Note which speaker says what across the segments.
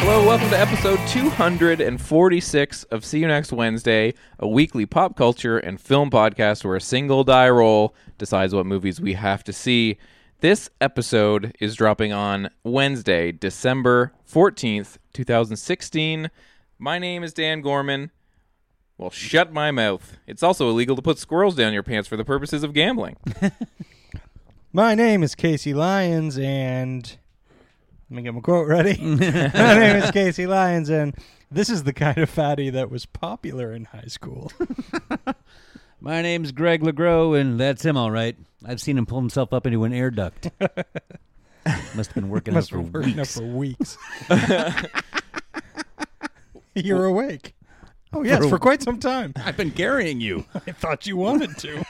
Speaker 1: Hello, welcome to episode 246 of See You Next Wednesday, a weekly pop culture and film podcast where a single die roll decides what movies we have to see. This episode is dropping on Wednesday, December 14th, 2016. My name is Dan Gorman. Well, shut my mouth. It's also illegal to put squirrels down your pants for the purposes of gambling.
Speaker 2: My name is Casey Lyons, and let me get my quote ready. my name is Casey Lyons, and this is the kind of fatty that was popular in high school.
Speaker 3: My name's Greg LeGros, and that's him, all right. I've seen him pull himself up into an air duct. Must have been working out
Speaker 2: Must
Speaker 3: for
Speaker 2: have been working
Speaker 3: weeks.
Speaker 2: up for weeks. You're awake. Oh yes,
Speaker 3: For-
Speaker 2: for quite some time.
Speaker 3: I've been carrying you.
Speaker 2: I thought you wanted to.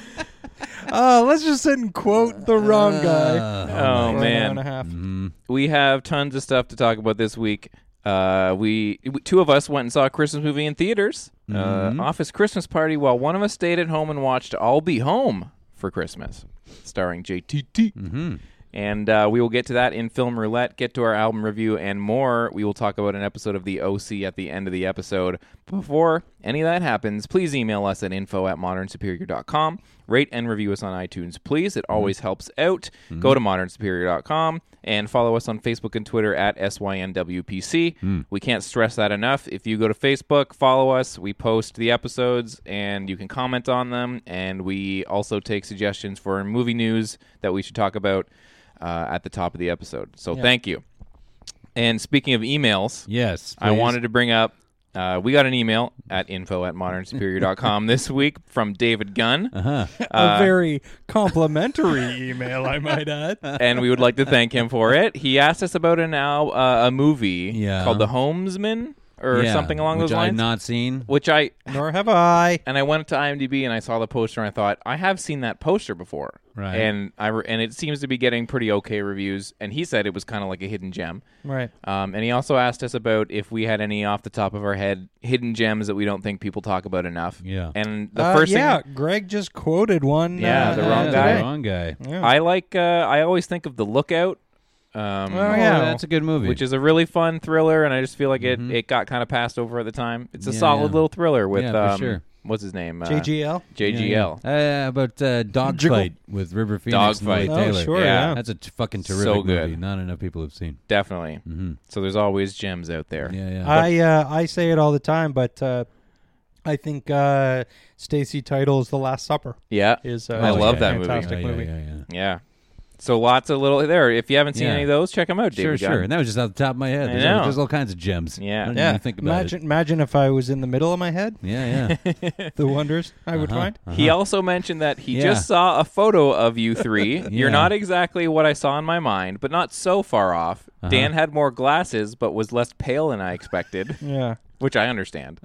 Speaker 2: uh, let's just sit and quote the wrong
Speaker 3: Uh,
Speaker 2: guy.
Speaker 1: Oh,
Speaker 2: For an hour
Speaker 1: man.
Speaker 2: and a half.
Speaker 3: Mm-hmm.
Speaker 1: we have tons of stuff to talk about this week. Uh, we two of us went and saw a Christmas movie in theaters, uh, office Christmas party, while one of us stayed at home and watched "I'll Be Home for Christmas," starring JTT. And uh, we will get to that in film roulette. Get to our album review and more. We will talk about an episode of the OC at the end of the episode. Before any of that happens, please email us at info at modernsuperior.com. Rate and review us on iTunes, please. It always helps out. Go to modernsuperior.com and follow us on Facebook and Twitter at SYNWPC. We can't stress that enough. If you go to Facebook, follow us. We post the episodes and you can comment on them. And we also take suggestions for movie news that we should talk about uh, at the top of the episode. So thank you. And speaking of emails,
Speaker 3: Yes.
Speaker 1: I
Speaker 3: please.
Speaker 1: wanted to bring up uh, we got an email at info at modernsuperior.com this week from David Gunn.
Speaker 3: Uh,
Speaker 2: a very complimentary email, I might add.
Speaker 1: and we would like to thank him for it. He asked us about an al- uh, a movie
Speaker 3: Yeah.
Speaker 1: called The Homesman or
Speaker 3: Yeah,
Speaker 1: something along
Speaker 3: which
Speaker 1: those lines,
Speaker 3: I've not seen.
Speaker 2: uh,
Speaker 1: which I
Speaker 2: Nor have I.
Speaker 1: and I went to IMDb and I saw the poster and I thought I have seen that poster before,
Speaker 3: Right.
Speaker 1: And I re- and it seems to be getting pretty okay reviews. And he said it was kind of like a hidden gem.
Speaker 2: Right.
Speaker 1: Um, and he also asked us about if we had any off the top of our head hidden gems that we don't think people talk about enough.
Speaker 3: Yeah.
Speaker 1: And the
Speaker 2: Uh,
Speaker 1: first thing
Speaker 2: yeah, Greg just quoted one.
Speaker 1: Yeah,
Speaker 2: uh,
Speaker 1: the
Speaker 3: Yeah,
Speaker 1: wrong guy.
Speaker 3: The wrong guy. Oh,
Speaker 1: I like, uh, I always think of The Lookout. Um,
Speaker 2: Oh, yeah.
Speaker 3: that's a good movie.
Speaker 1: which is a really fun thriller, and I just feel like it, it got kind of passed over at the time. It's a
Speaker 3: Mm-hmm. Yeah,
Speaker 1: solid
Speaker 3: yeah.
Speaker 1: little thriller with
Speaker 3: Yeah, for
Speaker 1: um,
Speaker 3: sure.
Speaker 1: what's his name? Uh,
Speaker 2: JGL.
Speaker 3: Yeah,
Speaker 1: JGL.
Speaker 3: yeah. Uh, about uh, Dogfight with River Phoenix and Lily
Speaker 1: Dogfight.
Speaker 2: Oh,
Speaker 3: Taylor.
Speaker 2: sure,
Speaker 1: Yeah.
Speaker 2: yeah.
Speaker 3: That's a t- fucking
Speaker 1: So
Speaker 3: terrific
Speaker 1: good.
Speaker 3: movie. Not enough people have seen.
Speaker 1: Definitely. So there's always gems out there.
Speaker 3: Mm-hmm. Yeah,
Speaker 2: I
Speaker 3: yeah.
Speaker 2: uh, I say it all the time, but uh, I think uh, Stacy Title's The Last Supper
Speaker 1: Yeah.
Speaker 2: is. Uh,
Speaker 1: I love
Speaker 2: a
Speaker 1: that movie.
Speaker 3: yeah,
Speaker 2: fantastic
Speaker 3: yeah,
Speaker 2: movie.
Speaker 3: yeah, yeah.
Speaker 1: Yeah. So lots of little there. If you haven't seen
Speaker 3: Yeah.
Speaker 1: any of those, check them out.
Speaker 3: Sure,
Speaker 1: David Gunn.
Speaker 3: sure. And that was just off the top of my head.
Speaker 1: I
Speaker 3: There's,
Speaker 1: know.
Speaker 3: there's all kinds of gems.
Speaker 1: Yeah.
Speaker 3: Mm, I didn't
Speaker 2: Yeah.
Speaker 3: even think about
Speaker 2: imagine
Speaker 3: it.
Speaker 2: imagine if I was in the middle of my head,
Speaker 3: Yeah, yeah.
Speaker 2: the wonders I would find.
Speaker 1: He also mentioned that he
Speaker 3: Uh-huh. Yeah.
Speaker 1: just saw a photo of you three. You're
Speaker 3: Yeah.
Speaker 1: not exactly what I saw in my mind, but not so far off.
Speaker 3: Uh-huh.
Speaker 1: Dan had more glasses, but was less pale than I expected.
Speaker 2: Yeah.
Speaker 1: which I understand.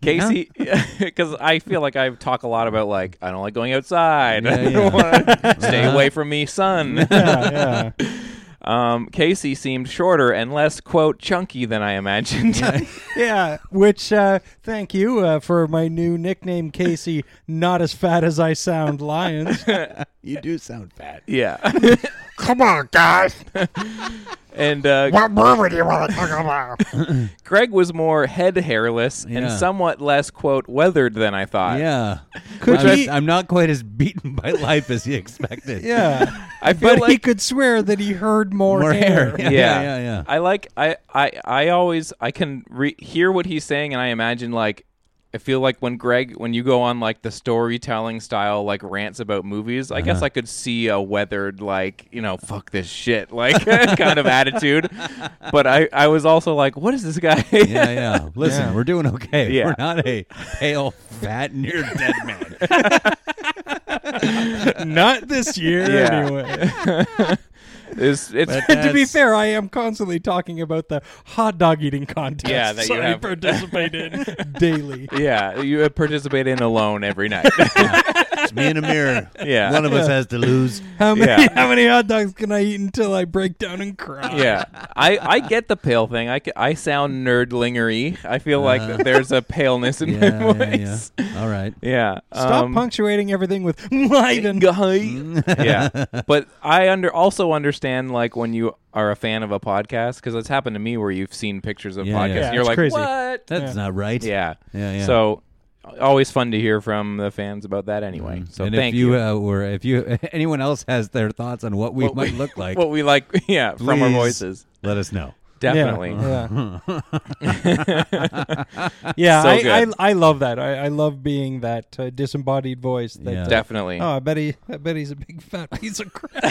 Speaker 1: Casey, because I feel like I talk a lot about like I don't like going outside.
Speaker 3: Yeah,
Speaker 1: I don't
Speaker 3: yeah.
Speaker 1: wanna- Stay away from me, son.
Speaker 2: Yeah, yeah.
Speaker 1: Um, Casey seemed shorter and less quote chunky than I imagined.
Speaker 2: yeah, which uh, thank you uh, for my new nickname, Casey. Not as fat as I sound, Lions.
Speaker 3: You do sound fat.
Speaker 1: yeah,
Speaker 4: Come on, guys.
Speaker 1: and uh,
Speaker 4: What movie do you want to talk about?
Speaker 1: Greg was more head hairless and
Speaker 3: Yeah.
Speaker 1: somewhat less quote weathered than I thought.
Speaker 3: Yeah.
Speaker 2: Could
Speaker 3: I'm,
Speaker 2: he-
Speaker 3: I'm not quite as beaten by life as he expected.
Speaker 2: Yeah,
Speaker 1: I feel
Speaker 2: but
Speaker 1: like
Speaker 2: he could swear that he heard more,
Speaker 3: More hair.
Speaker 2: hair.
Speaker 3: Yeah.
Speaker 1: yeah.
Speaker 3: Yeah. yeah.
Speaker 1: I like I I I always I can re- hear what he's saying and I imagine like I feel like when Greg when you go on like the storytelling style like rants about movies, I
Speaker 3: Uh-huh.
Speaker 1: guess I could see a weathered like, you know, fuck this shit like kind of attitude. But I I was also like, what is this guy?
Speaker 3: Yeah, yeah. Listen,
Speaker 2: Yeah.
Speaker 3: we're doing okay.
Speaker 1: Yeah.
Speaker 3: We're not a pale, fat, near dead man.
Speaker 2: Not this year,
Speaker 1: Yeah.
Speaker 2: anyway.
Speaker 1: it's it's
Speaker 2: to be
Speaker 3: That's-
Speaker 2: fair, I am constantly talking about the hot dog eating contest.
Speaker 1: Yeah, that you
Speaker 2: I
Speaker 1: have-
Speaker 2: participate in daily.
Speaker 1: yeah, you participate in alone every night.
Speaker 3: It's me in a mirror.
Speaker 1: Yeah.
Speaker 3: One of us has to lose.
Speaker 2: How many
Speaker 1: Yeah.
Speaker 2: how many hot dogs can I eat until I break down and cry?
Speaker 1: yeah, I, I get the pale thing. I, ca- I sound nerdlingery. I feel like
Speaker 3: Uh,
Speaker 1: that there's a paleness in
Speaker 3: Yeah,
Speaker 1: my
Speaker 3: yeah,
Speaker 1: voice.
Speaker 3: yeah. All right.
Speaker 1: Yeah.
Speaker 2: Stop
Speaker 1: um,
Speaker 2: punctuating everything with Leiden.
Speaker 1: yeah. But I under also understand like when you are a fan of a podcast because it's happened to me where you've seen pictures of
Speaker 3: Yeah,
Speaker 1: podcasts
Speaker 3: yeah.
Speaker 1: and
Speaker 2: Yeah,
Speaker 1: you're like,
Speaker 2: it's crazy.
Speaker 1: what?
Speaker 3: That's not right.
Speaker 1: Yeah.
Speaker 3: Yeah, yeah.
Speaker 1: So always fun to hear from the fans about that anyway. So
Speaker 3: Mm. and
Speaker 1: thank
Speaker 3: if you,
Speaker 1: you.
Speaker 3: Uh, were, if you, anyone else has their thoughts on what we
Speaker 1: What
Speaker 3: might
Speaker 1: we-
Speaker 3: look like,
Speaker 1: what we like, yeah, from our
Speaker 3: please
Speaker 1: voices,
Speaker 3: let us know.
Speaker 1: definitely.
Speaker 2: Yeah. yeah,
Speaker 1: So
Speaker 2: I, I
Speaker 1: good.
Speaker 2: I love that. I, I love being that uh, disembodied voice. That,
Speaker 3: Yeah.
Speaker 2: uh,
Speaker 1: Definitely.
Speaker 2: oh, I bet he I bet he's a big fat piece of crap.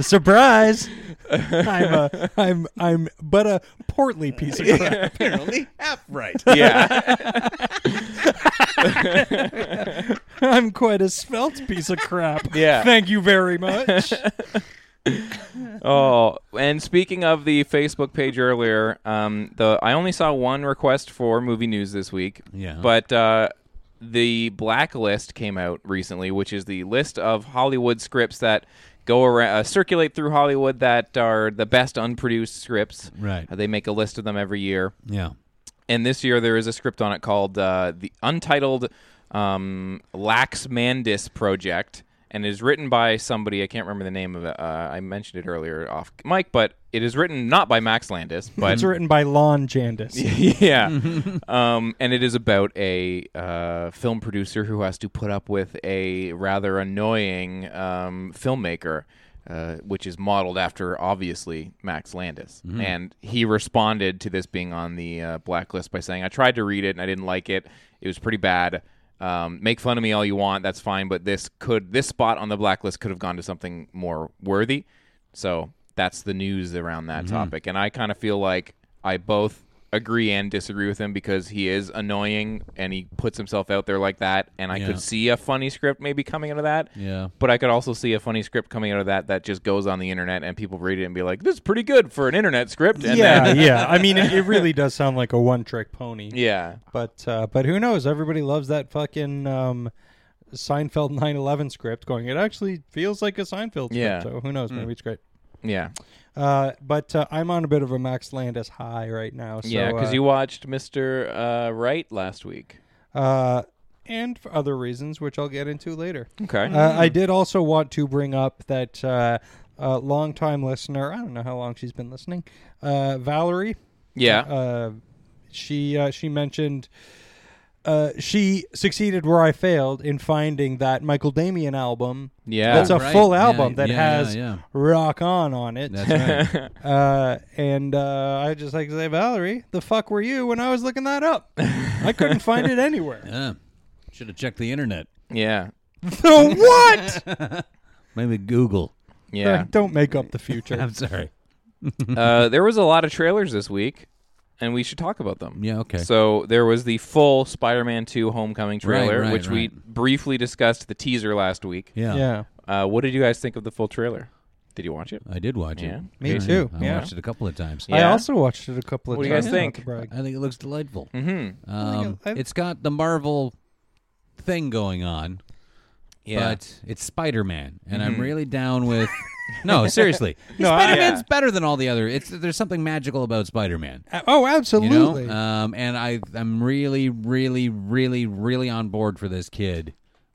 Speaker 2: Surprise! I'm a, I'm I'm but a portly piece of crap.
Speaker 3: Apparently half right.
Speaker 1: Yeah.
Speaker 2: I'm quite a svelte piece of crap.
Speaker 1: Yeah.
Speaker 2: Thank you very much.
Speaker 1: oh, and speaking of the Facebook page earlier, um, the I only saw one request for movie news this week.
Speaker 3: Yeah.
Speaker 1: But uh, the blacklist came out recently, which is the list of Hollywood scripts that go around uh, circulate through Hollywood that are the best unproduced scripts.
Speaker 3: Right.
Speaker 1: Uh, they make a list of them every year,
Speaker 3: Yeah.
Speaker 1: and this year there is a script on it called uh, the Untitled um, Lax Mandis Project. And is written by somebody I can't remember the name of it. Uh, I mentioned it earlier off mic, but it is written not by Max Landis, but
Speaker 2: It's written by Lon Jandis.
Speaker 1: yeah. um, and it is about a uh, film producer who has to put up with a rather annoying um, filmmaker, uh, which is modeled after, obviously, Max Landis. And he responded to this being on the uh, blacklist by saying, I tried to read it and I didn't like it. It was pretty bad. Um, make fun of me all you want, that's fine, but this could this spot on the blacklist could have gone to something more worthy. So that's the news around that
Speaker 2: Mm-hmm.
Speaker 1: topic. And I kind of feel like I both agree and disagree with him because he is annoying and he puts himself out there like that. And I
Speaker 3: Yeah.
Speaker 1: could see a funny script maybe coming out of that.
Speaker 3: Yeah.
Speaker 1: But I could also see a funny script coming out of that that just goes on the internet and people read it and be like, this is pretty good for an internet script. And
Speaker 2: yeah,
Speaker 1: Then,
Speaker 2: yeah. I mean, it, it really does sound like a one-trick pony.
Speaker 1: yeah.
Speaker 2: But uh, but who knows? Everybody loves that fucking um, Seinfeld 9/11 script. Going, it actually feels like a Seinfeld script.
Speaker 1: Yeah. Hmm.
Speaker 2: So who knows? Maybe it's great.
Speaker 1: Yeah.
Speaker 2: Uh, but uh, I'm on a bit of a Max Landis high right now. So,
Speaker 1: yeah. Because
Speaker 2: uh,
Speaker 1: you watched Mr. Uh, Wright last week.
Speaker 2: uh, and for other reasons, which I'll get into later.
Speaker 1: Okay.
Speaker 2: Uh, I did also want to bring up that uh, uh, longtime listener. I don't know how long she's been listening. Uh, Valerie.
Speaker 1: yeah.
Speaker 2: Uh, she uh, she mentioned uh, she succeeded where I failed in finding that Michael Damian album.
Speaker 1: Yeah.
Speaker 2: that's a
Speaker 3: Oh, right.
Speaker 2: full
Speaker 3: Yeah,
Speaker 2: album that
Speaker 3: yeah,
Speaker 2: has
Speaker 3: yeah, yeah.
Speaker 2: rock on on it.
Speaker 3: That's right.
Speaker 2: Uh, and uh, I just like to say, Valerie, the fuck were you when I was looking that up? I couldn't find it anywhere.
Speaker 3: Yeah. Should have checked the internet.
Speaker 1: yeah.
Speaker 2: So what?
Speaker 3: Maybe Google.
Speaker 1: Yeah.
Speaker 2: Don't make up the future.
Speaker 3: I'm sorry.
Speaker 1: uh, there was a lot of trailers this week, and we should talk about them.
Speaker 3: Yeah, okay.
Speaker 1: So there was the full Spider-Man 2 Homecoming trailer,
Speaker 3: right,
Speaker 1: which we
Speaker 3: right.
Speaker 1: briefly discussed the teaser last week.
Speaker 3: Yeah.
Speaker 2: Yeah.
Speaker 1: Uh, what did you guys think of the full trailer? Did you watch it?
Speaker 3: I did watch
Speaker 1: Yeah.
Speaker 3: it.
Speaker 2: Me
Speaker 3: Yeah,
Speaker 2: too,
Speaker 3: I
Speaker 2: yeah.
Speaker 3: watched it a couple of times.
Speaker 1: Yeah.
Speaker 2: I also watched it a couple of
Speaker 1: What do you
Speaker 2: times.
Speaker 1: guys
Speaker 2: not
Speaker 1: think?
Speaker 2: to brag.
Speaker 3: I think it looks delightful.
Speaker 1: Mm-hmm.
Speaker 3: Um,
Speaker 2: I-
Speaker 3: it's got the Marvel thing going on,
Speaker 1: Yeah.
Speaker 3: but it's Spider Man, and I'm really down with No, seriously.
Speaker 2: Mm-hmm. No, I-
Speaker 3: Spider Man's better than all the other. It's there's something magical about Spider Man.
Speaker 2: Uh, Oh,
Speaker 3: You
Speaker 2: absolutely.
Speaker 3: know, um, and I I'm really really really really on board for this kid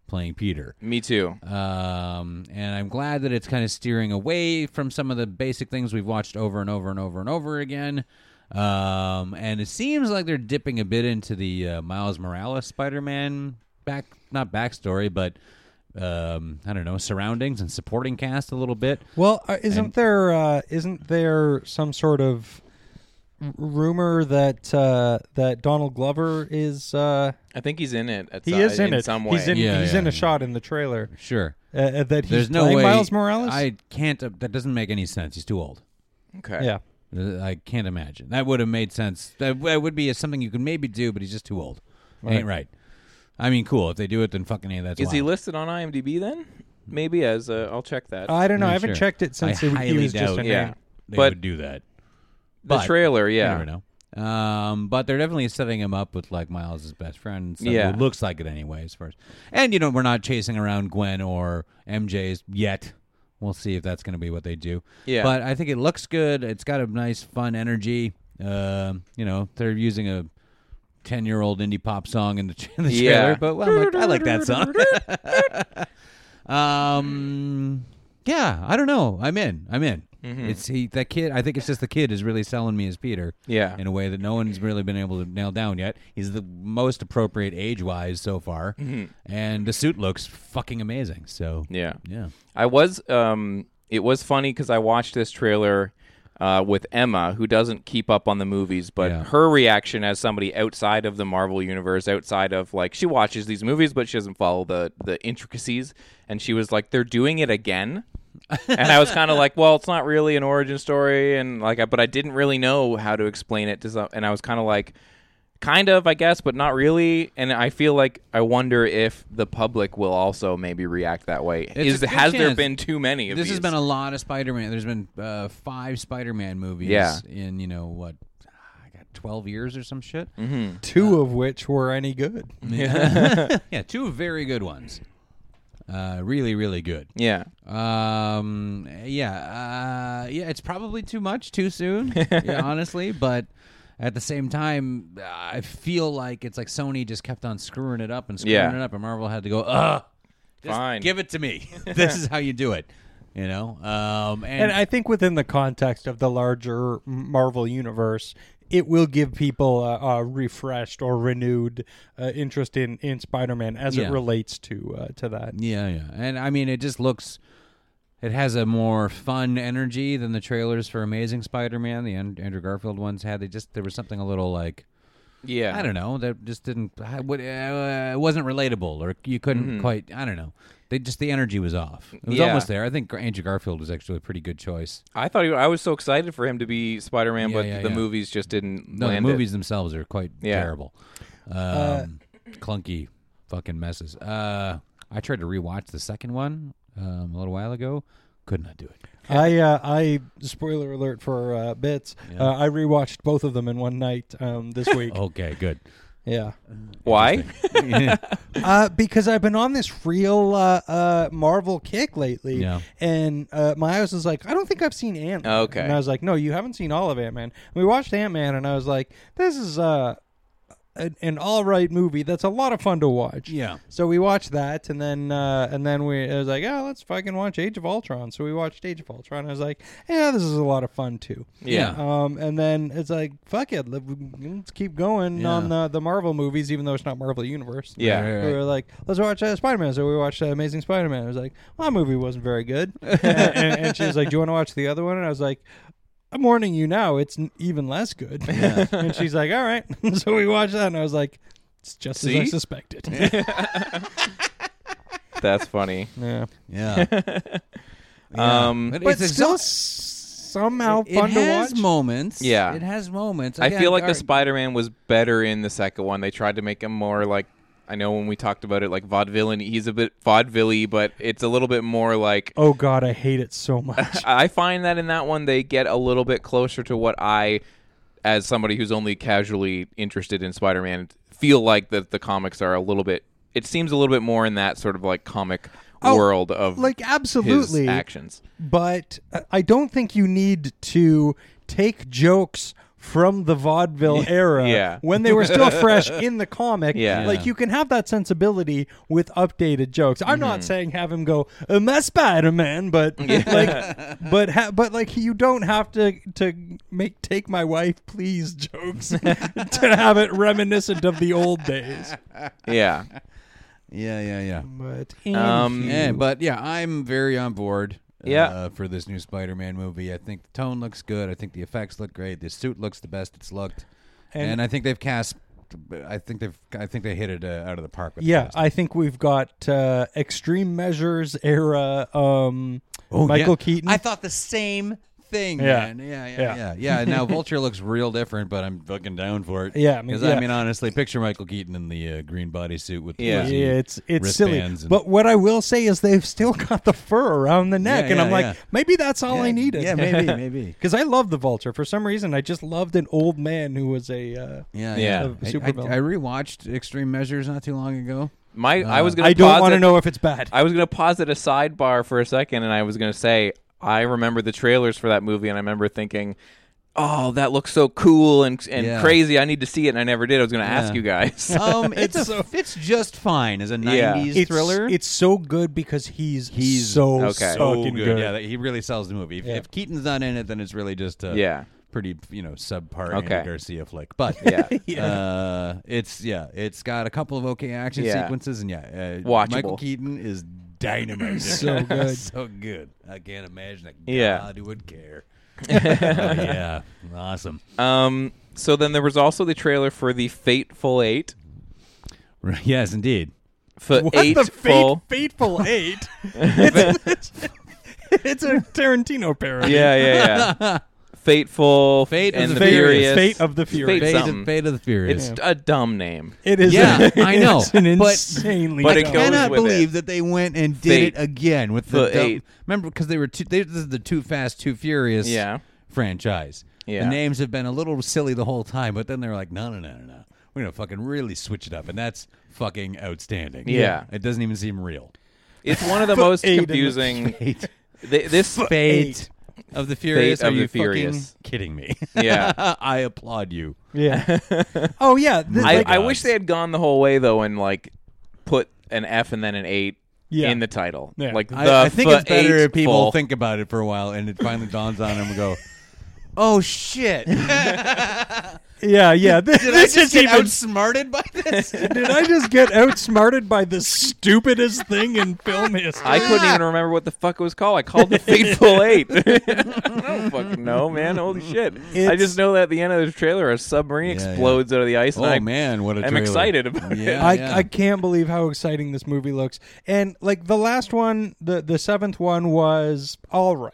Speaker 3: playing Peter.
Speaker 1: Me too.
Speaker 3: Um, and I'm glad that it's kind of steering away from some of the basic things we've watched over and over and over and over again. Um, and it seems like they're dipping a bit into the uh, Miles Morales Spider-Man back, not backstory, but um, I don't know, surroundings and supporting cast a little bit.
Speaker 2: well, uh, isn't there uh, isn't there some sort of r- rumor that uh, that Donald Glover is uh,
Speaker 1: I think he's in it. At
Speaker 2: he
Speaker 1: so-
Speaker 2: is in, it.
Speaker 1: some way.
Speaker 2: He's in
Speaker 3: Yeah,
Speaker 2: he's
Speaker 3: yeah.
Speaker 2: in a shot in the trailer
Speaker 3: Sure,
Speaker 2: uh, uh, that he's
Speaker 3: there's no
Speaker 2: playing
Speaker 3: way
Speaker 2: Miles Morales.
Speaker 3: I can't. Uh, that doesn't make any sense. He's too old.
Speaker 1: okay.
Speaker 2: yeah.
Speaker 3: Uh, I can't imagine. That would have made sense. That, that would be something you could maybe do, but he's just too old. Ain't right. I mean, cool. If they do it, then fucking hey, that's
Speaker 1: Is he
Speaker 3: wild.
Speaker 1: listed on IMDb then? Maybe as a, I'll check that.
Speaker 2: I don't know.
Speaker 3: Not
Speaker 2: I haven't
Speaker 3: sure.
Speaker 2: checked it since
Speaker 3: I
Speaker 2: he, he
Speaker 3: highly
Speaker 2: was just
Speaker 3: doubt
Speaker 2: a
Speaker 3: it.
Speaker 2: name.
Speaker 1: yeah.
Speaker 3: They
Speaker 1: but-
Speaker 3: would do that.
Speaker 1: The
Speaker 3: but-
Speaker 1: trailer,
Speaker 3: You
Speaker 1: yeah.
Speaker 3: never know. Um, but they're definitely setting him up with like Miles' best friend. and stuff.
Speaker 1: Yeah.
Speaker 3: It looks like it anyways. First, and you know we're not chasing around Gwen or MJ's yet. We'll see if that's going to be what they do.
Speaker 1: Yeah.
Speaker 3: But I think it looks good. It's got a nice, fun energy. Um, you know, they're using a ten-year-old indie pop song in the, in the
Speaker 1: Yeah.
Speaker 3: trailer, but well, I'm like, I like that song. Um. Yeah, I don't know. I'm in. I'm in.
Speaker 1: Mm-hmm.
Speaker 3: It's he that kid. I think it's just the kid is really selling me as Peter.
Speaker 1: Yeah.
Speaker 3: in a way that no one's really been able to nail down yet. He's the most appropriate age wise so far, and the suit looks fucking amazing. So
Speaker 1: Mm-hmm. Yeah.
Speaker 3: yeah,
Speaker 1: I was. Um, it was funny because I watched this trailer uh, with Emma, who doesn't keep up on the movies, but
Speaker 3: Yeah.
Speaker 1: her reaction as somebody outside of the Marvel universe, outside of like she watches these movies, but she doesn't follow the the intricacies, and she was like, "They're doing it again." and I was kind of like, well, it's not really an origin story, and like, I, but I didn't really know how to explain it to some, and I was kind of like, kind of, I guess, but not really. And I feel like I wonder if the public will also maybe react that way.
Speaker 3: It's
Speaker 1: Is
Speaker 3: a good
Speaker 1: has there
Speaker 3: chance.
Speaker 1: been too many of
Speaker 3: this
Speaker 1: these?
Speaker 3: has been a lot of Spider-Man. There's been uh, five Spider-Man movies.
Speaker 1: Yeah.
Speaker 3: in you know what, ah, I got twelve years or some shit.
Speaker 1: Mm-hmm.
Speaker 2: Two of which were any good.
Speaker 3: Yeah, two very good ones. Uh, really, really good.
Speaker 1: yeah.
Speaker 3: Um. Yeah. Uh. Yeah. It's probably too much too soon. yeah, honestly, but at the same time, I feel like it's like Sony just kept on screwing it up and screwing
Speaker 1: Yeah.
Speaker 3: it up, and Marvel had to go. Ugh. just
Speaker 1: Fine.
Speaker 3: Give it to me. this is how you do it. You know. Um. And,
Speaker 2: And I think within the context of the larger Marvel universe, it will give people a, a refreshed or renewed uh, interest in, in Spider-Man as
Speaker 3: Yeah.
Speaker 2: it relates to uh, to that.
Speaker 3: yeah. Yeah. And I mean, it just looks. It has a more fun energy than the trailers for Amazing Spider-Man, the An- Andrew Garfield ones had. They just there was something a little like.
Speaker 1: Yeah.
Speaker 3: I don't know. That just didn't. I would- uh, It wasn't relatable, or you couldn't quite. I don't know. They just the energy was off. It was
Speaker 1: Mm-hmm. Yeah.
Speaker 3: almost there. I think Andrew Garfield was actually a pretty good choice.
Speaker 1: I thought he, I was so excited for him to be Spider Man,
Speaker 3: Yeah,
Speaker 1: but
Speaker 3: yeah,
Speaker 1: the
Speaker 3: yeah.
Speaker 1: movies just didn't.
Speaker 3: No,
Speaker 1: land
Speaker 3: the
Speaker 1: it.
Speaker 3: movies themselves are quite
Speaker 1: Yeah.
Speaker 3: terrible, um, clunky, fucking messes. Uh, I tried to rewatch the second one um, a little while ago. Could not do it.
Speaker 2: I uh, I spoiler alert for uh, bits. Uh, I rewatched both of them in one night um, this week.
Speaker 3: Okay, good.
Speaker 2: Yeah.
Speaker 1: Why?
Speaker 2: uh, because I've been on this real uh, uh, Marvel kick lately,
Speaker 3: Yeah.
Speaker 2: and uh, Miles was like, "I don't think I've seen Ant." man
Speaker 1: Okay.
Speaker 2: and I was like, "No, you haven't seen all of Ant Man." We watched Ant Man, and I was like, "This is uh, an, an all right movie. That's a lot of fun to watch."
Speaker 3: Yeah.
Speaker 2: So we watched that, and then uh, and then we I was like, "Oh, let's fucking watch Age of Ultron." So we watched Age of Ultron. I was like, "Yeah, this is a lot of fun too."
Speaker 1: Yeah.
Speaker 2: Um, and then it's like, "Fuck it, let- let's keep going
Speaker 3: Yeah.
Speaker 2: on the the Marvel movies, even though it's not Marvel Universe."
Speaker 1: Yeah.
Speaker 3: Right, right,
Speaker 2: We
Speaker 3: right.
Speaker 2: were like, let's watch uh, Spider Man. So we watched uh, Amazing Spider Man. I was like, my movie wasn't very good. and, and- and she was like, do you want to watch the other one? And I was like, I'm warning you now, it's n- even less good. and she's like, all right. so we watched that, and I was like, it's just as I
Speaker 1: See?
Speaker 2: suspected.
Speaker 1: That's funny.
Speaker 2: yeah.
Speaker 3: Yeah. Yeah.
Speaker 1: Um,
Speaker 3: But
Speaker 2: But
Speaker 3: it's
Speaker 2: still
Speaker 3: exhaust-
Speaker 2: somehow
Speaker 3: it
Speaker 2: fun to
Speaker 3: has
Speaker 2: watch.
Speaker 3: moments.
Speaker 1: Yeah.
Speaker 3: it has moments.
Speaker 1: I
Speaker 3: Again,
Speaker 1: feel like the
Speaker 3: Gar-
Speaker 1: Spider Man was better in the second one. They tried to make him more like I know when we talked about it, like vaudeville. He's a bit vaudeville, but it's a little bit more like
Speaker 2: oh, God, I hate it so much.
Speaker 1: I find that in that one they get a little bit closer to what I, as somebody who's only casually interested in Spider Man, feel like that the comics are a little bit. It seems a little bit more in that sort of like comic
Speaker 2: Oh,
Speaker 1: world of
Speaker 2: like,
Speaker 1: his
Speaker 2: absolutely.
Speaker 1: actions.
Speaker 2: but uh, I don't think you need to take jokes from the vaudeville era
Speaker 1: yeah.
Speaker 2: when they were still fresh in the comic.
Speaker 1: Yeah.
Speaker 2: Like you can have that sensibility with updated jokes. I'm not
Speaker 1: Mm-hmm.
Speaker 2: saying have him go, uh, my Spider-Man, but like but ha- but like you don't have to to make take my wife please jokes to have it reminiscent of the old days.
Speaker 1: Yeah,
Speaker 3: Yeah, yeah, yeah.
Speaker 2: But
Speaker 1: Um,
Speaker 3: Yeah, but yeah, I'm very on board. uh,
Speaker 1: Yeah.
Speaker 3: for this new Spider-Man movie, I think the tone looks good. I think the effects look great. The suit looks the best it's looked, and,
Speaker 2: And-
Speaker 3: I think they've cast. I think they've. I think they hit it uh, out of the park. With the
Speaker 2: Yeah,
Speaker 3: cast.
Speaker 2: I think we've got uh, extreme measures era. Um,
Speaker 3: Oh,
Speaker 2: Michael
Speaker 3: yeah.
Speaker 2: Keaton.
Speaker 3: I thought the same thing.
Speaker 2: Yeah.
Speaker 3: man. yeah, yeah,
Speaker 2: Yeah.
Speaker 3: yeah, yeah. Now Vulture looks real different, but I'm fucking down for it.
Speaker 2: Yeah, I mean,
Speaker 3: 'Cause,
Speaker 2: yeah.
Speaker 3: honestly, picture Michael Keaton in the uh, green bodysuit with the
Speaker 1: Yeah.
Speaker 3: fuzzy
Speaker 2: yeah, it's it's silly.
Speaker 3: wristbands and-
Speaker 2: But what I will say is they've still got the fur around the neck,
Speaker 3: Yeah,
Speaker 2: and
Speaker 3: yeah,
Speaker 2: I'm like,
Speaker 3: yeah.
Speaker 2: maybe that's all I
Speaker 3: Yeah,
Speaker 2: needed.
Speaker 3: yeah, maybe, maybe.
Speaker 2: Because I love the vulture for some reason. I just loved an old man who was a. Uh,
Speaker 1: Yeah.
Speaker 3: yeah, yeah.
Speaker 2: Of
Speaker 3: I- I,
Speaker 2: supervillain.
Speaker 3: I rewatched Extreme Measures not too long ago.
Speaker 1: my I was gonna.
Speaker 2: Uh, I don't
Speaker 1: want to
Speaker 2: know if it's bad.
Speaker 1: I was going to pause at a sidebar for a second, and I was going to say I remember the trailers for that movie, and I remember thinking, "Oh, that looks so cool and and
Speaker 3: Yeah.
Speaker 1: crazy! I need to see it." And I never did. I was going to ask
Speaker 3: Yeah.
Speaker 1: you guys.
Speaker 3: Um, it's
Speaker 2: It's
Speaker 3: a,
Speaker 2: so-
Speaker 3: fits just fine as a '90s
Speaker 1: Yeah.
Speaker 2: it's,
Speaker 3: thriller.
Speaker 2: It's so good because he's
Speaker 3: He's
Speaker 2: so
Speaker 1: okay.
Speaker 3: so
Speaker 2: fucking good.
Speaker 3: Oh, Yeah, that- he really sells the movie. If,
Speaker 2: Yeah.
Speaker 3: if Keaton's not in it, then it's really just a
Speaker 1: Yeah.
Speaker 3: pretty you know subpar
Speaker 1: Okay.
Speaker 3: Andy Garcia flick. But
Speaker 1: Yeah.
Speaker 3: Uh, it's yeah, it's got a couple of okay action
Speaker 1: Yeah.
Speaker 3: sequences, and yeah, uh,
Speaker 1: Watchable.
Speaker 3: Michael Keaton is dynamite.
Speaker 2: So good.
Speaker 3: so good. I can't imagine that
Speaker 1: Yeah.
Speaker 3: God would care. Oh, yeah, awesome.
Speaker 1: um, so then there was also the trailer for the Fateful Eight.
Speaker 3: Yes, indeed.
Speaker 1: For
Speaker 2: What
Speaker 1: eight
Speaker 2: the
Speaker 1: full.
Speaker 2: fate, fateful eight? it's, it's, it's a Tarantino parody.
Speaker 1: yeah, yeah, yeah. Fateful,
Speaker 3: Fate of
Speaker 1: and
Speaker 3: the
Speaker 1: the
Speaker 3: Furious.
Speaker 1: Furious,
Speaker 2: Fate of the Furious.
Speaker 1: Fate
Speaker 3: Fate
Speaker 1: something.
Speaker 3: of, Fate of the Furious.
Speaker 1: It's a dumb name.
Speaker 2: It is.
Speaker 3: Yeah,
Speaker 2: a-
Speaker 3: I know,
Speaker 2: It's an
Speaker 3: but-
Speaker 2: insanely.
Speaker 1: but it
Speaker 2: dumb-
Speaker 1: goes
Speaker 3: cannot
Speaker 1: with
Speaker 3: believe
Speaker 1: it.
Speaker 3: that they went and did
Speaker 1: Fate.
Speaker 3: it again with the
Speaker 1: The
Speaker 3: dumb-
Speaker 1: eight.
Speaker 3: remember because they were too they, this is the Too Fast Too Furious
Speaker 1: Yeah.
Speaker 3: franchise.
Speaker 1: Yeah.
Speaker 3: The names have been a little silly the whole time, but then they're like, no, no, no, no, no, we're gonna fucking really switch it up, and that's fucking outstanding.
Speaker 1: Yeah.
Speaker 3: it doesn't even seem real.
Speaker 1: It's one of the most
Speaker 2: Eight and the
Speaker 1: confusing.
Speaker 3: Fate,
Speaker 1: Th- this
Speaker 3: Fate of the Furious.
Speaker 1: Fate of
Speaker 3: Are
Speaker 1: the
Speaker 3: you fucking
Speaker 1: Furious.
Speaker 3: kidding me?
Speaker 1: Yeah.
Speaker 2: Oh
Speaker 3: I applaud you.
Speaker 2: Yeah. oh yeah. th-
Speaker 1: I,
Speaker 2: like-
Speaker 1: I wish they had gone the whole way though and like put an F and then an eight
Speaker 2: Yeah.
Speaker 1: in the title.
Speaker 2: Yeah.
Speaker 1: Like the
Speaker 3: I, I think it's
Speaker 1: fa-
Speaker 3: better
Speaker 1: eight
Speaker 3: if people
Speaker 1: full.
Speaker 3: think about it for a while, and it finally dawns on them and go, "Oh shit."
Speaker 2: yeah, yeah. This,
Speaker 3: Did
Speaker 2: this
Speaker 3: I
Speaker 2: is
Speaker 3: just get
Speaker 2: even.
Speaker 3: outsmarted by this?
Speaker 2: did I just get outsmarted by the stupidest thing in film history?
Speaker 1: I couldn't even remember what the fuck it was called. I called the Fateful Eight. I don't fucking know, man. Holy shit! I
Speaker 2: It's-
Speaker 1: just know that at the end of the trailer, a submarine
Speaker 3: Yeah, yeah.
Speaker 1: explodes out of the ice.
Speaker 3: oh
Speaker 1: and I,
Speaker 3: man, what a
Speaker 1: I'm
Speaker 3: trailer.
Speaker 1: excited about it.
Speaker 3: yeah,
Speaker 2: I,
Speaker 3: yeah.
Speaker 2: I can't believe how exciting this movie looks. And like the last one, the the seventh one was all right.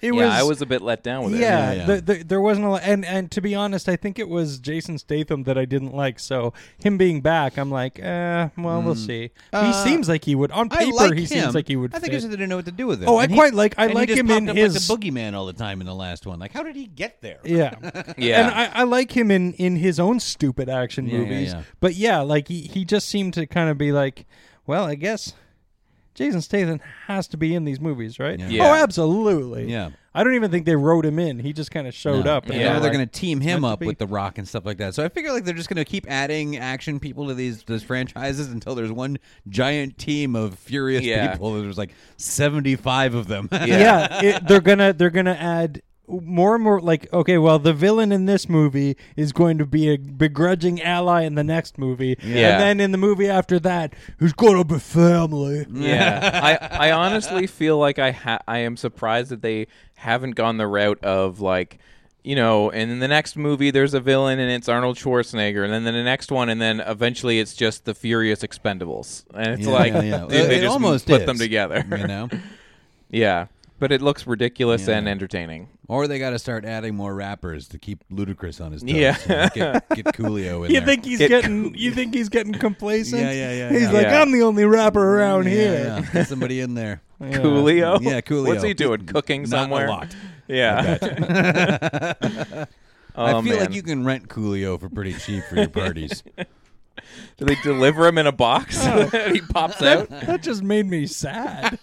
Speaker 2: It
Speaker 1: Yeah,
Speaker 2: was.
Speaker 1: I was a bit let down with it.
Speaker 2: Yeah,
Speaker 3: Yeah, yeah.
Speaker 2: The, the, there wasn't a lot, and and to be honest, I think it was Jason Statham that I didn't like. So him being back, I'm like, eh, well, we'll see. he
Speaker 3: Hmm. Uh,
Speaker 2: seems like he would on
Speaker 3: I
Speaker 2: paper.
Speaker 3: like
Speaker 2: he
Speaker 3: him.
Speaker 2: seems like he would.
Speaker 3: I think
Speaker 2: fit.
Speaker 3: I just didn't know what to do with him.
Speaker 2: Oh, I
Speaker 3: And he-
Speaker 2: quite like- I
Speaker 3: and he
Speaker 2: like
Speaker 3: just
Speaker 2: him
Speaker 3: popped
Speaker 2: in
Speaker 3: up
Speaker 2: his-
Speaker 3: like the boogeyman all the time in the last one. Like, how did he get there?
Speaker 2: yeah.
Speaker 1: Yeah,
Speaker 2: And I, I like him in in his own stupid action
Speaker 3: Yeah, yeah,
Speaker 2: movies.
Speaker 3: yeah.
Speaker 2: But yeah, like he, he just seemed to kind of be like, well, I guess Jason Statham has to be in these movies, right?
Speaker 1: Yeah.
Speaker 2: Oh, absolutely.
Speaker 3: Yeah.
Speaker 2: I don't even think they wrote him in. He just kind of showed up.
Speaker 3: And
Speaker 2: and
Speaker 3: now
Speaker 2: they're
Speaker 3: they're
Speaker 2: like,
Speaker 3: going to team him
Speaker 2: meant to
Speaker 3: up
Speaker 2: be.
Speaker 3: with The Rock and stuff like that. So I figure like they're just going to keep adding action people to these these franchises until there's one giant team of furious
Speaker 1: Yeah.
Speaker 3: people. There's like 75 of them.
Speaker 1: Yeah.
Speaker 2: yeah, it, they're gonna they're gonna add more and more like okay well the villain in this movie is going to be a begrudging ally in the next movie
Speaker 1: Yeah.
Speaker 2: and then in the movie after that who's gonna be family
Speaker 1: Yeah, I, I honestly feel like I ha- I am surprised that they haven't gone the route of like, you know, and in the next movie there's a villain and it's Arnold Schwarzenegger, and then the next one, and then eventually it's just the Furious Expendables, and it's
Speaker 3: Yeah,
Speaker 1: like
Speaker 3: yeah, yeah.
Speaker 1: dude, they
Speaker 3: It
Speaker 1: just
Speaker 3: almost
Speaker 1: put
Speaker 3: is,
Speaker 1: them together.
Speaker 3: you know?
Speaker 1: yeah, but it looks ridiculous
Speaker 3: Yeah.
Speaker 1: and entertaining.
Speaker 3: Or they got to start adding more rappers to keep Ludacris on his toes.
Speaker 1: Yeah.
Speaker 3: You know, get, get Coolio in
Speaker 2: you
Speaker 3: there.
Speaker 2: think he's
Speaker 1: Get-
Speaker 2: getting you think he's getting complacent
Speaker 3: Yeah, yeah, yeah,
Speaker 2: he's
Speaker 3: yeah.
Speaker 2: like
Speaker 1: Yeah.
Speaker 2: i'm the only rapper around
Speaker 3: yeah,
Speaker 2: here
Speaker 3: yeah. Get somebody in there.
Speaker 2: Yeah.
Speaker 1: Coolio,
Speaker 3: Uh, Yeah, Coolio.
Speaker 1: What's he doing? Cooking
Speaker 3: Not
Speaker 1: somewhere?
Speaker 3: a lot.
Speaker 1: Yeah.
Speaker 3: I
Speaker 1: Oh,
Speaker 3: feel like
Speaker 1: man. Oh,
Speaker 3: you can rent Coolio for pretty cheap for your parties.
Speaker 1: Do they deliver him in a box? and he pops out.
Speaker 2: that just made me sad.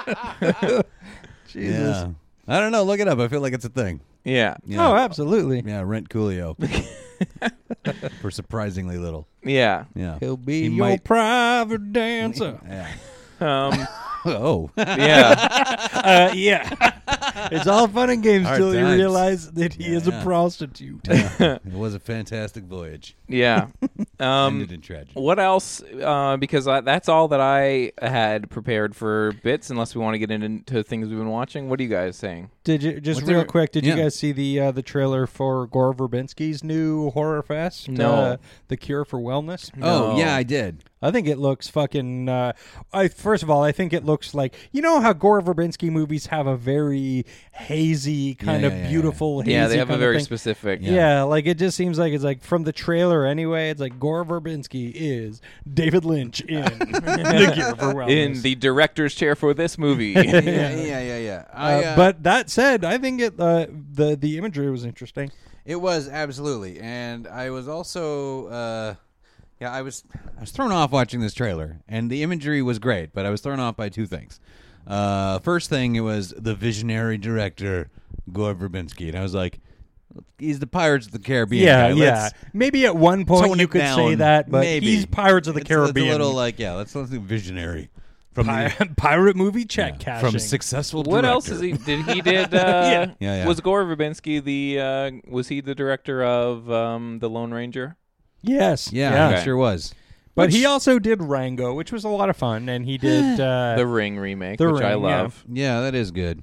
Speaker 2: Jesus.
Speaker 3: Yeah. I don't know. Look it up. I feel like it's a thing.
Speaker 1: Yeah.
Speaker 3: Yeah.
Speaker 2: Oh, absolutely.
Speaker 3: Yeah, rent Coolio for surprisingly little.
Speaker 1: Yeah.
Speaker 3: Yeah.
Speaker 2: He'll be
Speaker 3: He
Speaker 2: your
Speaker 3: might-
Speaker 2: private dancer.
Speaker 3: Yeah.
Speaker 1: Um,
Speaker 3: Oh.
Speaker 1: yeah.
Speaker 2: Uh, yeah. it's all fun and games
Speaker 3: Hard
Speaker 2: till you
Speaker 3: times.
Speaker 2: realize that he
Speaker 3: Yeah,
Speaker 2: is
Speaker 3: yeah.
Speaker 2: a prostitute.
Speaker 3: it was a fantastic voyage.
Speaker 1: Yeah. Um,
Speaker 3: Ended in tragedy.
Speaker 1: what else? Uh, because I, that's all that I had prepared for bits, unless we want to get into things we've been watching. What are you guys saying?
Speaker 2: Did you just
Speaker 3: What's
Speaker 2: real
Speaker 3: there-
Speaker 2: quick? Did
Speaker 3: yeah.
Speaker 2: you guys see the uh, the trailer for Gore Verbinski's new horror fest?
Speaker 1: No.
Speaker 2: uh, the Cure for Wellness.
Speaker 3: Oh,
Speaker 1: No.
Speaker 3: yeah, I did.
Speaker 2: I think it looks fucking. Uh, I first of all, I think it looks like you know how Gore Verbinski movies have a very hazy kind
Speaker 3: yeah,
Speaker 2: of
Speaker 3: yeah, yeah.
Speaker 2: beautiful. Hazy
Speaker 1: yeah, they have a
Speaker 2: kind of
Speaker 1: very
Speaker 2: thing.
Speaker 1: specific.
Speaker 2: Yeah. like it just seems like it's like from the trailer anyway. It's like Gore Verbinski is David Lynch in the Cure for Wellness.
Speaker 1: In the director's chair for this movie.
Speaker 3: Yeah, yeah, yeah, Oh, yeah.
Speaker 2: Uh, but that said, I think it uh, the the imagery was interesting.
Speaker 3: It was absolutely, and I was also, uh, yeah, I was, I was thrown off watching this trailer, and the imagery was great, but I was thrown off by two things. Uh, first thing, it was the visionary director Gore Verbinski, and I was like, he's the Pirates of the Caribbean.
Speaker 2: Yeah,
Speaker 3: guy.
Speaker 2: yeah.
Speaker 3: Let's
Speaker 2: Maybe at one point
Speaker 3: tone
Speaker 2: you
Speaker 3: it
Speaker 2: could
Speaker 3: down.
Speaker 2: say that, but
Speaker 3: Maybe.
Speaker 2: he's Pirates of the
Speaker 3: It's- it's
Speaker 2: Caribbean.
Speaker 3: a little like, yeah, let's let's do visionary from the-
Speaker 2: Pirate, pirate movie check
Speaker 3: yeah,
Speaker 2: cashing.
Speaker 3: from successful.
Speaker 1: What else
Speaker 3: director.
Speaker 1: is he? Did he did? Uh,
Speaker 2: Yeah.
Speaker 3: Yeah, yeah.
Speaker 1: Was Gore Verbinski the? Uh, was he the director of um, the Lone Ranger?
Speaker 2: Yes.
Speaker 3: Yeah,
Speaker 2: yeah.
Speaker 3: it
Speaker 1: Okay.
Speaker 3: sure was.
Speaker 2: But he also did Rango, which was a lot of fun, and he did uh,
Speaker 1: The Ring remake,
Speaker 2: The
Speaker 1: which I
Speaker 2: Ring, yeah.
Speaker 1: love.
Speaker 3: Yeah, that is good.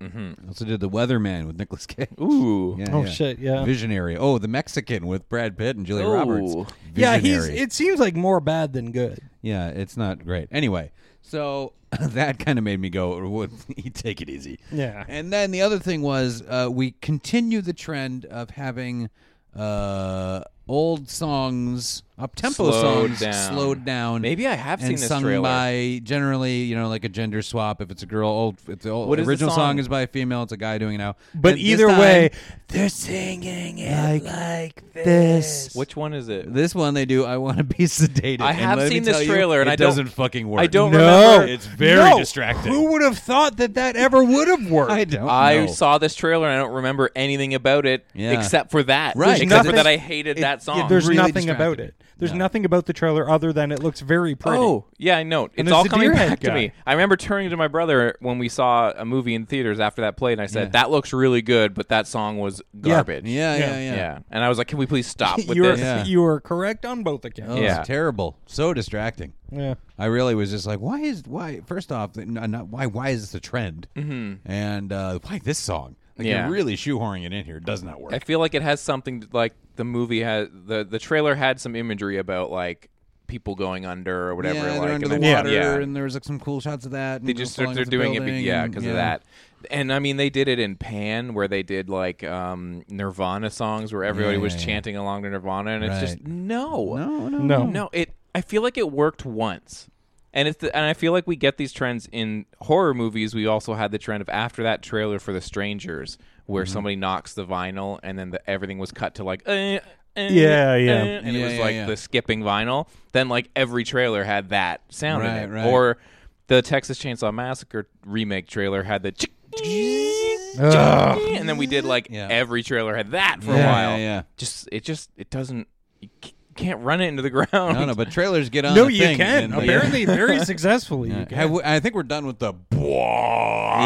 Speaker 1: Mm-hmm.
Speaker 3: Also did the Weatherman with Nicolas Cage.
Speaker 1: Ooh.
Speaker 3: Yeah,
Speaker 2: Oh
Speaker 3: yeah.
Speaker 2: shit, yeah.
Speaker 3: Visionary. Oh, the Mexican with Brad Pitt and Julia
Speaker 1: Ooh.
Speaker 3: Roberts.
Speaker 2: yeah, he's
Speaker 3: Visionary.
Speaker 2: it seems like more bad than good.
Speaker 3: yeah, it's not great. Anyway, so that kind of made me go, "Would he take it easy?"
Speaker 2: Yeah.
Speaker 3: And then the other thing was uh, we continue the trend of having uh, old songs, up tempo
Speaker 1: Slowed
Speaker 3: songs,
Speaker 1: down.
Speaker 3: slowed down.
Speaker 1: Maybe I have
Speaker 3: and
Speaker 1: seen this
Speaker 3: sung
Speaker 1: trailer.
Speaker 3: by generally, you know, like a gender swap. If it's a girl, old. If the old,
Speaker 1: What is the
Speaker 3: original
Speaker 1: song?
Speaker 3: is by a female, it's a guy doing it now.
Speaker 2: But
Speaker 3: And this
Speaker 2: either
Speaker 3: time-
Speaker 2: way,
Speaker 3: they're singing it like, this.
Speaker 1: Which one is it?
Speaker 3: This one they do. I want to be sedated.
Speaker 1: I
Speaker 3: And
Speaker 1: have
Speaker 3: let me
Speaker 1: seen this
Speaker 3: tell you,
Speaker 1: trailer and
Speaker 3: it
Speaker 1: I don't-
Speaker 3: doesn't fucking work.
Speaker 1: I don't
Speaker 2: No.
Speaker 1: remember.
Speaker 3: It's very
Speaker 2: No.
Speaker 3: distracting.
Speaker 2: Who would have thought that that ever would have worked?
Speaker 3: I don't.
Speaker 1: I
Speaker 3: know.
Speaker 1: saw this trailer and I don't remember anything about it
Speaker 3: Yeah.
Speaker 1: except for that.
Speaker 3: Right,
Speaker 1: Except
Speaker 3: nothing-
Speaker 1: for that I hated
Speaker 3: it-
Speaker 1: that song.
Speaker 3: it-
Speaker 2: There's
Speaker 3: Oh, really
Speaker 2: nothing
Speaker 3: distracted.
Speaker 2: about it. There's nothing about the trailer other than it looks very pretty.
Speaker 1: Oh yeah, I know. It's
Speaker 2: there's
Speaker 1: all
Speaker 2: the
Speaker 1: coming
Speaker 2: deer head
Speaker 1: back to
Speaker 2: guy.
Speaker 1: me. I remember turning to my brother when we saw a movie in theaters after that played, and I said, "That looks really good," but that song was garbage.
Speaker 3: Yeah, yeah,
Speaker 2: Yeah.
Speaker 3: yeah.
Speaker 1: yeah. And I was like, "Can we please stop with
Speaker 2: you are
Speaker 1: this?"
Speaker 3: Yeah.
Speaker 2: you are correct on both
Speaker 3: Oh,
Speaker 2: accounts.
Speaker 3: it's
Speaker 1: Yeah.
Speaker 3: terrible. So distracting.
Speaker 2: Yeah.
Speaker 3: I really was just like, why is why? First off, n- not why. Why is this a trend? Mm-hmm. And uh, why this song? Like,
Speaker 1: Yeah.
Speaker 3: you're really shoehorning it in here. It does not work.
Speaker 1: I feel like it has something to- like the movie has the the trailer had some imagery about like people going under or whatever.
Speaker 3: yeah,
Speaker 1: like,
Speaker 3: they're
Speaker 1: and
Speaker 3: under the
Speaker 1: then-
Speaker 3: water,
Speaker 1: yeah.
Speaker 3: and there was like some cool shots of that.
Speaker 1: they just they're, they're doing it, be- yeah, because of that. And I mean, they did it in Pan, where they did like um, Nirvana songs, where everybody
Speaker 3: Yeah,
Speaker 1: was
Speaker 3: yeah, yeah.
Speaker 1: chanting along to Nirvana, and it's just
Speaker 3: Right.
Speaker 1: no,
Speaker 3: No, no,
Speaker 2: No.
Speaker 1: no. It I feel like it worked once, and it's the, and I feel like we get these trends in horror movies. We also had the trend of after that trailer for The Strangers, where
Speaker 2: Mm-hmm.
Speaker 1: somebody knocks the vinyl, and then the, everything was cut to like. eh, eh,
Speaker 2: Yeah, yeah.
Speaker 1: eh, and it
Speaker 3: Yeah,
Speaker 1: was
Speaker 3: yeah,
Speaker 1: like
Speaker 3: yeah.
Speaker 1: the skipping vinyl. Then like every trailer had that sound
Speaker 3: Right,
Speaker 1: in it,
Speaker 3: right.
Speaker 1: or the Texas Chainsaw Massacre remake trailer had the chick- and then we did like
Speaker 3: Yeah.
Speaker 1: every trailer had that for
Speaker 3: Yeah,
Speaker 1: a while.
Speaker 3: yeah, yeah.
Speaker 1: Just it just it doesn't you c- can't run it into the ground.
Speaker 3: no, no. But trailers get on.
Speaker 2: No,
Speaker 3: the
Speaker 2: you
Speaker 3: thing
Speaker 2: can.
Speaker 3: and they-
Speaker 2: Apparently, very successfully. You
Speaker 3: Yeah.
Speaker 2: can.
Speaker 3: Have we- I think we're done with the.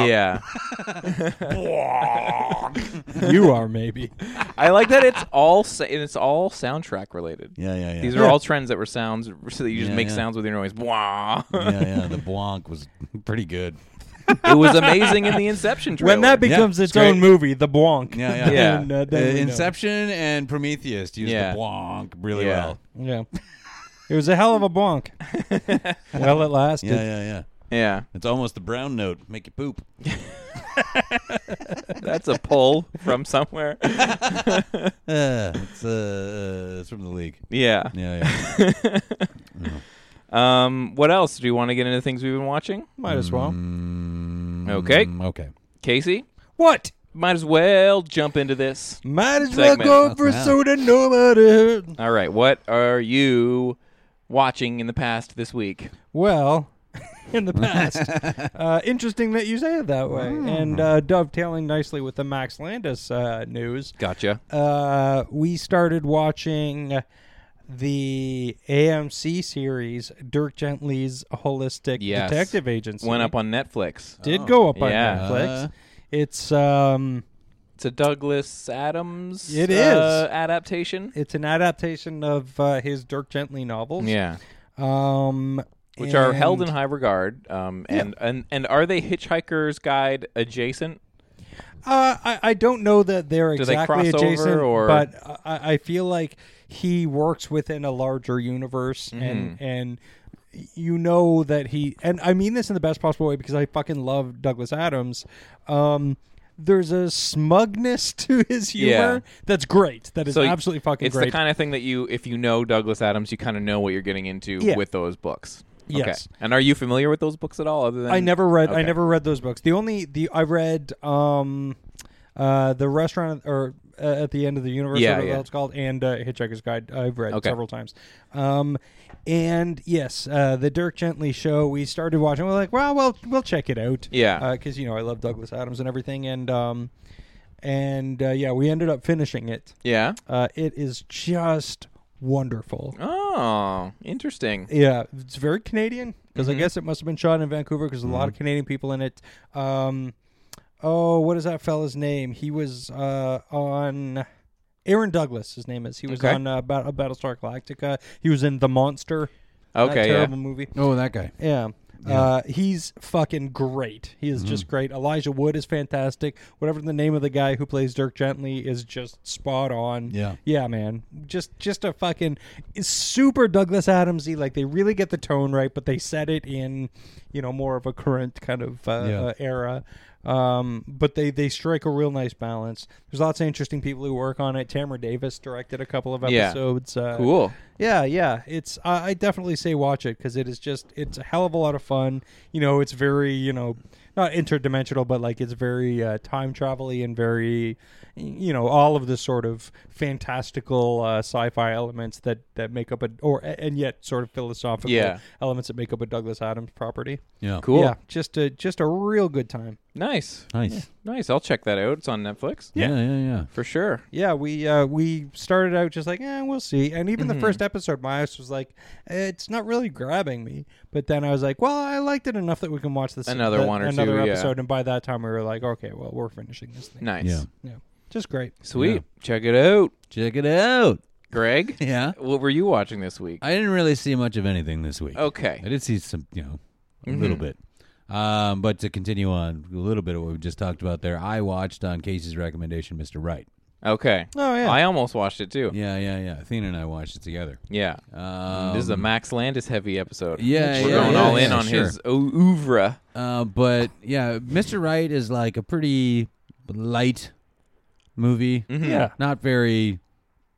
Speaker 1: yeah.
Speaker 2: you are maybe.
Speaker 1: I like that it's all sa- and it's all soundtrack related.
Speaker 3: Yeah, yeah, yeah.
Speaker 1: These are all trends that were sounds so that you just
Speaker 3: Yeah,
Speaker 1: make
Speaker 3: yeah.
Speaker 1: sounds with your noise. Bwah.
Speaker 3: yeah, yeah. The Blanc was pretty good.
Speaker 1: it was amazing in the Inception trailer.
Speaker 2: When that becomes
Speaker 3: it's
Speaker 2: its own
Speaker 3: great.
Speaker 2: movie, The Blanc.
Speaker 3: Yeah, yeah.
Speaker 1: Yeah.
Speaker 2: And, uh,
Speaker 3: Uh,
Speaker 2: then we know.
Speaker 3: Inception and Prometheus used
Speaker 1: Yeah.
Speaker 3: the Blanc really
Speaker 1: Yeah.
Speaker 3: well.
Speaker 2: Yeah. It was a hell of a Blanc. well, it lasted.
Speaker 3: Yeah, yeah, yeah.
Speaker 1: yeah.
Speaker 3: It's almost the brown note. Make you poop.
Speaker 1: That's a pull from somewhere.
Speaker 3: Uh, it's, uh, it's from the league.
Speaker 1: Yeah.
Speaker 3: Yeah, yeah.
Speaker 1: Um what else do you want to get into things we've been watching?
Speaker 2: Might as well.
Speaker 1: Okay.
Speaker 3: Mm, okay.
Speaker 1: Casey?
Speaker 2: What?
Speaker 1: might as well jump into this.
Speaker 2: Might as
Speaker 1: Segment.
Speaker 2: well go for
Speaker 3: Wow.
Speaker 2: soda no matter.
Speaker 1: All right, what are you watching in the past this week?
Speaker 2: Well, in the past. uh, interesting that you say it that way.
Speaker 1: Hmm.
Speaker 2: And uh, dovetailing nicely with the Max Landis uh, news,
Speaker 1: Gotcha.
Speaker 2: uh, we started watching the AMC series, Dirk Gently's Holistic
Speaker 1: Yes.
Speaker 2: Detective Agency.
Speaker 1: Went up on Netflix.
Speaker 2: Did go up on
Speaker 1: Yeah. Uh-huh.
Speaker 2: Netflix.
Speaker 3: Uh.
Speaker 2: it's um,
Speaker 1: It's a Douglas Adams
Speaker 2: It
Speaker 1: uh,
Speaker 2: is.
Speaker 1: adaptation.
Speaker 2: it's an adaptation of uh, his Dirk Gently novels.
Speaker 1: Yeah.
Speaker 2: Um,
Speaker 1: Which are held in
Speaker 2: and-
Speaker 1: high regard. Um, and, and and are they Hitchhiker's Guide adjacent?
Speaker 2: Uh, I, I don't know that they're
Speaker 1: Do they
Speaker 2: exactly
Speaker 1: cross
Speaker 2: adjacent,
Speaker 1: over, or-
Speaker 2: but I, I feel like he works within a larger universe, and
Speaker 1: Mm-hmm.
Speaker 2: and you know that he and I mean this in the best possible way because I fucking love Douglas Adams. Um, there's a smugness to his humor
Speaker 1: Yeah.
Speaker 2: that's great. That is
Speaker 1: So
Speaker 2: absolutely fucking
Speaker 1: it's
Speaker 2: great.
Speaker 1: the kind of thing that you, if you know Douglas Adams, you kind of know what you're getting into
Speaker 2: Yeah.
Speaker 1: with those books.
Speaker 2: Yes.
Speaker 1: Okay. And are you familiar with those books at all? Other than
Speaker 2: I never read. I
Speaker 1: Okay.
Speaker 2: never read those books. The only the I read um, uh, the restaurant or uh, at the end of the universe,
Speaker 1: Yeah,
Speaker 2: yeah, whatever
Speaker 1: yeah.
Speaker 2: it's called, and uh, Hitchhiker's Guide. I've read
Speaker 1: Okay.
Speaker 2: several times. Um, and yes, uh, the Dirk Gently show. We started watching. We're like, well, well, we'll check it out.
Speaker 1: Yeah.
Speaker 2: because you know I love Douglas Adams and everything, and um, and uh, yeah, we ended up finishing it.
Speaker 1: Yeah.
Speaker 2: Uh, it is just wonderful.
Speaker 1: Oh, interesting. Mm-hmm.
Speaker 2: Yeah, it's very Canadian because I guess it must have been shot in Vancouver because a lot of Canadian people in it. Um, oh, what is that fella's name? He was uh, on Aaron Douglas. His name is. He was
Speaker 1: Okay.
Speaker 2: on uh, Bat- uh, Battlestar Galactica. He was in The Monster. that
Speaker 1: Okay. Yeah.
Speaker 2: terrible movie.
Speaker 3: Oh, that guy.
Speaker 2: Yeah. Uh, he's fucking great. He is just great. Elijah Wood is fantastic. Whatever the name of the guy who plays Dirk Gently is just spot on.
Speaker 3: Yeah.
Speaker 2: yeah, man. Just, just a fucking it's super Douglas Adamsy. Like they really get the tone right, but they set it in, you know, more of a current kind of uh,
Speaker 3: Yeah.
Speaker 2: uh, era. Um, but they they strike a real nice balance. There's lots of interesting people who work on it. Tamara Davis directed a couple of
Speaker 1: Yeah.
Speaker 2: episodes. Uh,
Speaker 1: Cool.
Speaker 2: yeah, yeah. It's I, I definitely say watch it because it is just it's a hell of a lot of fun. You know, it's very you know not interdimensional, but like it's very uh, time travel-y and very you know all of the sort of fantastical uh, sci-fi elements that that make up a or and yet sort of philosophical
Speaker 1: Yeah.
Speaker 2: elements that make up a Douglas Adams property.
Speaker 3: Yeah.
Speaker 1: Cool.
Speaker 2: Yeah, just a just a real good time.
Speaker 1: Nice.
Speaker 3: Nice.
Speaker 1: Nice. I'll check that out. It's on Netflix.
Speaker 3: Yeah. Yeah. Yeah.
Speaker 1: For sure.
Speaker 2: Yeah, we uh, we started out just like, eh, we'll see. And even the
Speaker 1: Mm-hmm.
Speaker 2: first episode, my ass was like, eh, it's not really grabbing me. But then I was like, well, I liked it enough that we can watch this
Speaker 1: Another
Speaker 2: the-
Speaker 1: one or
Speaker 2: another
Speaker 1: two, yeah.
Speaker 2: episode. And by that time, we were like, okay, well, we're finishing this thing.
Speaker 1: Nice.
Speaker 3: Yeah.
Speaker 2: Yeah, just great.
Speaker 1: Sweet.
Speaker 3: Yeah.
Speaker 1: Check it out.
Speaker 3: Check it out.
Speaker 1: Greg,
Speaker 3: Yeah.
Speaker 1: what were you watching this week?
Speaker 3: I didn't really see much of anything this week. I
Speaker 1: okay.
Speaker 3: did see some, you know, a little bit. Um, but to continue on a little bit of what we just talked about there, I watched on Casey's recommendation, Mr. Right.
Speaker 1: Okay.
Speaker 2: Oh yeah,
Speaker 1: I almost watched it too.
Speaker 3: Yeah, yeah, yeah. Athena and I watched it together.
Speaker 1: Yeah.
Speaker 3: Um,
Speaker 1: this is a Max Landis heavy episode.
Speaker 3: Yeah,
Speaker 1: We're
Speaker 3: yeah,
Speaker 1: going
Speaker 3: yeah,
Speaker 1: all in
Speaker 3: yeah,
Speaker 1: on
Speaker 3: sure.
Speaker 1: his o- oeuvre.
Speaker 3: Uh, but yeah, Mr. Right is like a pretty light movie.
Speaker 2: yeah.
Speaker 3: Not very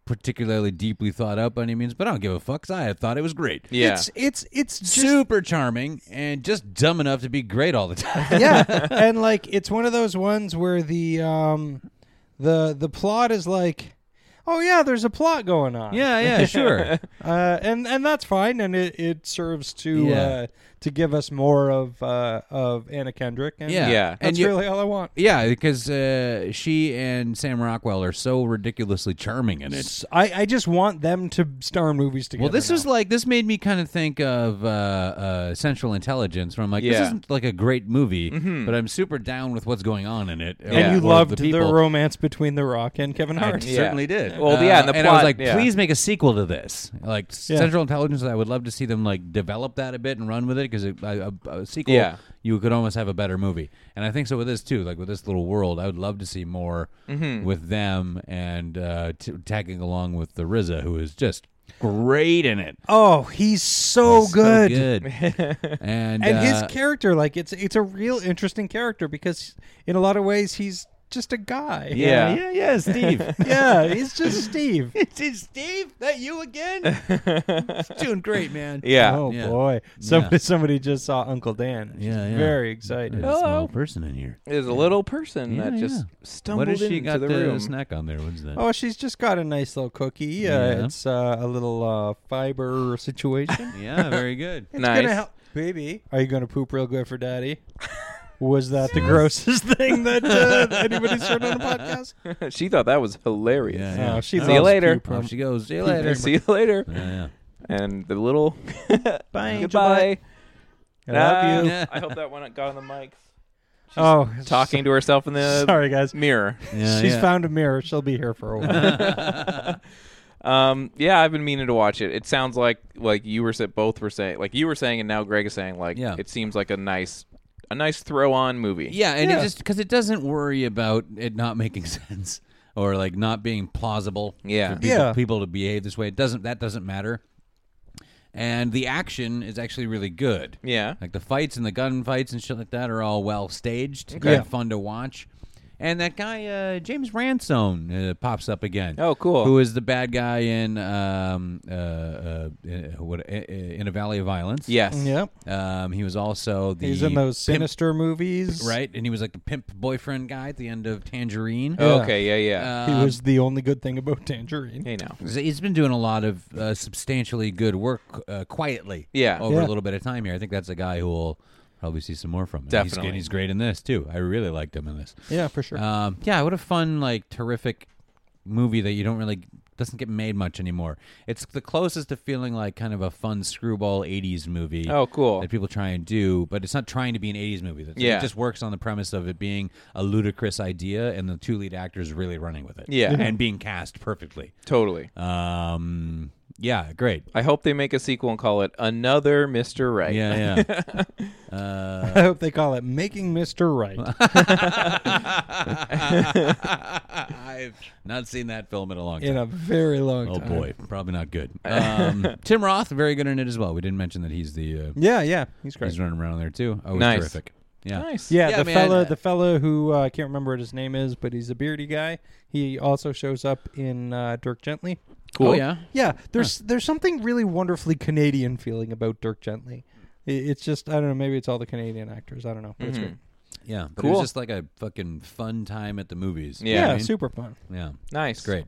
Speaker 3: particularly deeply thought out by any means, but I don't give a fuck 'cause I thought it was great.
Speaker 1: Yeah.
Speaker 2: It's it's it's just
Speaker 3: Super charming and just dumb enough to be great all the time.
Speaker 2: yeah, and like it's one of those ones where the um the the plot is like, oh yeah, there's a plot going on.
Speaker 3: yeah, yeah, sure.
Speaker 2: uh, and and that's fine, and it, it serves to
Speaker 3: Yeah.
Speaker 2: uh, to give us more of uh, of Anna Kendrick. And
Speaker 3: Yeah.
Speaker 1: Yeah.
Speaker 2: that's
Speaker 3: And you-
Speaker 2: really all I want.
Speaker 3: Yeah, because uh, she and Sam Rockwell are so ridiculously charming in it.
Speaker 2: I, I just want them to star in movies together.
Speaker 3: Well, this
Speaker 2: now.
Speaker 3: was like this made me kind of think of uh, uh, Central Intelligence, where I'm like,
Speaker 1: Yeah.
Speaker 3: this isn't like a great movie, but I'm super down with what's going on in it.
Speaker 2: Mm-hmm. and you
Speaker 3: or
Speaker 2: loved the,
Speaker 3: people.
Speaker 2: romance between The Rock and Kevin
Speaker 3: I
Speaker 2: Hart.
Speaker 1: Yeah.
Speaker 3: certainly did.
Speaker 1: Well, yeah, and the
Speaker 3: I was
Speaker 1: plot-
Speaker 3: like,
Speaker 1: yeah.
Speaker 3: please make a sequel to this. Like
Speaker 2: Yeah.
Speaker 3: Central Intelligence, I would love to see them like develop that a bit and run with it because a, a, a sequel,
Speaker 1: Yeah.
Speaker 3: you could almost have a better movie. And I think so with this too. Like with this little world, I would love to see more
Speaker 1: Mm-hmm.
Speaker 3: with them and uh, t- tagging along with the RZA, who is just great in it.
Speaker 2: Oh, he's so
Speaker 3: So
Speaker 2: good.
Speaker 3: good.
Speaker 2: And
Speaker 3: and uh,
Speaker 2: his character, like it's it's a real interesting character because in a lot of ways he's just a guy.
Speaker 1: Yeah.
Speaker 5: yeah, yeah, Steve.
Speaker 2: yeah, he's just Steve.
Speaker 3: It's it's Steve. That you again? Doing great, man.
Speaker 1: Yeah.
Speaker 2: Oh
Speaker 3: Yeah.
Speaker 2: boy! Somebody,
Speaker 3: Yeah.
Speaker 2: somebody just saw Uncle Dan. She's
Speaker 3: Yeah, yeah.
Speaker 2: very excited.
Speaker 3: There's a small person in here.
Speaker 1: There's a little person
Speaker 3: Yeah,
Speaker 1: that just
Speaker 3: yeah.
Speaker 1: stumbled
Speaker 3: what has she
Speaker 1: into
Speaker 3: got
Speaker 1: the
Speaker 3: the
Speaker 1: room.
Speaker 3: snack on there? What's that?
Speaker 2: Oh, she's just got a nice little cookie. Uh,
Speaker 3: Yeah.
Speaker 2: it's uh, a little uh, fiber situation.
Speaker 3: Yeah, very good.
Speaker 2: It's
Speaker 1: Nice.
Speaker 2: gonna help, baby. Are you gonna poop real good for daddy? Was that the grossest thing that uh, anybody's heard on the podcast?
Speaker 1: she thought that was hilarious.
Speaker 3: Yeah,
Speaker 2: Oh,
Speaker 3: yeah.
Speaker 2: she
Speaker 1: See
Speaker 2: loves
Speaker 1: you later. Oh,
Speaker 2: poop.
Speaker 3: Off she goes. See you
Speaker 1: Later.
Speaker 3: later.
Speaker 1: See you later.
Speaker 3: Yeah,
Speaker 1: And the little
Speaker 2: Bye, Angel,
Speaker 1: goodbye.
Speaker 2: I love
Speaker 1: Ah,
Speaker 2: you.
Speaker 3: Yeah.
Speaker 1: I hope that one got on the mics.
Speaker 2: Oh,
Speaker 1: Talking to herself in the
Speaker 2: Sorry, guys.
Speaker 1: mirror.
Speaker 3: Uh, yeah. yeah
Speaker 2: She's
Speaker 3: yeah.
Speaker 2: found a mirror. She'll be here for a while.
Speaker 1: Um, yeah, I've been meaning to watch it. It sounds like like you were sa- both were saying like you were saying and now Greg is saying like
Speaker 3: Yeah.
Speaker 1: it seems like a nice a nice throw on movie.
Speaker 3: Yeah, and
Speaker 2: Yeah.
Speaker 3: it just because it doesn't worry about it not making sense or like not being plausible.
Speaker 1: Yeah.
Speaker 3: for people,
Speaker 2: Yeah.
Speaker 3: people to behave this way. It doesn't. That doesn't matter. And the action is actually really good.
Speaker 1: Yeah.
Speaker 3: Like the fights and the gunfights and shit like that are all well staged.
Speaker 2: Okay.
Speaker 3: and fun to watch. And that guy uh, James Ransone uh, pops up again.
Speaker 1: Oh, cool.
Speaker 3: Who is the bad guy in um uh, uh, uh what uh, in a Valley of Violence?
Speaker 1: Yes.
Speaker 2: yep.
Speaker 3: Um, he was also the
Speaker 2: He's in those
Speaker 3: pimp
Speaker 2: sinister movies,
Speaker 3: right? And he was like the pimp boyfriend guy at the end of Tangerine.
Speaker 2: Yeah.
Speaker 1: Oh, Okay, yeah, yeah.
Speaker 3: Uh,
Speaker 2: He
Speaker 3: Um,
Speaker 2: was the only good thing about Tangerine.
Speaker 1: hey now.
Speaker 3: So He's been doing a lot of uh, substantially good work uh, quietly.
Speaker 1: Yeah.
Speaker 3: over
Speaker 2: Yeah.
Speaker 3: a little bit of time here. I think that's a guy who will probably see some more from. And he's,
Speaker 1: Definitely.
Speaker 3: good- he's great in this too. I really liked him in this.
Speaker 2: Yeah, for sure.
Speaker 3: Um, yeah, what a fun, like, terrific movie that you don't really doesn't get made much anymore. It's the closest to feeling like kind of a fun screwball '80s movie.
Speaker 1: Oh, cool.
Speaker 3: That people try and do, but it's not trying to be an '80s movie. That's-
Speaker 1: Yeah.
Speaker 3: it just works on the premise of it being a ludicrous idea and the two lead actors really running with it.
Speaker 1: Yeah. Mhm.
Speaker 3: and being cast perfectly.
Speaker 1: Totally.
Speaker 3: Um, yeah, great.
Speaker 1: I hope they make a sequel and call it Another Mr. Right.
Speaker 3: Yeah, yeah.
Speaker 2: I hope they call it "Making Mr. Right."
Speaker 3: I've not seen that film in a long time.
Speaker 2: in a very long
Speaker 3: Oh
Speaker 2: time.
Speaker 3: boy, probably not good. Um, Tim Roth, very good in it as well. We didn't mention that he's the uh,
Speaker 2: Yeah, yeah, he's great.
Speaker 3: he's running around there too. Oh, he's
Speaker 1: Nice.
Speaker 3: terrific. Yeah,
Speaker 1: Nice.
Speaker 2: yeah,
Speaker 3: Yeah,
Speaker 2: the
Speaker 3: man,
Speaker 2: fella,
Speaker 3: uh,
Speaker 2: the fella who uh, I can't remember what his name is, but he's a beardy guy. He also shows up in uh, Dirk Gently.
Speaker 3: cool.
Speaker 1: Oh,
Speaker 3: yeah,
Speaker 2: Yeah, there's there's something really wonderfully Canadian feeling about Dirk Gently. I- It's just I don't know. Maybe it's all the Canadian actors. I don't know. But
Speaker 3: Mm-hmm.
Speaker 2: It's great.
Speaker 3: yeah. But It
Speaker 1: Cool.
Speaker 3: was just like a fucking fun time at the movies.
Speaker 1: Yeah,
Speaker 2: Yeah,
Speaker 3: I mean?
Speaker 2: super fun.
Speaker 3: yeah.
Speaker 1: Nice.
Speaker 3: Great,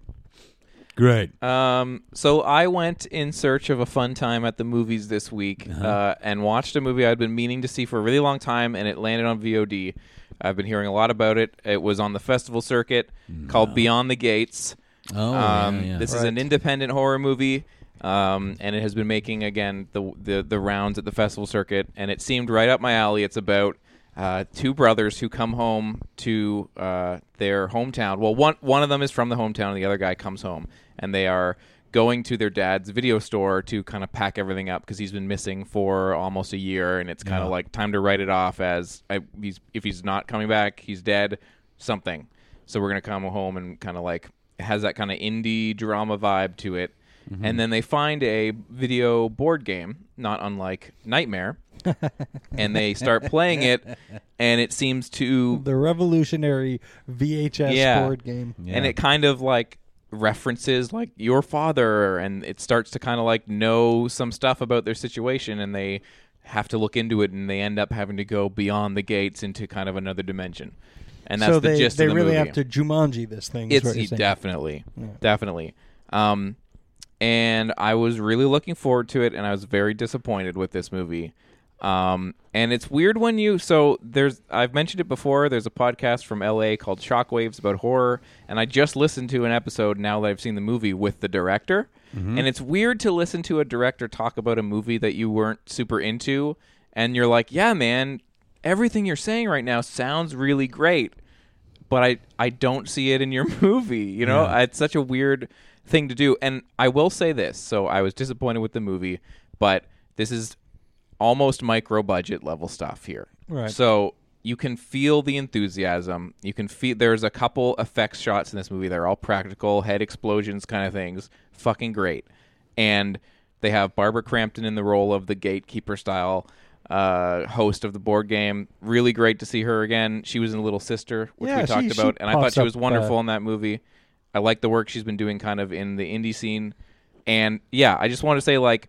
Speaker 3: great.
Speaker 1: Um, so I went in search of a fun time at the movies this week uh and watched a movie I'd been meaning to see for a really long time, and it landed on VOD. I've been hearing a lot about it. It was on the festival circuit called Beyond the Gates.
Speaker 3: Oh,
Speaker 1: um,
Speaker 3: yeah, yeah.
Speaker 1: This is an independent horror movie, um, and it has been making again the, the the rounds at the festival circuit, and it seemed right up my alley. It's about uh, two brothers who come home to uh, their hometown. Well, one one of them is from the hometown, and the other guy comes home, and they are going to their dad's video store to kind of pack everything up because he's been missing for almost a year, and it's kind of like time to write it off as I, he's, if he's not coming back, he's dead, something. So we're gonna come home and kind of like it has that kind of indie drama vibe to it.
Speaker 2: Mm-hmm.
Speaker 1: And then they find a video board game, not unlike Nightmare, and they start playing it, and it seems to
Speaker 2: The revolutionary VHS
Speaker 1: Yeah.
Speaker 2: board game.
Speaker 1: and it kind of like references like your father and it starts to kind of like know some stuff about their situation and they have to look into it and they end up having to go beyond the gates into kind of another dimension and that's
Speaker 2: so
Speaker 1: the
Speaker 2: they
Speaker 1: gist
Speaker 2: they
Speaker 1: of the
Speaker 2: really
Speaker 1: movie
Speaker 2: have to Jumanji this thing. is
Speaker 1: it's
Speaker 2: what you're saying.
Speaker 1: definitely definitely um and i was really looking forward to it and i was very disappointed with this movie um and it's weird when you so there's i've mentioned it before there's a podcast from la called shockwaves about horror and i just listened to an episode now that i've seen the movie with the director
Speaker 2: Mm-hmm.
Speaker 1: and it's weird to listen to a director talk about a movie that you weren't super into and you're like yeah man everything you're saying right now sounds really great but I I don't see it in your movie. You know, it's such a weird thing to do. And I will say this: so I was disappointed with the movie, but this is almost micro budget level stuff here.
Speaker 2: Right.
Speaker 1: So you can feel the enthusiasm. You can feel there's a couple effects shots in this movie. They're all practical head explosions kind of things. Fucking great. And they have Barbara Crampton in the role of the gatekeeper style uh, host of the board game. Really great to see her again. She was in Little Sister, which
Speaker 2: Yeah,
Speaker 1: we
Speaker 2: she-
Speaker 1: talked
Speaker 2: she
Speaker 1: about, and I thought
Speaker 2: pops
Speaker 1: she was
Speaker 2: up,
Speaker 1: wonderful
Speaker 2: uh,
Speaker 1: in that movie. I like the work she's been doing kind of in the indie scene. And yeah, I just want to say like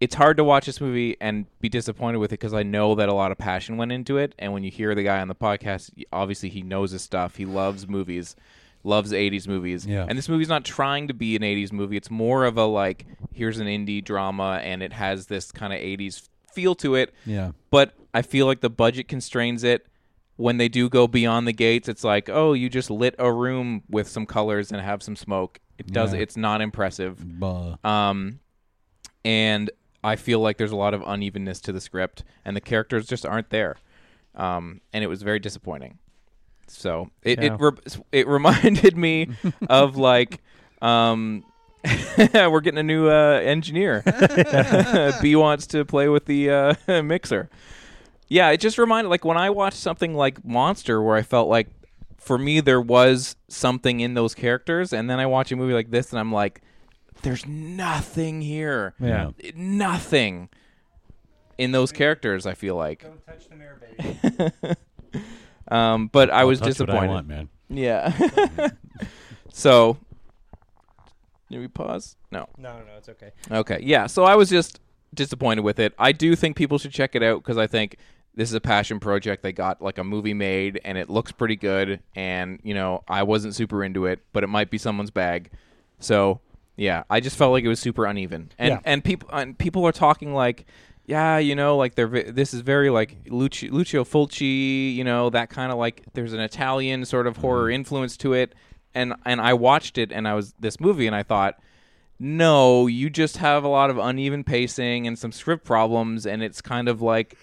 Speaker 1: it's hard to watch this movie and be disappointed with it because I know that a lot of passion went into it. And when you hear the guy on the podcast, obviously he knows his stuff. He loves movies, loves 80s movies.
Speaker 3: Yeah.
Speaker 1: And this movie's not trying to be an 80s movie. It's more of a like, here's an indie drama and it has this kind of 80s feel to it.
Speaker 3: Yeah.
Speaker 1: But I feel like the budget constrains it. When they do go beyond the gates, it's like, oh, you just lit a room with some colors and have some smoke. It does.
Speaker 3: Yeah.
Speaker 1: It's not impressive.
Speaker 3: Buh.
Speaker 1: Um, and I feel like there's a lot of unevenness to the script, and the characters just aren't there. Um, and it was very disappointing. So it
Speaker 2: Yeah.
Speaker 1: it, re- it reminded me of like, um, we're getting a new uh, engineer. B wants to play with the uh, mixer. Yeah, it just reminded like when I watched something like Monster, where I felt like for me there was something in those characters, and then I watch a movie like this, and I'm like, there's nothing here,
Speaker 2: Yeah.
Speaker 1: nothing in those characters. I feel like,
Speaker 2: Don't touch the mirror, baby.
Speaker 1: um, but I was
Speaker 3: Touch
Speaker 1: disappointed.
Speaker 3: What I want, man.
Speaker 1: Yeah. so, did we pause? No.
Speaker 2: no, no, no, it's okay.
Speaker 1: Okay. Yeah. So I was just disappointed with it. I do think people should check it out because I think this is a passion project. They got like a movie made and it looks pretty good. And, you know, I wasn't super into it, but it might be someone's bag. So, yeah, I just felt like it was super uneven. And,
Speaker 2: Yeah.
Speaker 1: and people and people are talking like, yeah, you know, like they're ve- this is very like Lucio, Lucio Fulci, you know, that kind of like there's an Italian sort of horror influence to it. And and I watched it and I was this movie and I thought, no, you just have a lot of uneven pacing and some script problems, and it's kind of like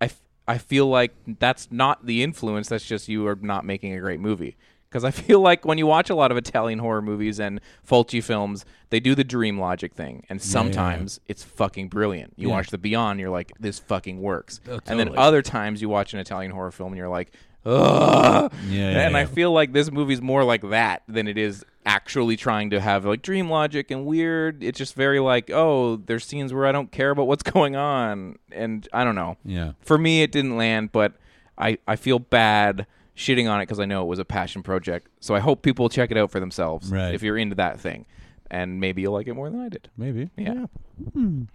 Speaker 1: I, f- I feel like that's not the influence. That's just you are not making a great movie. Because I feel like when you watch a lot of Italian horror movies and Fulci films, they do the dream logic thing, and sometimes it's fucking brilliant. You watch The Beyond, you're like, this fucking works, and then
Speaker 3: Oh, totally.
Speaker 1: other times you watch an Italian horror film, and you're like, ugh.
Speaker 3: Yeah,
Speaker 1: and
Speaker 3: yeah,
Speaker 1: I
Speaker 3: yeah.
Speaker 1: feel like this movie's more like that than it is actually trying to have like dream logic and weird. It's just very like, oh, there's scenes where I don't care about what's going on, and I don't know.
Speaker 3: Yeah.
Speaker 1: For me, it didn't land, but I I feel bad shitting on it because I know it was a passion project. So I hope people check it out for themselves
Speaker 3: Right.
Speaker 1: if you're into that thing, and maybe you'll like it more than I did.
Speaker 3: Maybe.
Speaker 1: Yeah.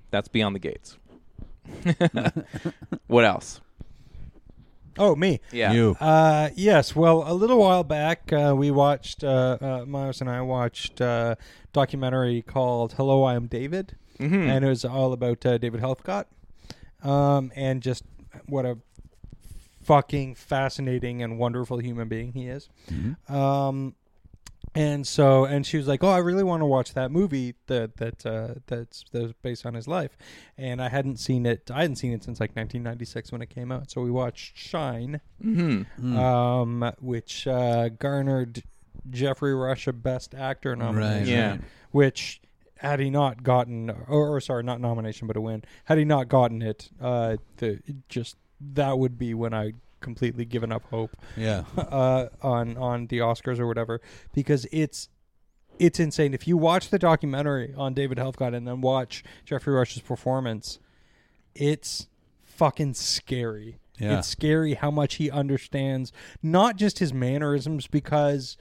Speaker 1: That's beyond the gates. what else?
Speaker 2: Oh, me.
Speaker 1: Yeah.
Speaker 3: You.
Speaker 2: Uh, yes. Well, a little while back, uh, we watched uh, uh, Miles and I watched uh, documentary called "Hello, I Am David,"
Speaker 1: Mm-hmm.
Speaker 2: and it was all about uh, David Heathcott, um, and just what a fucking fascinating and wonderful human being he is. Um, and so, and she was like, "Oh, I really want to watch that movie that that uh, that's that's based on his life," and I hadn't seen it. I hadn't seen it since like 1996 when it came out. So we watched Shine, um, which uh, garnered Jeffrey Rush a Best Actor nomination.
Speaker 1: Yeah. right.
Speaker 2: Which had he not gotten, or, or sorry, not nomination, but a win. Had he not gotten it, uh, the just that would be when I completely given up hope
Speaker 3: Yeah.
Speaker 2: uh, on on the Oscars or whatever because it's it's insane. If you watch the documentary on David Helfgott and then watch Jeffrey Rush's performance, it's fucking scary.
Speaker 3: Yeah.
Speaker 2: It's scary how much he understands not just his mannerisms because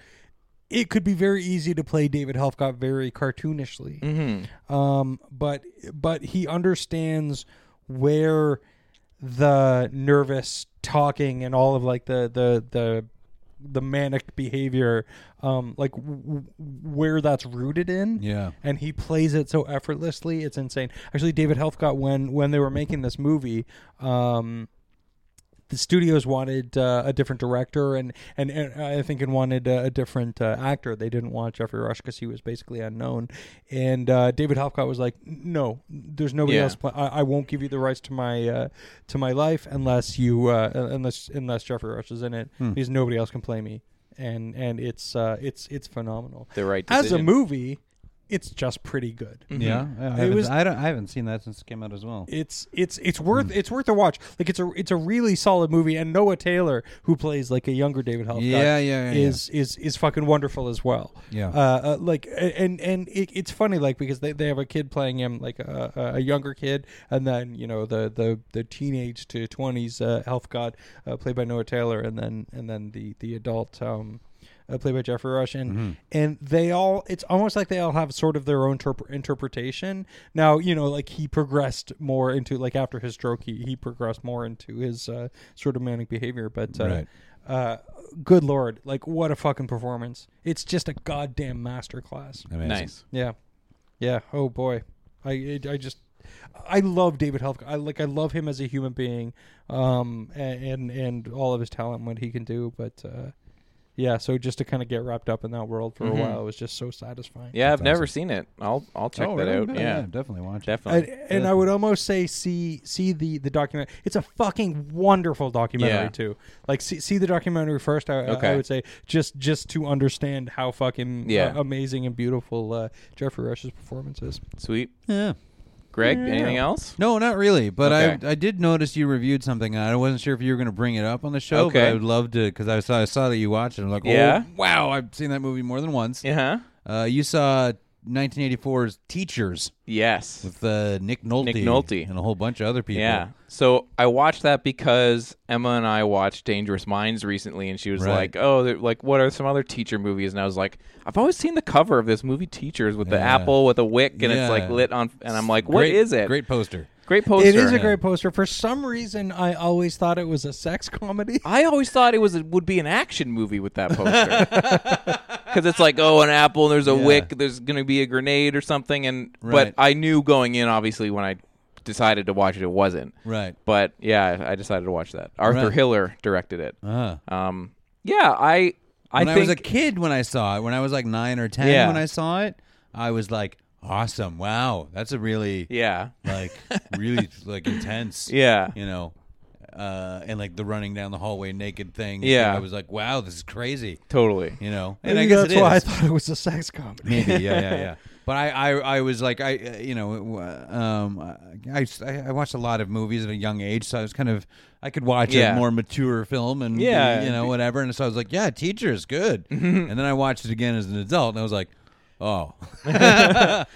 Speaker 2: it could be very easy to play David Helfgott very cartoonishly um, but but he understands where the nervous talking and all of like the the the the manic behavior um like w- w- where that's rooted in
Speaker 3: Yeah.
Speaker 2: and he plays it so effortlessly it's insane actually david helfgott when when they were making this movie um the studios wanted uh, a different director and, and, and I think and wanted a, a different uh, actor. They didn't want Jeffrey Rush because he was basically unknown. And uh, David Helfgott was like, "No, there's nobody
Speaker 1: Yeah.
Speaker 2: else. Pl- I, I won't give you the rights to my uh, to my life unless you uh, unless unless Jeffrey Rush is in it.
Speaker 1: Hmm.
Speaker 2: Because nobody else can play me." And and it's uh, it's it's phenomenal
Speaker 1: The right
Speaker 2: as a
Speaker 1: decision.
Speaker 2: movie. it's just pretty good.
Speaker 3: Yeah, I
Speaker 2: It
Speaker 3: haven't,
Speaker 2: was-
Speaker 3: I, don't, I haven't seen that since it came out as well.
Speaker 2: It's it's it's worth it's worth a watch. Like it's a it's a really solid movie, and Noah Taylor, who plays like a younger David Helfgott,
Speaker 3: Yeah, yeah, yeah,
Speaker 2: is is is fucking wonderful as well.
Speaker 3: Yeah.
Speaker 2: uh, uh, like a- and and it, it's funny, like because they, they have a kid playing him, like a, a a younger kid, and then you know the the the teenage to twenties uh, Helfgott, uh, played by Noah Taylor, and then and then the the adult. Um, uh, played by Jeffrey Rush, and and they all it's almost like they all have sort of their own terp- interpretation. Now you know, like he progressed more into like after his stroke, he he progressed more into his uh, sort of manic behavior. But uh,
Speaker 3: Right.
Speaker 2: uh, good lord, like what a fucking performance! It's just a goddamn masterclass.
Speaker 3: Amazing.
Speaker 1: Nice.
Speaker 2: Yeah, yeah. Oh boy, I it, I just I love David Helfgott. I like I love him as a human being, um, a- and and all of his talent, and what he can do. But uh, yeah, so just to kind of get wrapped up in that world for a while was just so satisfying.
Speaker 1: Yeah, I've never seen it. I'll I'll check
Speaker 3: oh,
Speaker 1: that
Speaker 3: really?
Speaker 1: out.
Speaker 3: Yeah,
Speaker 1: Yeah,
Speaker 3: definitely watch. it.
Speaker 2: I,
Speaker 1: definitely.
Speaker 2: and I would almost say see see the the documentary. It's a fucking wonderful documentary
Speaker 1: Yeah.
Speaker 2: too. Like see see the documentary first. I, I- I
Speaker 1: Okay.
Speaker 2: would say just just to understand how fucking uh,
Speaker 1: Yeah.
Speaker 2: amazing and beautiful uh, Jeffrey Rush's performance is.
Speaker 1: Sweet,
Speaker 3: Yeah.
Speaker 1: Greg. Anything else?
Speaker 3: No, not really. But
Speaker 1: Okay.
Speaker 3: I I did notice you reviewed something, and I wasn't sure if you were going to bring it up on the show. But
Speaker 1: Okay.
Speaker 3: I would love to because I saw I saw that you watched it. and I'm like,
Speaker 1: Yeah.
Speaker 3: oh, wow, I've seen that movie more than once.
Speaker 1: Yeah. huh
Speaker 3: Uh, you saw 1984's Teachers
Speaker 1: Yes.
Speaker 3: with uh, Nick Nolte,
Speaker 1: Nick Nolte.
Speaker 3: and a whole bunch of other people.
Speaker 1: Yeah. So I watched that because Emma and I watched Dangerous Minds recently, and she was
Speaker 3: Right.
Speaker 1: like, "Oh, they're- like what are some other teacher movies?" And I was like, "I've always seen the cover of this movie, Teachers, with the
Speaker 3: Yeah.
Speaker 1: apple with a wick, and it's like
Speaker 3: Yeah.
Speaker 1: lit on." And I'm like, "What
Speaker 3: Great-
Speaker 1: is it?
Speaker 3: Great poster.
Speaker 1: Great poster."
Speaker 2: It is a great poster. For some reason, I always thought it was a sex comedy.
Speaker 1: I always thought it was it would be an action movie with that poster because it's like oh an apple there's a wick there's gonna be a grenade or something and but
Speaker 3: Right.
Speaker 1: I knew going in obviously when I decided to watch it it wasn't
Speaker 3: Right.
Speaker 1: but yeah I decided to watch that Arthur
Speaker 3: Right.
Speaker 1: Hiller directed it
Speaker 3: Uh,
Speaker 1: um yeah I I
Speaker 3: when I,
Speaker 1: think
Speaker 3: was a kid when I saw it, when I was like nine or ten
Speaker 1: Yeah.
Speaker 3: when I saw it, I was like, awesome, wow, that's a really
Speaker 1: yeah
Speaker 3: like really like intense.
Speaker 1: Yeah.
Speaker 3: You know. Uh, and like the running down the hallway naked thing.
Speaker 1: Yeah.
Speaker 3: I was like, wow, this is crazy.
Speaker 1: totally
Speaker 3: You know.
Speaker 2: Maybe
Speaker 3: And I guess
Speaker 2: that's
Speaker 3: it is.
Speaker 2: why I thought it was a sex comedy.
Speaker 3: Maybe, yeah, yeah, yeah. But I, I, I was like, I, uh, you know, uh, um, I, I, I watched a lot of movies at a young age, so I was kind of, I could watch
Speaker 1: Yeah.
Speaker 3: a more mature film and,
Speaker 1: Yeah.
Speaker 3: yeah, you know, whatever. And so I was like, yeah, teacher is good. and then I watched it again as an adult, and I was like, oh, that's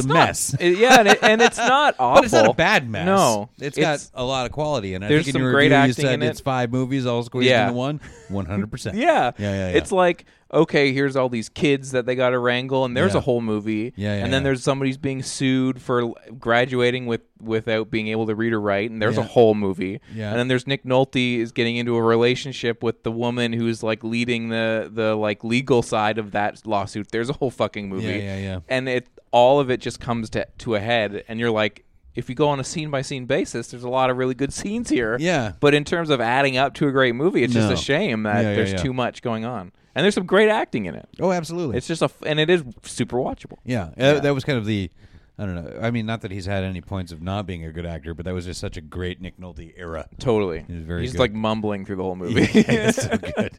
Speaker 3: a
Speaker 1: not-
Speaker 3: mess.
Speaker 1: it- yeah and, it, and it's not awful
Speaker 3: But it's not a bad mess.
Speaker 1: no
Speaker 3: it's got a lot of quality, and I
Speaker 1: There's
Speaker 3: think in
Speaker 1: some
Speaker 3: your
Speaker 1: great
Speaker 3: review
Speaker 1: acting
Speaker 3: you said
Speaker 1: in
Speaker 3: it's
Speaker 1: it.
Speaker 3: five movies all squeezed
Speaker 1: Yeah.
Speaker 3: into one. One hundred percent.
Speaker 1: Yeah.
Speaker 3: yeah, yeah.
Speaker 1: It's like, okay, here's all these kids that they got to wrangle, and there's
Speaker 3: Yeah.
Speaker 1: a whole movie.
Speaker 3: Yeah, yeah,
Speaker 1: and then
Speaker 3: yeah.
Speaker 1: there's somebody's being sued for l- graduating with without being able to read or write, and there's a
Speaker 3: Yeah.
Speaker 1: whole movie.
Speaker 3: Yeah.
Speaker 1: And then there's Nick Nolte is getting into a relationship with the woman who's like leading the the like legal side of that lawsuit. There's a whole fucking movie.
Speaker 3: Yeah, yeah, yeah.
Speaker 1: And it all of it just comes to to a head, and you're like. If you go on a scene by scene basis, there's a lot of really good scenes here.
Speaker 3: Yeah.
Speaker 1: But in terms of adding up to a great movie, it's
Speaker 3: No.
Speaker 1: just a shame that
Speaker 3: Yeah, yeah,
Speaker 1: there's
Speaker 3: yeah.
Speaker 1: too much going on, and there's some great acting in it.
Speaker 3: oh, absolutely.
Speaker 1: It's just a, f- and it is super watchable.
Speaker 3: Yeah, uh, that was kind of the. I don't know. I mean, not that he's had any points of not being a good actor, but that was just such a great Nick Nolte era.
Speaker 1: Totally,
Speaker 3: It's very
Speaker 1: he's
Speaker 3: good.
Speaker 1: like mumbling through the whole movie. Yeah,
Speaker 3: It's so good.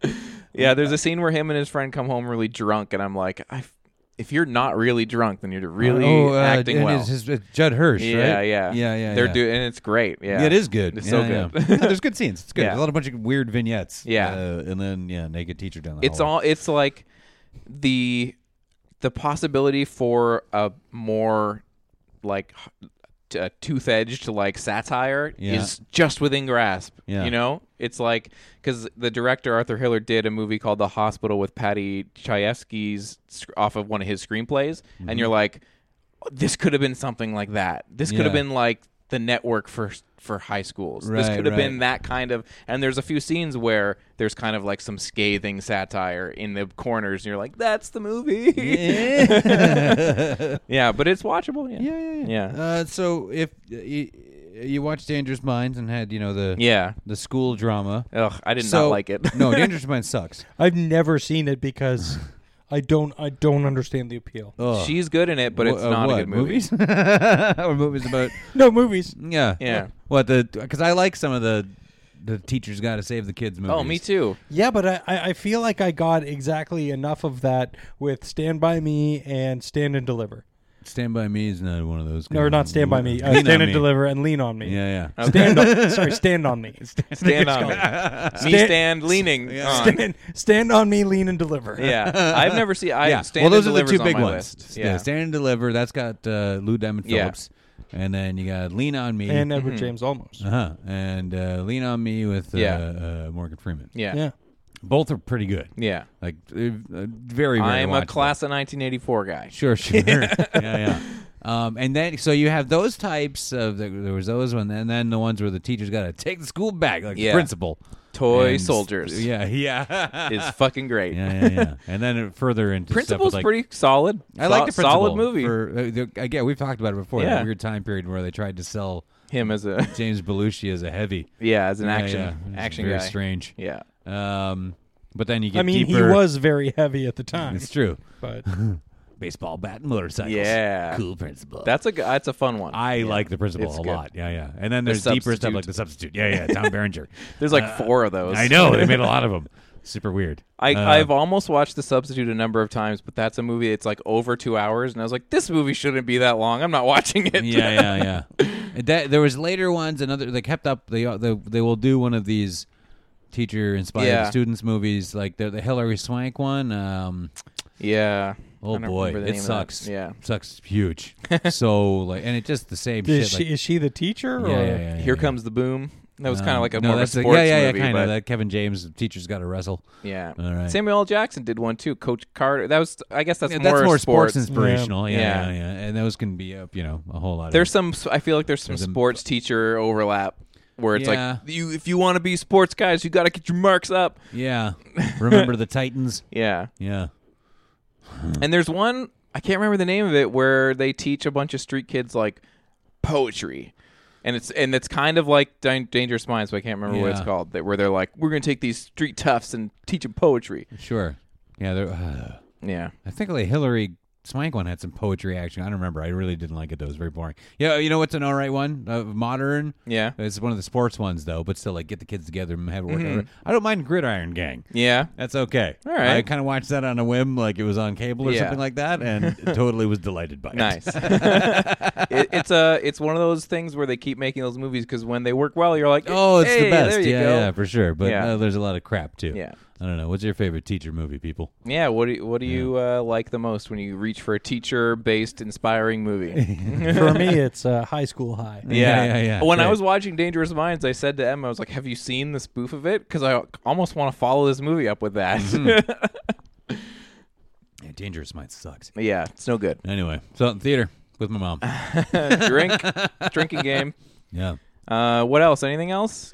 Speaker 1: there's a scene where him and his friend come home really drunk, and I'm like, I, f- if you're not really drunk, then you're really
Speaker 3: oh, uh,
Speaker 1: acting
Speaker 3: and
Speaker 1: well.
Speaker 3: it's his- it's Judd Hirsch,
Speaker 1: yeah,
Speaker 3: right?
Speaker 1: yeah,
Speaker 3: yeah, yeah.
Speaker 1: They're
Speaker 3: yeah.
Speaker 1: doing, and it's great. Yeah.
Speaker 3: Yeah, it is good.
Speaker 1: It's
Speaker 3: yeah,
Speaker 1: so
Speaker 3: yeah.
Speaker 1: good.
Speaker 3: Yeah, there's good scenes. It's good.
Speaker 1: Yeah.
Speaker 3: There's a lot of bunch of weird vignettes.
Speaker 1: Yeah.
Speaker 3: uh, and then yeah, naked teacher down the
Speaker 1: it's
Speaker 3: hallway.
Speaker 1: all it's like the the possibility for a more like h- t- a tooth-edged like satire
Speaker 3: Yeah.
Speaker 1: is just within grasp
Speaker 3: Yeah.
Speaker 1: you know it's like because the director arthur hiller did a movie called the hospital with patty chayefsky's sc- off of one of his screenplays and you're like "Oh, this could have been something like that this could have
Speaker 3: Mm-hmm. Yeah.
Speaker 1: been like the network for for high schools this
Speaker 3: Right,
Speaker 1: could have
Speaker 3: right.
Speaker 1: been that kind of and there's a few scenes where there's kind of like some scathing satire in the corners and you're like that's the movie
Speaker 3: Yeah.
Speaker 1: yeah but it's watchable yeah
Speaker 3: yeah, yeah, yeah.
Speaker 1: Yeah.
Speaker 3: Uh, so if uh, you, you watched Dangerous Minds and had you know the
Speaker 1: yeah
Speaker 3: the school drama,
Speaker 1: ugh i did
Speaker 3: so
Speaker 1: not like it
Speaker 3: no, Dangerous Minds sucks.
Speaker 2: I've never seen it because I don't I don't understand the appeal.
Speaker 3: Ugh.
Speaker 1: she's good in it but it's
Speaker 3: Wha- uh,
Speaker 1: not
Speaker 3: what,
Speaker 1: a good movie
Speaker 3: Movies or movies about
Speaker 2: No movies.
Speaker 3: yeah
Speaker 1: Yeah.
Speaker 3: What the? Because I like some of the the teacher's got to save the kids movies.
Speaker 1: Oh, me too.
Speaker 2: Yeah, but I, I I feel like I got exactly enough of that with Stand By Me and Stand and Deliver.
Speaker 3: Stand by me is not one of those.
Speaker 2: No, or not Stand By Me. Uh,
Speaker 3: Lean on
Speaker 2: stand and
Speaker 3: Me.
Speaker 2: Deliver and Lean on Me.
Speaker 3: Yeah, yeah.
Speaker 2: Stand on, sorry, Stand on Me.
Speaker 1: Stand on me. me stand leaning on.
Speaker 2: Stand, stand on me, lean and deliver.
Speaker 1: Yeah, I've never seen. I
Speaker 3: yeah.
Speaker 1: stand
Speaker 3: well, those
Speaker 1: and
Speaker 3: are the
Speaker 1: Deliver's
Speaker 3: two
Speaker 1: on
Speaker 3: big
Speaker 1: my
Speaker 3: ones.
Speaker 1: list.
Speaker 3: Yeah. Stand and deliver. That's got uh, Lou Diamond
Speaker 1: Yeah.
Speaker 3: Phillips, and then you got Lean on Me
Speaker 2: And
Speaker 1: Mm-hmm.
Speaker 2: Edward James Almost.
Speaker 3: uh-huh. and uh, Lean on Me with uh,
Speaker 1: Yeah.
Speaker 3: uh, Morgan Freeman.
Speaker 1: yeah, yeah.
Speaker 2: Yeah.
Speaker 3: Both are pretty good.
Speaker 1: yeah.
Speaker 3: Like uh, uh, very. very
Speaker 1: I'm a
Speaker 3: watchable.
Speaker 1: class of 1984 guy.
Speaker 3: Sure, sure. yeah, yeah. Um, and then, so you have those types of the, there was those one, and then the ones where the teacher's got to take the school back, like the
Speaker 1: Yeah.
Speaker 3: principal.
Speaker 1: Toy
Speaker 3: And s-
Speaker 1: soldiers
Speaker 3: Yeah, yeah.
Speaker 1: is fucking great.
Speaker 3: yeah, yeah, yeah. And then it- further into stuff with,
Speaker 1: Principal's
Speaker 3: like,
Speaker 1: pretty solid.
Speaker 3: I
Speaker 1: Sol-
Speaker 3: like the principal
Speaker 1: solid movie.
Speaker 3: For, uh, the, again, we've talked about it before. That
Speaker 1: Yeah.
Speaker 3: weird time period where they tried to sell
Speaker 1: Him as a
Speaker 3: James Belushi as a heavy
Speaker 1: yeah, as an
Speaker 3: Yeah,
Speaker 1: action
Speaker 3: yeah. It's
Speaker 1: action
Speaker 3: very
Speaker 1: guy.
Speaker 3: strange.
Speaker 1: Yeah,
Speaker 3: Um, but then you get
Speaker 2: I mean,
Speaker 3: deeper.
Speaker 2: he was very heavy at the time.
Speaker 3: It's true.
Speaker 2: But
Speaker 3: Baseball bat and motorcycles.
Speaker 1: Yeah.
Speaker 3: cool principal.
Speaker 1: that's a g- that's a fun one.
Speaker 3: I like the principal
Speaker 1: It's
Speaker 3: a
Speaker 1: good.
Speaker 3: lot. Yeah, yeah. And then there's deeper
Speaker 1: Substitute.
Speaker 3: stuff like the substitute. Yeah, yeah. Tom Berenger. Uh,
Speaker 1: There's like four of those.
Speaker 3: I know they made a lot of them. Super weird.
Speaker 1: I,
Speaker 3: Uh,
Speaker 1: I've almost watched The Substitute a number of times, but that's a movie. It's like over two hours, and I was like, "This movie shouldn't be that long. I'm not watching it."
Speaker 3: yeah, yeah, yeah. That, there was later ones. Another they kept up. They they, they will do one of these teacher inspired
Speaker 1: Yeah.
Speaker 3: students movies like the, the Hillary Swank one. Um,
Speaker 1: yeah.
Speaker 3: oh
Speaker 1: I don't
Speaker 3: boy,
Speaker 1: remember the
Speaker 3: it
Speaker 1: name of that.
Speaker 3: sucks.
Speaker 1: Yeah.
Speaker 3: sucks huge. so like, and it just the same
Speaker 2: is,
Speaker 3: shit.
Speaker 2: she,
Speaker 3: like,
Speaker 2: is she the teacher?
Speaker 3: yeah,
Speaker 2: or?
Speaker 3: yeah, yeah, yeah,
Speaker 1: Here
Speaker 3: yeah.
Speaker 1: comes the boom. That was kind
Speaker 3: Um,
Speaker 1: of like a
Speaker 3: no,
Speaker 1: more of a
Speaker 3: that's like-
Speaker 1: sports
Speaker 3: yeah, yeah,
Speaker 1: movie,
Speaker 3: yeah, kind
Speaker 1: but-
Speaker 3: of. That Kevin James teacher's got to wrestle.
Speaker 1: Yeah.
Speaker 3: All right.
Speaker 1: Samuel L. Jackson did one too. Coach Carter. That was. I guess that's
Speaker 3: Yeah,
Speaker 1: more
Speaker 3: that's more sports,
Speaker 1: sports.
Speaker 3: inspirational. Yeah. Yeah.
Speaker 1: Yeah.
Speaker 3: yeah, and those can be up, you know, a whole lot.
Speaker 1: There's
Speaker 3: of
Speaker 1: some. I feel like there's some
Speaker 3: There's a-
Speaker 1: sports teacher overlap where it's
Speaker 3: Yeah.
Speaker 1: like you if you want to be sports guys, you got to get your marks up.
Speaker 3: yeah. Remember the Titans?
Speaker 1: Yeah.
Speaker 3: Yeah, Mm.
Speaker 1: And there's one I can't remember the name of it where they teach a bunch of street kids like poetry. And it's and it's kind of like Dan- Dangerous Minds, but I can't remember what it's
Speaker 3: Yeah.
Speaker 1: called. That where they're like, we're gonna take these street toughs and teach them poetry.
Speaker 3: sure. Yeah, there. Uh,
Speaker 1: Yeah,
Speaker 3: I think like Hillary Swank one had some poetry action. I don't remember. I really didn't like it. though. It was very boring. Yeah, you know what's an all right one? Uh, modern.
Speaker 1: yeah,
Speaker 3: It's one of the sports ones though, but still like get the kids together and have a workout. I don't mind Gridiron Gang.
Speaker 1: Mm-hmm. yeah.
Speaker 3: That's okay.
Speaker 1: All right.
Speaker 3: I kind of watched that on a whim, like it was on cable or
Speaker 1: Yeah.
Speaker 3: something like that, and totally was delighted by it.
Speaker 1: Nice. it, it's a it's one of those things where they keep making those movies because when they work well, you're like,
Speaker 3: Oh, it's
Speaker 1: "Hey,
Speaker 3: the best.
Speaker 1: There you
Speaker 3: yeah,
Speaker 1: go.
Speaker 3: yeah, for sure. But
Speaker 1: Yeah.
Speaker 3: uh, there's a lot of crap too.
Speaker 1: Yeah.
Speaker 3: I don't know. What's your favorite teacher movie, people?
Speaker 1: Yeah, What do you, what do you uh, like the most when you reach for a teacher based inspiring movie?
Speaker 2: For me, it's uh, High School High.
Speaker 3: Yeah, yeah, yeah.
Speaker 1: When I
Speaker 3: Great.
Speaker 1: was watching Dangerous Minds, I said to Emma, I was like, "Have you seen the spoof of it? Because I almost want to follow this movie up with that."
Speaker 3: Mm-hmm. Yeah, Dangerous Minds sucks.
Speaker 1: yeah, it's no good.
Speaker 3: Anyway, so in theater with my mom.
Speaker 1: Drink, drinking game.
Speaker 3: yeah.
Speaker 1: Uh, what else? Anything else?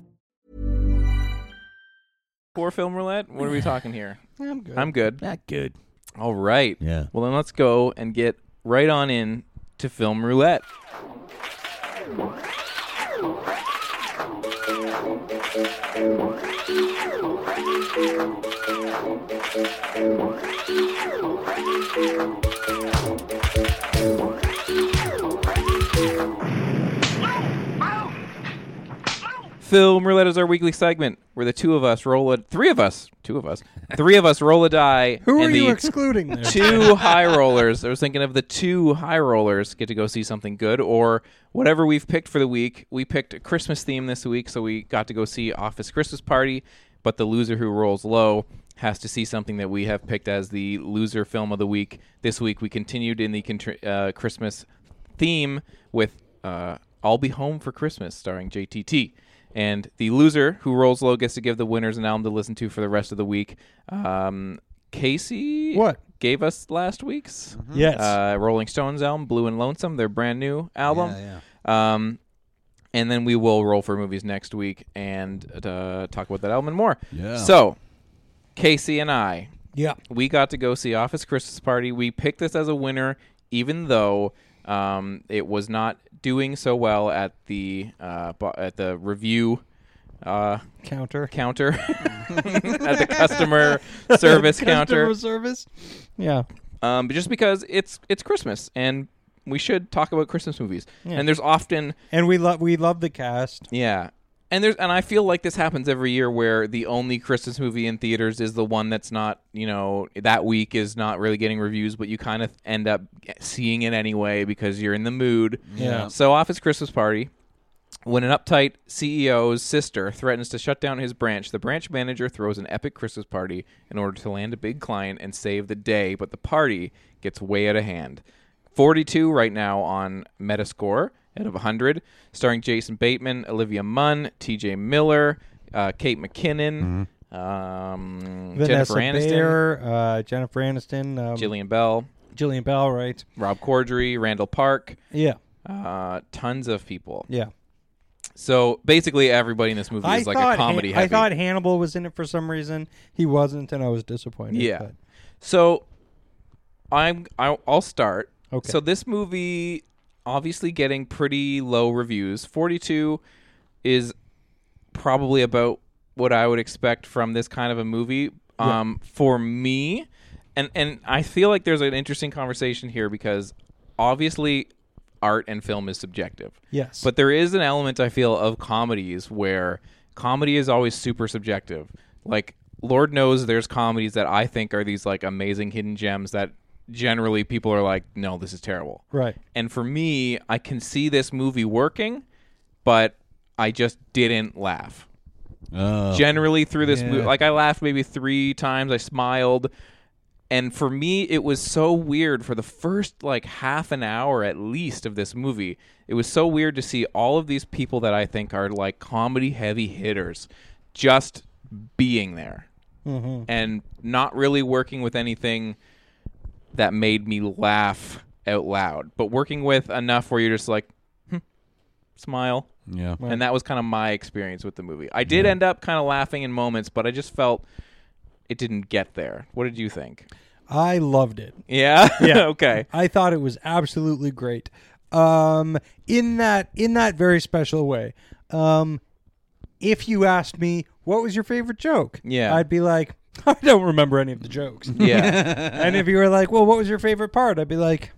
Speaker 1: Poor film roulette. What are we talking here?
Speaker 2: I'm good.
Speaker 1: I'm good.
Speaker 3: Not good.
Speaker 1: All right.
Speaker 3: Yeah.
Speaker 1: Well, then let's go and get right on in to film roulette. Film Roulette is our weekly segment where the two of us roll a three of us, two of us, three of us roll a die.
Speaker 2: Who
Speaker 1: and
Speaker 2: are you
Speaker 1: the
Speaker 2: excluding there?
Speaker 1: two high rollers. I was thinking of the two high rollers get to go see something good or whatever we've picked for the week. We picked a Christmas theme this week, so we got to go see Office Christmas Party, but the loser who rolls low has to see something that we have picked as the loser film of the week. This week we continued in the contr- uh, Christmas theme with uh, I'll Be Home for Christmas starring JTT. And the loser who rolls low gets to give the winners an album to listen to for the rest of the week. Um, Casey
Speaker 2: What?
Speaker 1: gave us last week's
Speaker 2: Yes.
Speaker 1: uh, Rolling Stones album, Blue and Lonesome, their brand new album. Um, and then we will roll for movies next week and uh, talk about that album and more.
Speaker 3: Yeah.
Speaker 1: So, Casey and I,
Speaker 2: yeah.
Speaker 1: we got to go see Office Christmas Party. We picked this as a winner, even though um, it was not doing so well at the uh, bo- at the review. Uh,
Speaker 2: Counter.
Speaker 1: counter at the customer service counter
Speaker 2: Customer service. Yeah.
Speaker 1: um, but just because it's it's Christmas and we should talk about Christmas movies. And there's often
Speaker 2: And we love we love the cast.
Speaker 1: yeah, and there's and I feel like this happens every year where the only Christmas movie in theaters is the one that's not you know that week is not really getting reviews, but you kind of end up seeing it anyway because you're in the mood.
Speaker 2: Yeah.
Speaker 1: So Office Christmas Party. When an uptight CEO's sister threatens to shut down his branch, the branch manager throws an epic Christmas party in order to land a big client and save the day, but the party gets way out of hand. 42 right now on Metascore out of 100, starring Jason Bateman, Olivia Munn, TJ Miller, uh, Kate McKinnon, um, Jennifer
Speaker 2: Vanessa
Speaker 1: Aniston,
Speaker 2: Bayer, uh, Jennifer Aniston, um,
Speaker 1: Jillian Bell,
Speaker 2: Jillian Bell, right?
Speaker 1: Rob Corddry, Randall Park,
Speaker 2: Yeah.
Speaker 1: uh, tons of people.
Speaker 2: Yeah.
Speaker 1: So basically, everybody in this movie
Speaker 2: I
Speaker 1: is like
Speaker 2: thought
Speaker 1: a comedy.
Speaker 2: Han- I
Speaker 1: heavy.
Speaker 2: thought Hannibal was in it for some reason. He wasn't, and I was disappointed.
Speaker 1: yeah.
Speaker 2: but-
Speaker 1: So I'm I'll, I'll start.
Speaker 2: Okay.
Speaker 1: So this movie, obviously, getting pretty low reviews. Forty-two is probably about what I would expect from this kind of a movie. Um, for me, and and I feel like there's an interesting conversation here because obviously, art and film is subjective.
Speaker 2: Yes.
Speaker 1: But there is an element I feel of comedies where comedy is always super subjective. Like Lord knows there's comedies that I think are these like amazing hidden gems that generally people are like, no, this is terrible.
Speaker 2: Right.
Speaker 1: And for me, I can see this movie working, but I just didn't laugh.
Speaker 3: Oh.
Speaker 1: Generally through this movie, like I laughed maybe three times. I smiled, and for me, it was so weird. For the first like half an hour at least of this movie, it was so weird to see all of these people that I think are like comedy heavy hitters just being there and not really working with anything that made me laugh out loud, but working with enough where you're just like, hmm, smile.
Speaker 3: yeah.
Speaker 1: And that was kind of my experience with the movie. I did end up kind of laughing in moments, but I just felt it didn't get there. What did you think?
Speaker 2: I loved it.
Speaker 1: Yeah. Yeah. okay.
Speaker 2: I thought it was absolutely great. Um, in that in that very special way. Um, if you asked me what was your favorite joke,
Speaker 1: Yeah.
Speaker 2: I'd be like, I don't remember any of the jokes.
Speaker 1: Yeah.
Speaker 2: and if you were like, well, what was your favorite part? I'd be like,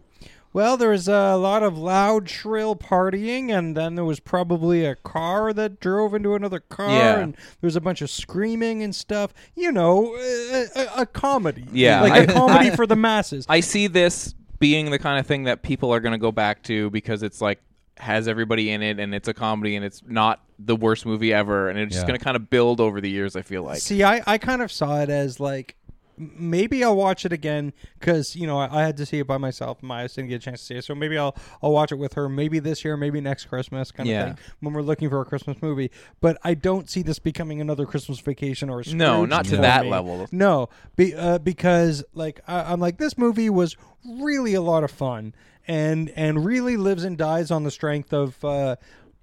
Speaker 2: well, there was a lot of loud, shrill partying, and then there was probably a car that drove into another car,
Speaker 1: Yeah.
Speaker 2: and there was a bunch of screaming and stuff. You know, a, a, a comedy.
Speaker 1: Yeah,
Speaker 2: Like a
Speaker 1: I-
Speaker 2: comedy
Speaker 1: I-
Speaker 2: for the masses.
Speaker 1: I see this being the kind of thing that people are going to go back to because it's like has everybody in it and it's a comedy and it's not the worst movie ever and it's just
Speaker 3: Yeah.
Speaker 1: going to kind of build over the years, I feel like.
Speaker 2: See, I, I kind of saw it as like m- maybe I'll watch it again because you know I, I had to see it by myself. Maya didn't get a chance to see it, so maybe I'll I'll watch it with her. Maybe this year, maybe next Christmas, kind
Speaker 1: Yeah.
Speaker 2: of thing. When we're looking for a Christmas movie, but I don't see this becoming another Christmas Vacation or a
Speaker 1: no,
Speaker 2: Scrooge
Speaker 1: not to
Speaker 2: for
Speaker 1: that
Speaker 2: me.
Speaker 1: level.
Speaker 2: No, be, uh, because like I, I'm like this movie was really a lot of fun and and really lives and dies on the strength of uh,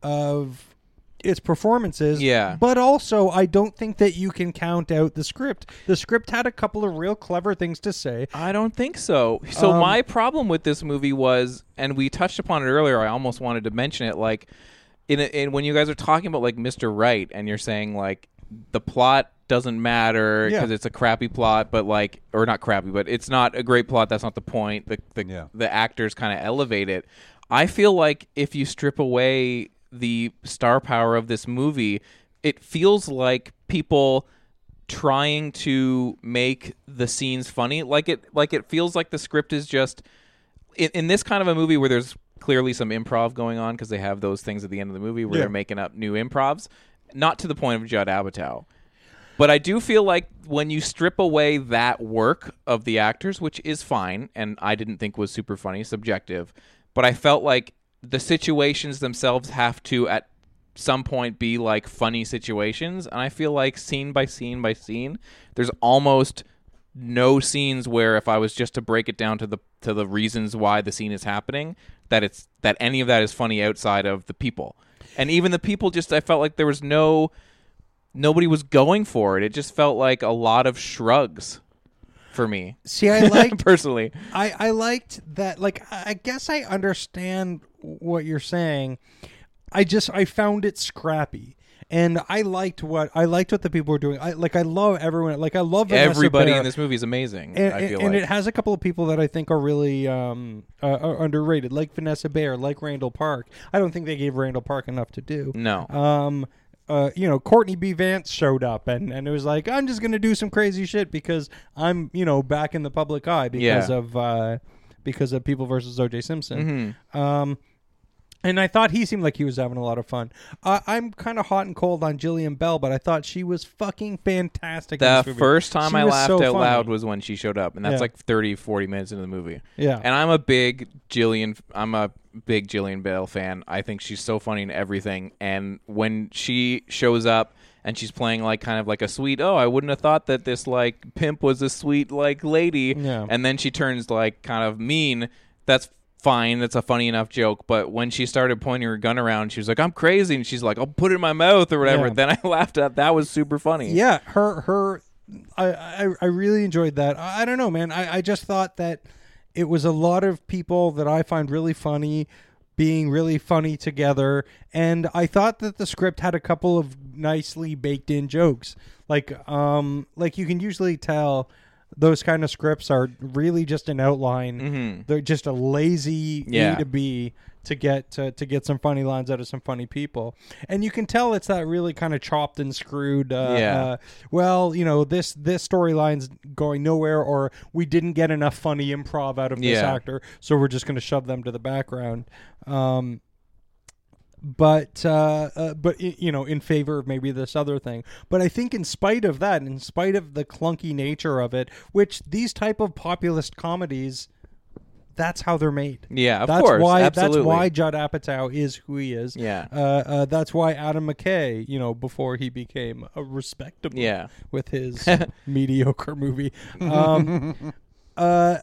Speaker 2: of its performances.
Speaker 1: Yeah.
Speaker 2: But also, I don't think that you can count out the script. The script had a couple of real clever things to say.
Speaker 1: I don't think so. So my problem with this movie was, and we touched upon it earlier. I almost wanted to mention it, like in, a, in when you guys are talking about like Mr. Right, and you're saying like the plot doesn't matter
Speaker 2: Yeah.
Speaker 1: because it's a crappy plot, but like or not crappy, but it's not a great plot. That's not the point. The the
Speaker 3: Yeah.
Speaker 1: the actors kind of elevate it. I feel like if you strip away the star power of this movie, it feels like people trying to make the scenes funny. Like it like it feels like the script is just in, in this kind of a movie where there's clearly some improv going on because they have those things at the end of the movie where
Speaker 2: Yeah.
Speaker 1: they're making up new improvs. Not to the point of Judd Apatow. But I do feel like when you strip away that work of the actors, which is fine, and I didn't think was super funny, subjective, but I felt like the situations themselves have to at some point be like funny situations. And I feel like scene by scene by scene, there's almost no scenes where if I was just to break it down to the to the reasons why the scene is happening, that it's that any of that is funny outside of the people. And even the people just I felt like there was no nobody was going for it. It just felt like a lot of shrugs for me
Speaker 2: See, I liked
Speaker 1: personally.
Speaker 2: I, I liked that. Like, I I guess I understand what you're saying. I just I found it scrappy, and I liked what I liked what the people were doing. I like I love everyone. Like I love Vanessa
Speaker 1: Everybody
Speaker 2: Bayer.
Speaker 1: in this movie is amazing.
Speaker 2: And,
Speaker 1: I feel
Speaker 2: and
Speaker 1: like
Speaker 2: it has a couple of people that I think are really um, uh, are underrated, like Vanessa Bayer, like Randall Park. I don't think they gave Randall Park enough to do.
Speaker 1: no.
Speaker 2: Um, uh, you know, Courtney B. Vance showed up and, and it was like, I'm just going to do some crazy shit because I'm, you know, back in the public eye because
Speaker 1: Yeah.
Speaker 2: of uh, because of People versus O.J. Simpson.
Speaker 1: Mm-hmm.
Speaker 2: Um, and I thought he seemed like he was having a lot of fun. Uh, I'm kind of hot and cold on Jillian Bell, but I thought she was fucking fantastic. in
Speaker 1: the
Speaker 2: this movie.
Speaker 1: first time
Speaker 2: She
Speaker 1: I
Speaker 2: was
Speaker 1: laughed
Speaker 2: so
Speaker 1: out
Speaker 2: funny.
Speaker 1: loud was when she showed up, and that's
Speaker 2: Yeah.
Speaker 1: like 30, 40 minutes into the movie.
Speaker 2: Yeah.
Speaker 1: And I'm a big Jillian. I'm a big Jillian Bale fan. I think she's so funny in everything. And when she shows up and she's playing like kind of like a sweet, oh, I wouldn't have thought that this like pimp was a sweet like lady.
Speaker 2: Yeah.
Speaker 1: And then she turns like kind of mean. That's fine. That's a funny enough joke. But when she started pointing her gun around, she was like, "I'm crazy," and she's like, "I'll put it in my mouth" or whatever.
Speaker 2: Yeah.
Speaker 1: Then I laughed at that. Was super funny.
Speaker 2: yeah her her I, I i really enjoyed that i, I don't know man I, I just thought that it was a lot of people that i find really funny being really funny together and i thought that the script had a couple of nicely baked in jokes like um like you can usually tell those kind of scripts are really just an outline they're just a lazy
Speaker 1: Mm-hmm. Yeah.
Speaker 2: e to be to get to, to get some funny lines out of some funny people and you can tell it's that really kind of chopped and screwed uh,
Speaker 1: Yeah.
Speaker 2: uh, well you know this this storyline's going nowhere or we didn't get enough funny improv out of this
Speaker 1: Yeah.
Speaker 2: actor so we're just going to shove them to the background um but uh, uh but y- you know in favor of maybe this other thing but i think in spite of that in spite of the clunky nature of it which these type of populist comedies that's how they're made
Speaker 1: Yeah, of
Speaker 2: that's
Speaker 1: course,
Speaker 2: Why,
Speaker 1: absolutely.
Speaker 2: That's why Judd Apatow is who he is.
Speaker 1: Yeah.
Speaker 2: Uh, uh, that's why Adam McKay, you know, before he became a respectable
Speaker 1: Yeah.
Speaker 2: with his mediocre movie. Um, uh,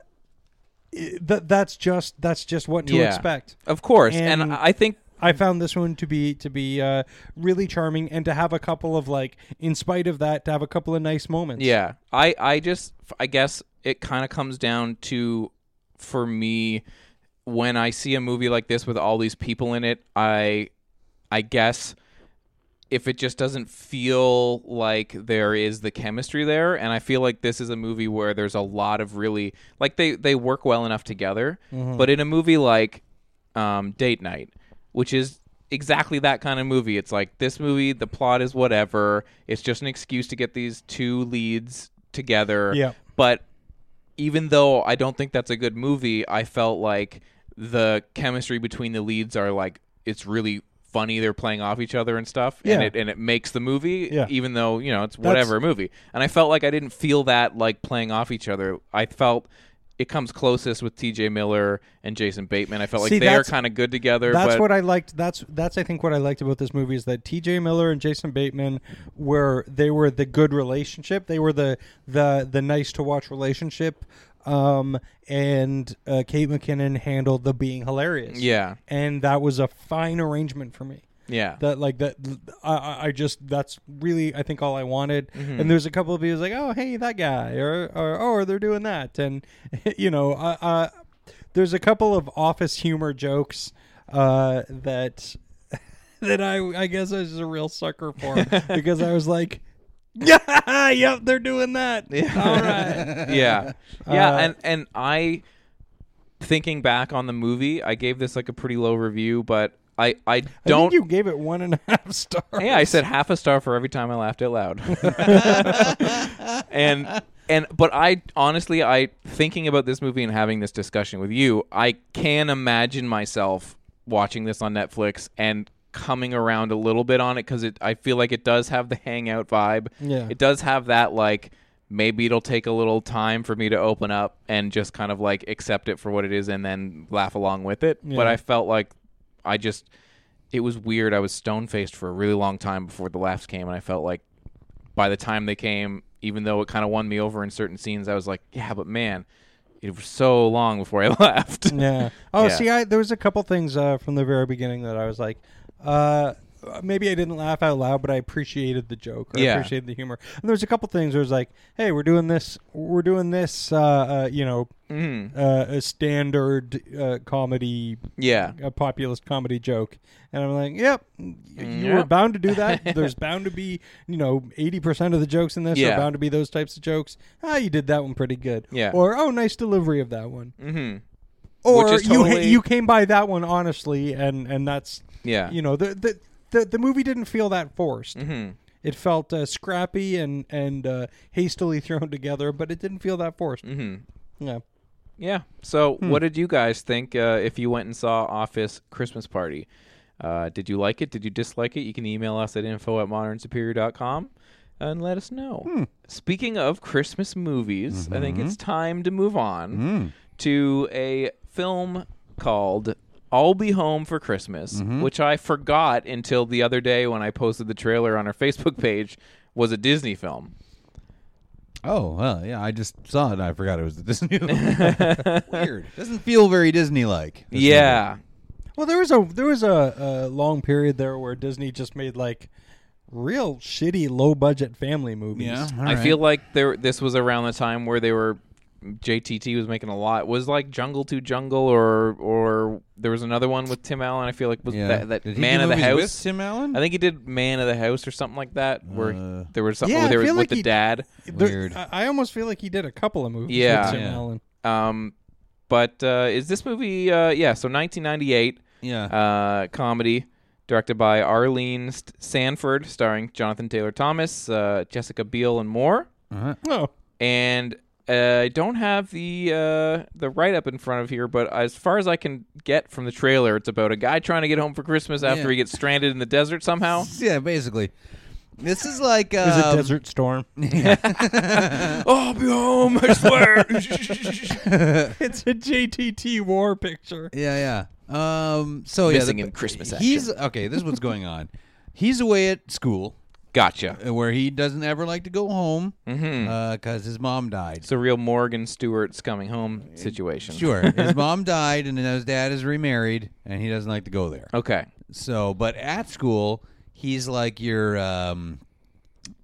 Speaker 2: i- that that's just that's just what to
Speaker 1: Yeah.
Speaker 2: expect.
Speaker 1: Of course. And,
Speaker 2: And-
Speaker 1: I think
Speaker 2: I found this one to be to be uh, really charming and to have a couple of like in spite of that to have a couple of nice moments.
Speaker 1: yeah. I I just I guess it kind of comes down to for me when I see a movie like this with all these people in it, I I guess if it just doesn't feel like there is the chemistry there and i feel like this is a movie where there's a lot of really like they they work well enough together but in a movie like um, date night which is exactly that kind of movie it's like this movie the plot is whatever it's just an excuse to get these two leads together
Speaker 2: Yeah.
Speaker 1: but even though I don't think that's a good movie, I felt like the chemistry between the leads are like it's really funny. They're playing off each other and stuff, and
Speaker 2: Yeah.
Speaker 1: it and it makes the movie.
Speaker 2: Yeah.
Speaker 1: Even though you know it's whatever movie, and I felt like I didn't feel that like playing off each other. I felt. It comes closest with T.J. Miller and Jason Bateman. I felt
Speaker 2: See,
Speaker 1: like they are
Speaker 2: that's-
Speaker 1: kind of good together.
Speaker 2: That's
Speaker 1: but
Speaker 2: what I liked. That's that's I think what I liked about this movie is that T.J. Miller and Jason Bateman were they were the good relationship. They were the the the nice to watch relationship. Um, and uh, Kate McKinnon handled the being hilarious.
Speaker 1: Yeah.
Speaker 2: and that was a fine arrangement for me.
Speaker 1: yeah,
Speaker 2: That like that I- I, I just that's really I think all I wanted.
Speaker 1: Mm-hmm.
Speaker 2: And there's a couple of people like oh hey that guy or or oh they're doing that and you know uh, uh, there's a couple of office humor jokes uh, that that I I guess I was just a real sucker for because I was like yeah yep they're doing that all right
Speaker 1: yeah yeah
Speaker 2: Uh,
Speaker 1: and and i thinking back on the movie i gave this like a pretty low review but I I
Speaker 2: I think
Speaker 1: don't.
Speaker 2: you gave it one and a half stars.
Speaker 1: yeah, I said half a star for every time I laughed out loud. and and but I honestly I thinking about this movie and having this discussion with you, I can imagine myself watching this on Netflix and coming around a little bit on it cuz it I feel like it does have the hangout vibe.
Speaker 2: Yeah.
Speaker 1: It does have that like maybe it'll take a little time for me to open up and just kind of like accept it for what it is and then laugh along with it. But
Speaker 2: Yeah.
Speaker 1: I felt like I just it was weird. I was stone faced for a really long time before the laughs came, and I felt like by the time they came, even though it kind of won me over in certain scenes, I was like, yeah, but man, it was so long before I left.
Speaker 2: Yeah. Oh,
Speaker 1: Yeah.
Speaker 2: see, I there was a couple things uh, from the very beginning that I was like, uh, maybe I didn't laugh out loud, but I appreciated the joke. Or
Speaker 1: Yeah.
Speaker 2: I appreciated the humor. And there was a couple things where it was like, hey, we're doing this, we're doing this, uh, uh, you know,
Speaker 1: Mm.
Speaker 2: uh, a standard uh, comedy,
Speaker 1: Yeah.
Speaker 2: a populist comedy joke, and I'm like, yep, y- you were
Speaker 1: Yep.
Speaker 2: bound to do that. There's bound to be, you know, eighty percent of the jokes in this
Speaker 1: Yeah.
Speaker 2: are bound to be those types of jokes. Ah, you did that one pretty good.
Speaker 1: Yeah.
Speaker 2: Or oh, nice delivery of that one
Speaker 1: Mm-hmm.
Speaker 2: or
Speaker 1: Which is
Speaker 2: you
Speaker 1: totally-
Speaker 2: you came by that one honestly, and and that's
Speaker 1: Yeah.
Speaker 2: you know the the the, the movie didn't feel that forced.
Speaker 1: Mm-hmm.
Speaker 2: It felt uh, scrappy and and uh, hastily thrown together, but it didn't feel that forced. Mm-hmm. Yeah.
Speaker 1: Yeah. So, what did you guys think uh, if you went and saw Office Christmas Party? Uh, did you like it? Did you dislike it? You can email us at info at modernsuperior.com and let us know. Speaking of Christmas movies, I think it's time to move on to a film called I'll Be Home for Christmas, which I forgot until the other day when I posted the trailer on our Facebook page was a Disney film.
Speaker 3: Oh well, yeah. I just saw it. and I forgot it was the Disney. Weird. Doesn't feel very Disney-like. this
Speaker 1: yeah.
Speaker 2: Well, there was a there was a, a long period there where Disney just made like real shitty low budget family
Speaker 3: movie.
Speaker 2: movies.
Speaker 3: Yeah.
Speaker 1: I feel like there. This was around the time where they were JTT was making a lot. Was like Jungle to Jungle, or or there was another one with Tim Allen. I feel like was that, that Man of the House.
Speaker 3: Tim Allen.
Speaker 1: I think he did Man of the House or something like that, where
Speaker 3: Uh,
Speaker 1: there was something
Speaker 2: Yeah,
Speaker 1: where
Speaker 2: I
Speaker 1: they were
Speaker 2: feel
Speaker 1: with
Speaker 2: like
Speaker 1: the
Speaker 2: he-
Speaker 1: dad.
Speaker 2: There-
Speaker 3: Weird.
Speaker 2: I, I almost feel like he did a couple of movies.
Speaker 1: Yeah.
Speaker 2: With Tim
Speaker 3: Yeah.
Speaker 2: Allen.
Speaker 1: Um, but uh, is this movie? Uh, yeah, so 1998
Speaker 3: yeah.
Speaker 1: uh, comedy directed by Arlene St- Sanford, starring Jonathan Taylor Thomas, uh, Jessica Biel, and more.
Speaker 2: Oh.
Speaker 1: and uh, I don't have the uh, the write up in front of here, but as far as I can get from the trailer, it's about a guy trying to get home for Christmas after
Speaker 3: Yeah.
Speaker 1: he gets stranded in the desert somehow.
Speaker 3: yeah, basically. This is like um,
Speaker 2: It was a desert storm.
Speaker 1: oh, I'll be home, I swear.
Speaker 2: it's a JTT war picture.
Speaker 3: Yeah, yeah. Um, so
Speaker 1: Missing
Speaker 3: yeah,
Speaker 1: in Christmas
Speaker 3: He's okay. This is what's going on. He's away at school
Speaker 1: gotcha.
Speaker 3: uh, where he doesn't ever like to go home because
Speaker 1: Mm-hmm.
Speaker 3: his mom died.
Speaker 1: It's a real Morgan Stewart's coming home situation.
Speaker 3: Sure, his mom died, and then his dad is remarried, and he doesn't like to go there.
Speaker 1: Okay.
Speaker 3: So, but at school, he's like your, um,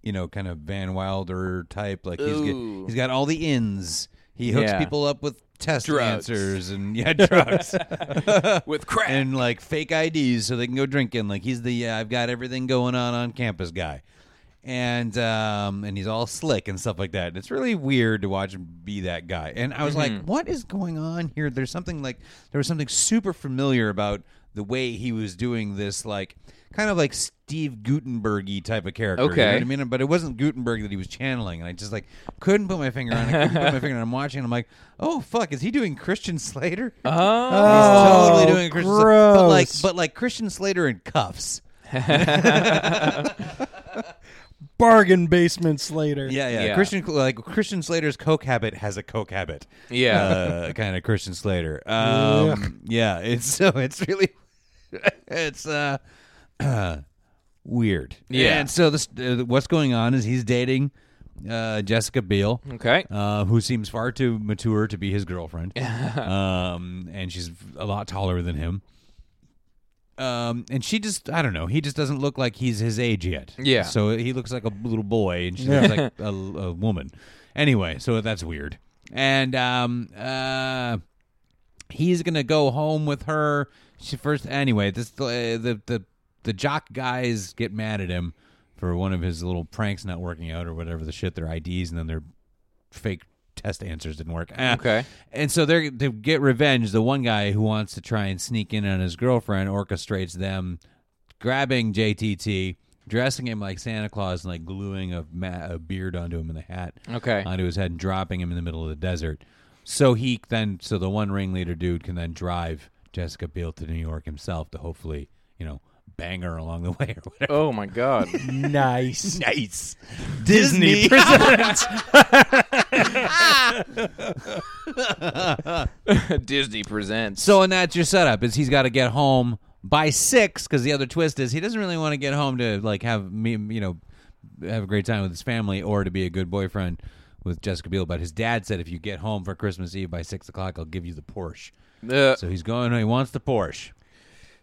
Speaker 3: you know, kind of Van Wilder type. Like he's get,
Speaker 1: Ooh.
Speaker 3: he's got all the ins. He hooks
Speaker 1: Yeah.
Speaker 3: people up with test
Speaker 1: Drugs.
Speaker 3: answers and yeah, drugs
Speaker 1: With crap.
Speaker 3: and like fake IDs so they can go drinking. Like he's the uh, I've got everything going on on campus guy, and um and he's all slick and stuff like that. And it's really weird to watch him be that guy. And I was
Speaker 1: Mm-hmm.
Speaker 3: like, what is going on here? There's something like there was something super familiar about the way he was doing this, like kind of like Steve Gutenberg-y type of character. you know
Speaker 1: Okay.
Speaker 3: what I mean? mean, but it wasn't Gutenberg that he was channeling, and I just like couldn't put my finger on it. Couldn't put my finger on. it. I'm watching, and I'm like, oh fuck, is he doing Christian Slater?
Speaker 1: Oh.
Speaker 3: Uh, he's totally doing Christian Slater, but like,
Speaker 2: gross.
Speaker 3: but like Christian Slater in cuffs.
Speaker 2: Bargain basement Slater.
Speaker 3: Yeah, yeah,
Speaker 1: Yeah.
Speaker 3: Christian like Christian Slater's coke habit has a coke habit.
Speaker 1: Yeah.
Speaker 3: uh, kind of Christian Slater. Um, yeah, it's so it's really it's uh, weird.
Speaker 1: Yeah.
Speaker 3: and so this uh, what's going on is he's dating uh, Jessica Biel.
Speaker 1: Okay.
Speaker 3: uh, who seems far too mature to be his girlfriend. um, and she's a lot taller than him. Um, and she just, I don't know, he just doesn't look like he's his age yet.
Speaker 1: Yeah.
Speaker 3: So he looks like a little boy and she looks like a, a woman. Anyway, so that's weird. And, um, uh, he's gonna go home with her. She first anyway. This uh, the the the jock guys get mad at him for one of his little pranks not working out or whatever the shit. Their IDs and then their fake test answers didn't work. Ah.
Speaker 1: Okay.
Speaker 3: And so they're to get revenge. The one guy who wants to try and sneak in on his girlfriend orchestrates them grabbing JTT, dressing him like Santa Claus, and like gluing a, ma- a beard onto him in the hat,
Speaker 1: Okay.
Speaker 3: onto his head, and dropping him in the middle of the desert. So he then, so the one ringleader dude can then drive Jessica Biel to New York himself to hopefully, you know, bang her along the way or whatever.
Speaker 1: Oh my god.
Speaker 2: Nice.
Speaker 3: Nice.
Speaker 2: Disney presents.
Speaker 1: Disney presents.
Speaker 3: So, and that's your setup is he's got to get home by six because the other twist is he doesn't really want to get home to like have me, you know, have a great time with his family or to be a good boyfriend with Jessica Biel. But his dad said if you get home for Christmas Eve by six o'clock, I'll give you the Porsche.
Speaker 1: Uh,
Speaker 3: So he's going. He wants the Porsche.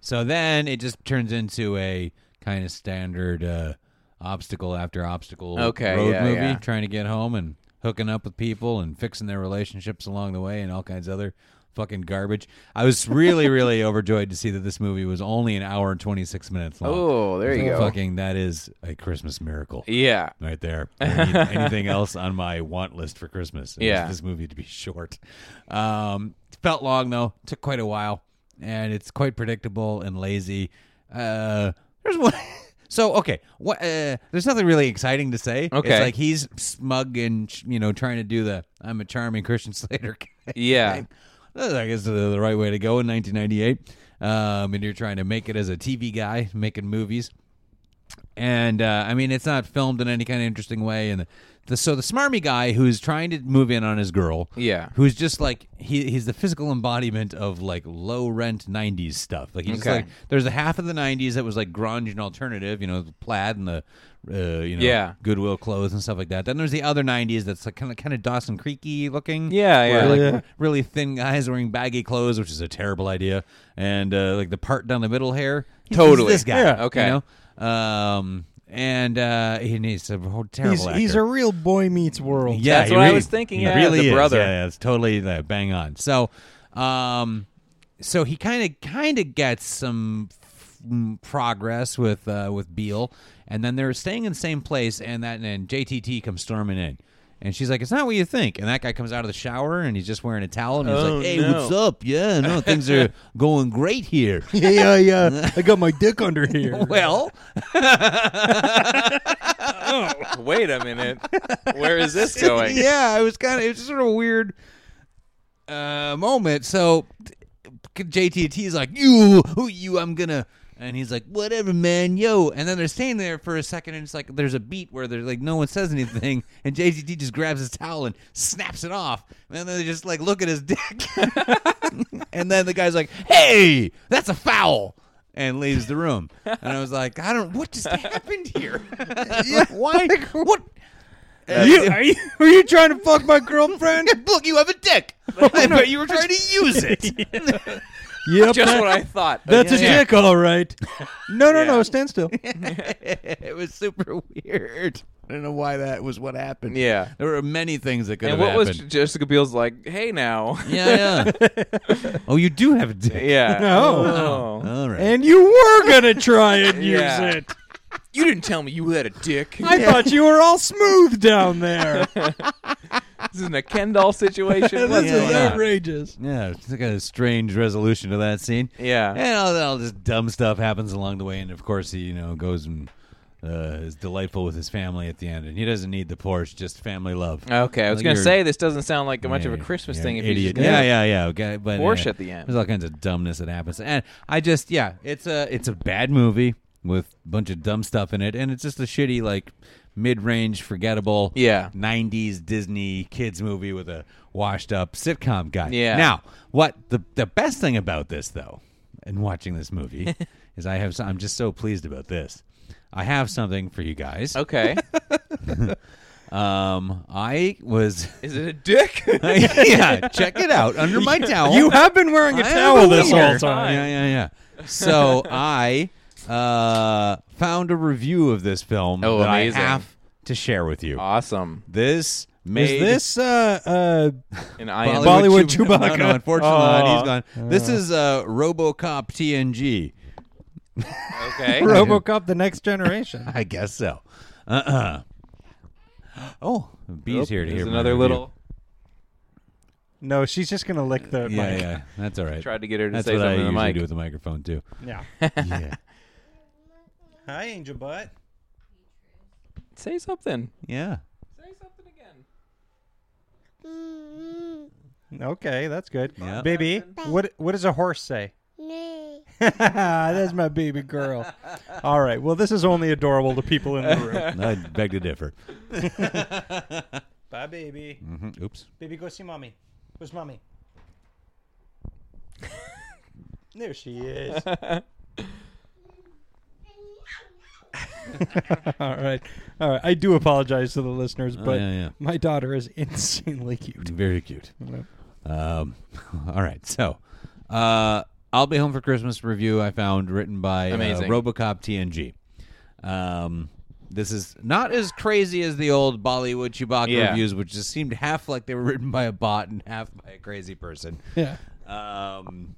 Speaker 3: So then it just turns into a kind of standard uh, obstacle after obstacle
Speaker 1: Okay,
Speaker 3: road
Speaker 1: yeah,
Speaker 3: movie,
Speaker 1: yeah.
Speaker 3: trying to get home and hooking up with people and fixing their relationships along the way and all kinds of other fucking garbage. I was really, really overjoyed to see that this movie was only an hour and twenty six minutes long.
Speaker 1: Oh, there you go.
Speaker 3: Fucking, that is a Christmas miracle.
Speaker 1: yeah.
Speaker 3: Right there. I need anything else on my want list for Christmas? It was
Speaker 1: Yeah.
Speaker 3: this movie to be short. Um, felt long though. Took quite a while, and it's quite predictable and lazy. Uh, there's one. So okay, what? Uh, there's nothing really exciting to say.
Speaker 1: Okay.
Speaker 3: it's like he's smug and you know trying to do the "I'm a charming Christian Slater" guy.
Speaker 1: Yeah.
Speaker 3: I guess the, the right way to go in 1998. Um, and you're trying to make it as a TV guy, making movies. And uh, I mean, it's not filmed in any kind of interesting way. And the, the so the smarmy guy who's trying to move in on his girl,
Speaker 1: Yeah.
Speaker 3: who's just like he, he's the physical embodiment of like low rent 90s stuff like he's just
Speaker 1: Okay.
Speaker 3: like there's a half of the 90s that was like grunge and alternative you know the plaid and the uh, you know
Speaker 1: Yeah.
Speaker 3: goodwill clothes and stuff like that then there's the other 90s that's like kind of kind of dawson creaky looking
Speaker 1: Yeah, yeah.
Speaker 3: where, like
Speaker 2: Yeah.
Speaker 3: really thin guys wearing baggy clothes which is a terrible idea and uh, like the part down the middle hair he's just
Speaker 1: Totally.
Speaker 3: this guy
Speaker 1: Yeah.
Speaker 3: you
Speaker 1: Okay.
Speaker 3: know? um and uh, he needs a whole terrible
Speaker 2: he's, he's
Speaker 3: actor.
Speaker 2: a real boy meets world.
Speaker 3: Yeah,
Speaker 1: That's
Speaker 3: he
Speaker 1: what I
Speaker 3: really-
Speaker 1: was thinking,
Speaker 3: he
Speaker 1: yeah,
Speaker 3: really
Speaker 1: the
Speaker 3: is.
Speaker 1: brother.
Speaker 3: Yeah, yeah, it's totally uh, bang on. So, um, so he kind of kind of gets some f- mm, progress with uh, with Beal, and then they're staying in the same place, and that and JTT comes storming in. And she's like, "It's not what you think." And that guy comes out of the shower, and he's just wearing a towel, and he's
Speaker 1: Oh,
Speaker 3: like, "Hey,
Speaker 1: no.
Speaker 3: what's up? Yeah, no, things are going great here."
Speaker 2: yeah, yeah, yeah. I got my dick under here.
Speaker 3: well,
Speaker 1: Wait a minute. Where is this going?
Speaker 3: yeah, it was kind of it was just sort of a weird uh, moment. So JTT's like, "You, who you? I'm gonna." And he's like, "Whatever, man, yo." And then they're staying there for a second, and it's like there's a beat where there's like no one says anything, and JTT just grabs his towel and snaps it off, and then they just like look at his dick, and then the guy's like, "Hey, that's a foul." And leaves the room, and I was like, "I don't. What just happened here? Why? What?
Speaker 2: You- are you, were you trying to fuck my girlfriend?
Speaker 3: Look, you have a dick. I bet you were trying to use it.
Speaker 2: yep.
Speaker 1: Just
Speaker 2: that-
Speaker 1: what I thought.
Speaker 2: that's a
Speaker 1: Yeah.
Speaker 2: dick, all right. No, no, no. Stand still.
Speaker 3: it was super weird. I don't know why that was what happened.
Speaker 1: Yeah.
Speaker 3: There were many things that could
Speaker 1: And
Speaker 3: have
Speaker 1: what was
Speaker 3: happened.
Speaker 1: Jessica Biel's like? Hey now.
Speaker 3: yeah, yeah. oh, you do have a dick.
Speaker 1: Yeah.
Speaker 2: No.
Speaker 1: Oh.
Speaker 3: All right.
Speaker 2: And you were gonna try and use
Speaker 1: Yeah.
Speaker 2: it.
Speaker 1: You didn't tell me you had a dick.
Speaker 2: I thought you were all smooth down there.
Speaker 1: This isn't a Ken doll situation.
Speaker 2: this
Speaker 1: What's
Speaker 2: is
Speaker 1: going on?
Speaker 2: outrageous.
Speaker 3: yeah, it's like a strange resolution to that scene.
Speaker 1: Yeah.
Speaker 3: And all, all this dumb stuff happens along the way, and of course he, you know, goes and uh, is delightful with his family at the end, and he doesn't need the Porsche, just family love.
Speaker 1: Okay, I was
Speaker 3: Like
Speaker 1: gonna
Speaker 3: Oh, you're-
Speaker 1: say this doesn't sound like much of a
Speaker 3: Yeah,
Speaker 1: Christmas
Speaker 3: you're
Speaker 1: thing.
Speaker 3: an
Speaker 1: If
Speaker 3: idiot.
Speaker 1: you
Speaker 3: yeah, yeah, yeah. Okay, but
Speaker 1: Porsche
Speaker 3: uh,
Speaker 1: at the end.
Speaker 3: There's all kinds of dumbness that happens, and I just yeah, it's a it's a bad movie with a bunch of dumb stuff in it, and it's just a shitty like mid-range, forgettable,
Speaker 1: Yeah.
Speaker 3: '90s Disney kids movie with a washed-up sitcom guy.
Speaker 1: Yeah.
Speaker 3: Now, what the the best thing about this though, in watching this movie, is I have some, I'm just so pleased about this. I have something for you guys.
Speaker 1: Okay,
Speaker 3: Um, I was.
Speaker 1: is it a dick?
Speaker 3: yeah, check it out under my towel.
Speaker 2: You have been wearing a
Speaker 3: I am
Speaker 2: towel this
Speaker 3: wiener.
Speaker 2: whole time.
Speaker 3: Yeah, yeah, yeah. So I uh, found a review of this film
Speaker 1: Oh,
Speaker 3: that
Speaker 1: amazing.
Speaker 3: I have to share with you.
Speaker 1: awesome.
Speaker 3: This made
Speaker 2: Is this uh uh
Speaker 1: And I am
Speaker 2: Bollywood
Speaker 3: Chewb-
Speaker 2: Chewbacca.
Speaker 3: No, no, unfortunately,
Speaker 1: Oh.
Speaker 3: not. he's gone. This is uh, RoboCop TNG.
Speaker 1: okay.
Speaker 2: RoboCop: The Next Generation?
Speaker 3: I guess so. Uh uh Oh, bees here to
Speaker 1: There's
Speaker 3: hear my
Speaker 1: another
Speaker 3: review.
Speaker 1: little
Speaker 2: No, she's just gonna lick the
Speaker 3: yeah,
Speaker 2: mic.
Speaker 3: yeah. That's all right.
Speaker 1: Tried to get her to
Speaker 3: That's
Speaker 1: say
Speaker 3: what I
Speaker 1: something to the
Speaker 3: usually
Speaker 1: mic.
Speaker 3: do with the microphone too.
Speaker 2: Yeah.
Speaker 3: yeah.
Speaker 2: Hi, Angel Butt.
Speaker 1: Say something.
Speaker 3: Yeah.
Speaker 1: Say something again.
Speaker 2: Okay, that's good.
Speaker 3: Yeah.
Speaker 2: Baby, what what does a horse say? That's my baby girl. All right. Well, this is only adorable to people in the room.
Speaker 3: I beg to differ.
Speaker 2: Bye, baby.
Speaker 3: hmm
Speaker 1: Mm-hmm.
Speaker 3: Oops.
Speaker 2: Baby, go see mommy. Where's mommy? there she is. All right. All right. I do apologize to the listeners,
Speaker 3: Oh,
Speaker 2: but
Speaker 3: yeah, yeah.
Speaker 2: my daughter is insanely cute.
Speaker 3: Very cute. Um, all right. So, uh, I'll be home for Christmas review. I found written by uh,
Speaker 1: Amazing.
Speaker 3: RoboCop TNG. Um, this is not as crazy as the old Bollywood Chewbacca
Speaker 1: Yeah.
Speaker 3: reviews, which just seemed half like they were written by a bot and half by a crazy person.
Speaker 2: Yeah.
Speaker 3: Um,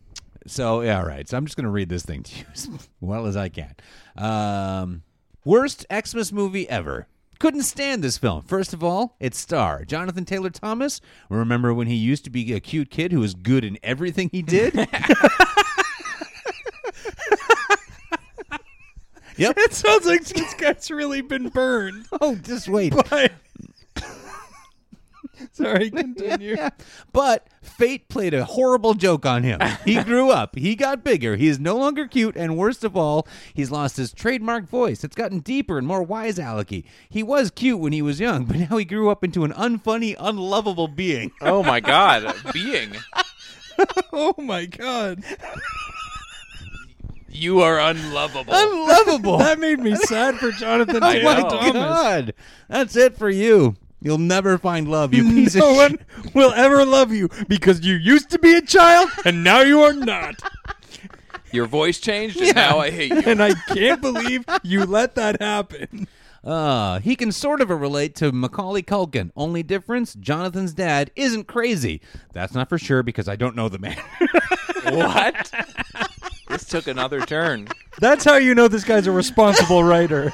Speaker 3: so, yeah, all right. So I'm just going to read this thing to you as well as I can. Um, worst Xmas movie ever. Couldn't stand this film. First of all, its star, Jonathan Taylor Thomas. Remember when he used to be a cute kid who was good in everything he did? yep.
Speaker 2: It sounds like this guy's really been burned.
Speaker 3: Oh, just wait.
Speaker 2: Sorry, continue.
Speaker 3: Yeah. But fate played a horrible joke on him. He grew up, he got bigger, he is no longer cute, and worst of all, he's lost his trademark voice. It's gotten deeper and more wise alecky. He was cute when he was young, but now he grew up into an unfunny, unlovable being.
Speaker 1: Oh my God, being.
Speaker 2: Oh my god.
Speaker 1: You are unlovable.
Speaker 3: Unlovable.
Speaker 2: That made me sad for Jonathan
Speaker 3: oh
Speaker 2: Taylor
Speaker 3: my
Speaker 2: Thomas.
Speaker 3: god. That's it for you. You'll never find love, you piece
Speaker 2: no
Speaker 3: of
Speaker 2: one
Speaker 3: shit.
Speaker 2: will ever love you because you used to be a child and now you are not.
Speaker 1: Your voice changed, and now I hate you.
Speaker 2: And I can't believe you let that happen.
Speaker 3: Uh, he can sort of relate to Macaulay Culkin. Only difference, Jonathan's dad isn't crazy. That's not for sure because I don't know the man.
Speaker 1: what? This took another turn.
Speaker 2: That's how you know this guy's a responsible writer.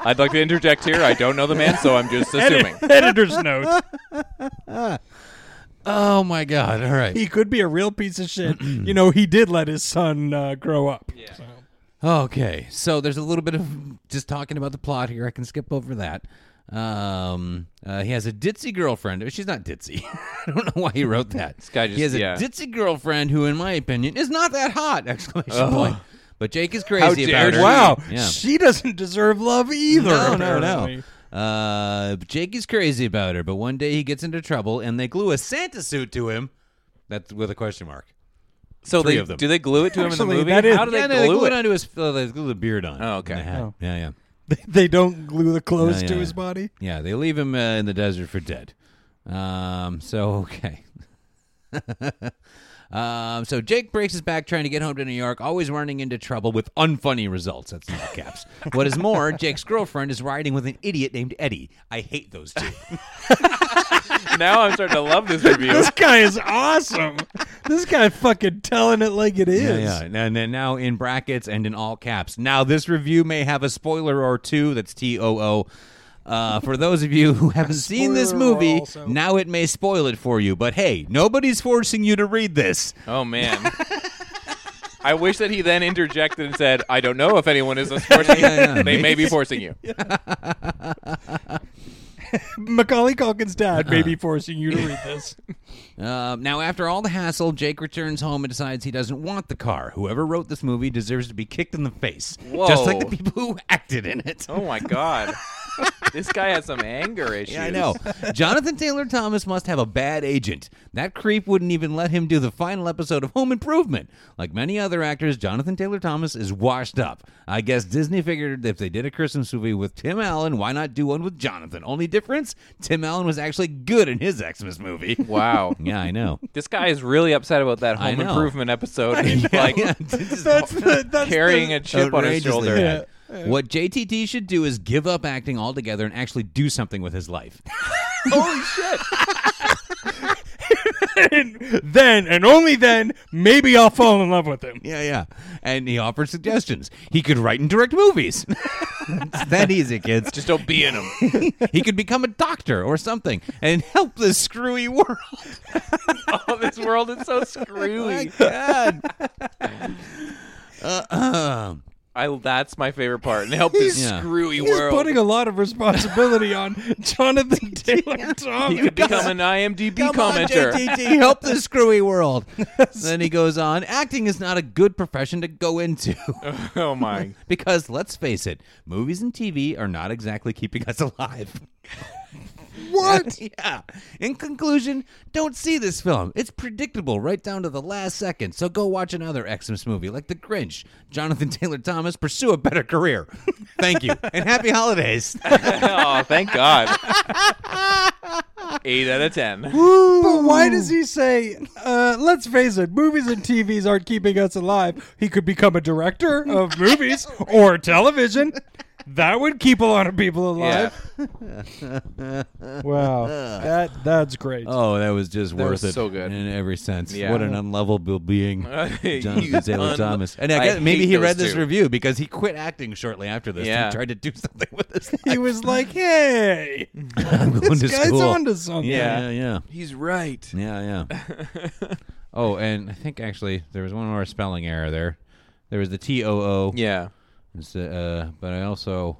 Speaker 1: I'd like to interject here. I don't know the man, so I'm just assuming.
Speaker 2: Editor's note.
Speaker 3: oh my god! All right.
Speaker 2: He could be a real piece of shit. you know, he did let his son uh, grow up. So.
Speaker 3: Okay, so there's a little bit of just talking about the plot here. I can skip over that. Um, uh, he has a ditzy girlfriend. Oh, She's not ditzy. I don't know why he wrote that. This
Speaker 1: guy just-
Speaker 3: he has a
Speaker 1: yeah.
Speaker 3: ditzy girlfriend who, in my opinion, is not that hot! Exclamation point. But Jake is crazy
Speaker 1: dare
Speaker 3: about her.
Speaker 1: you.
Speaker 2: Wow,
Speaker 3: Yeah.
Speaker 2: she doesn't deserve love either.
Speaker 3: No, no,
Speaker 2: apparently.
Speaker 3: no. Uh, Jake is crazy about her, but one day he gets into trouble, and they glue a Santa suit to him. That's with a question mark.
Speaker 1: So
Speaker 3: Three
Speaker 1: they
Speaker 3: of them.
Speaker 1: do they glue it to him in
Speaker 2: Actually,
Speaker 1: the movie?
Speaker 2: that is-
Speaker 1: How do they
Speaker 3: yeah, no,
Speaker 1: glue,
Speaker 3: glue
Speaker 1: it?
Speaker 3: onto his uh, they glue the beard on.
Speaker 1: Oh, okay.
Speaker 3: and the hat.
Speaker 2: Oh.
Speaker 3: Yeah, yeah.
Speaker 2: They- They don't glue the clothes
Speaker 3: Yeah,
Speaker 2: to
Speaker 3: yeah.
Speaker 2: his body.
Speaker 3: Yeah, they leave him uh, in the desert for dead. Um, so okay. um, so Jake breaks his back trying to get home to New York, always running into trouble with unfunny results. That's not caps. what is more, Jake's girlfriend is riding with an idiot named Eddie. I hate those two.
Speaker 1: Now I'm starting to love this review.
Speaker 2: This guy is awesome. this guy fucking telling it like it is.
Speaker 3: Yeah, yeah. And then now in brackets and in all caps. Now, this review may have a spoiler or two. That's T O O. Uh, for those of you who haven't seen this
Speaker 2: spoiler or
Speaker 3: movie,
Speaker 2: also-
Speaker 3: now it may spoil it for you. But hey, nobody's forcing you to read this.
Speaker 1: Oh man. I wish that he then interjected and said, "I don't know if anyone is forcing you. They may be forcing you."
Speaker 2: Macaulay Culkin's dad may be
Speaker 3: Uh-huh.
Speaker 2: forcing you to read this.
Speaker 3: Um, now, after all the hassle, Jake returns home and decides he doesn't want the car. Whoever wrote this movie deserves to be kicked in the face, just like the
Speaker 1: Whoa.
Speaker 3: people who acted in it.
Speaker 1: Oh my god. This guy has some anger issues.
Speaker 3: Yeah, I know. Jonathan Taylor Thomas must have a bad agent. That creep wouldn't even let him do the final episode of Home Improvement. Like many other actors, Jonathan Taylor Thomas is washed up. I guess Disney figured if they did a Christmas movie with Tim Allen, why not do one with Jonathan? Only difference Tim Allen was actually good in his Xmas movie.
Speaker 1: Wow.
Speaker 3: Yeah, I know.
Speaker 1: This guy is really upset about that
Speaker 3: I
Speaker 1: home
Speaker 3: know.
Speaker 1: improvement episode. He's like
Speaker 2: That's the that's
Speaker 1: carrying
Speaker 2: the,
Speaker 1: a chip on his
Speaker 3: Outrageously
Speaker 1: shoulder.
Speaker 3: bad. What JTT should do is give up acting altogether and actually do something with his life.
Speaker 1: Holy shit.
Speaker 2: then and only then maybe I'll fall in love with him.
Speaker 3: Yeah, yeah. And he offers suggestions. He could write and direct movies. It's that easy, kids.
Speaker 1: Just don't be in them.
Speaker 3: he could become a doctor or something and help this screwy world.
Speaker 1: oh, this world is so screwy.
Speaker 3: Oh God. uh,
Speaker 1: I, that's my favorite part. And help this
Speaker 3: Yeah.
Speaker 1: screwy
Speaker 2: He's
Speaker 1: world.
Speaker 2: putting a lot of responsibility on Jonathan Taylor Thomas.
Speaker 1: he could become an IMDb
Speaker 3: Come on,
Speaker 1: commenter.
Speaker 3: JTT, help the screwy world. then he goes on, acting is not a good profession to go into
Speaker 1: oh my!
Speaker 3: because let's face it, movies and TV are not exactly keeping us alive. What? yeah. In conclusion, don't see this film. It's predictable right down to the last second. So go watch another Xmas movie like The Grinch. Jonathan Taylor Thomas, pursue a better career. Thank you. and happy holidays.
Speaker 1: oh, thank God. Eight out of ten.
Speaker 2: But why does he say, uh, let's face it, movies and TVs aren't keeping us alive? He could become a director of movies or television. That would keep a lot of people alive. Wow. That that's great.
Speaker 3: Oh, that was just worth
Speaker 1: was
Speaker 3: it.
Speaker 1: so good.
Speaker 3: in every sense.
Speaker 1: Yeah.
Speaker 3: What an unlovable being,
Speaker 1: You
Speaker 3: Jonathan Taylor
Speaker 1: unlo-
Speaker 3: Thomas. And I
Speaker 1: I
Speaker 3: guess maybe
Speaker 1: hate
Speaker 3: he read
Speaker 1: those
Speaker 3: this
Speaker 1: two.
Speaker 3: review because he quit acting shortly after this.
Speaker 1: Yeah.
Speaker 3: He tried to do something with his life.
Speaker 2: he was like, hey,
Speaker 3: I'm going
Speaker 2: this
Speaker 3: to
Speaker 2: guy's
Speaker 3: school.
Speaker 2: onto something.
Speaker 3: yeah, yeah,
Speaker 1: He's right.
Speaker 3: yeah, yeah, yeah. oh, and I think actually there was one more spelling error there. There was the T O O.
Speaker 1: Yeah,
Speaker 3: It's, Uh, but I also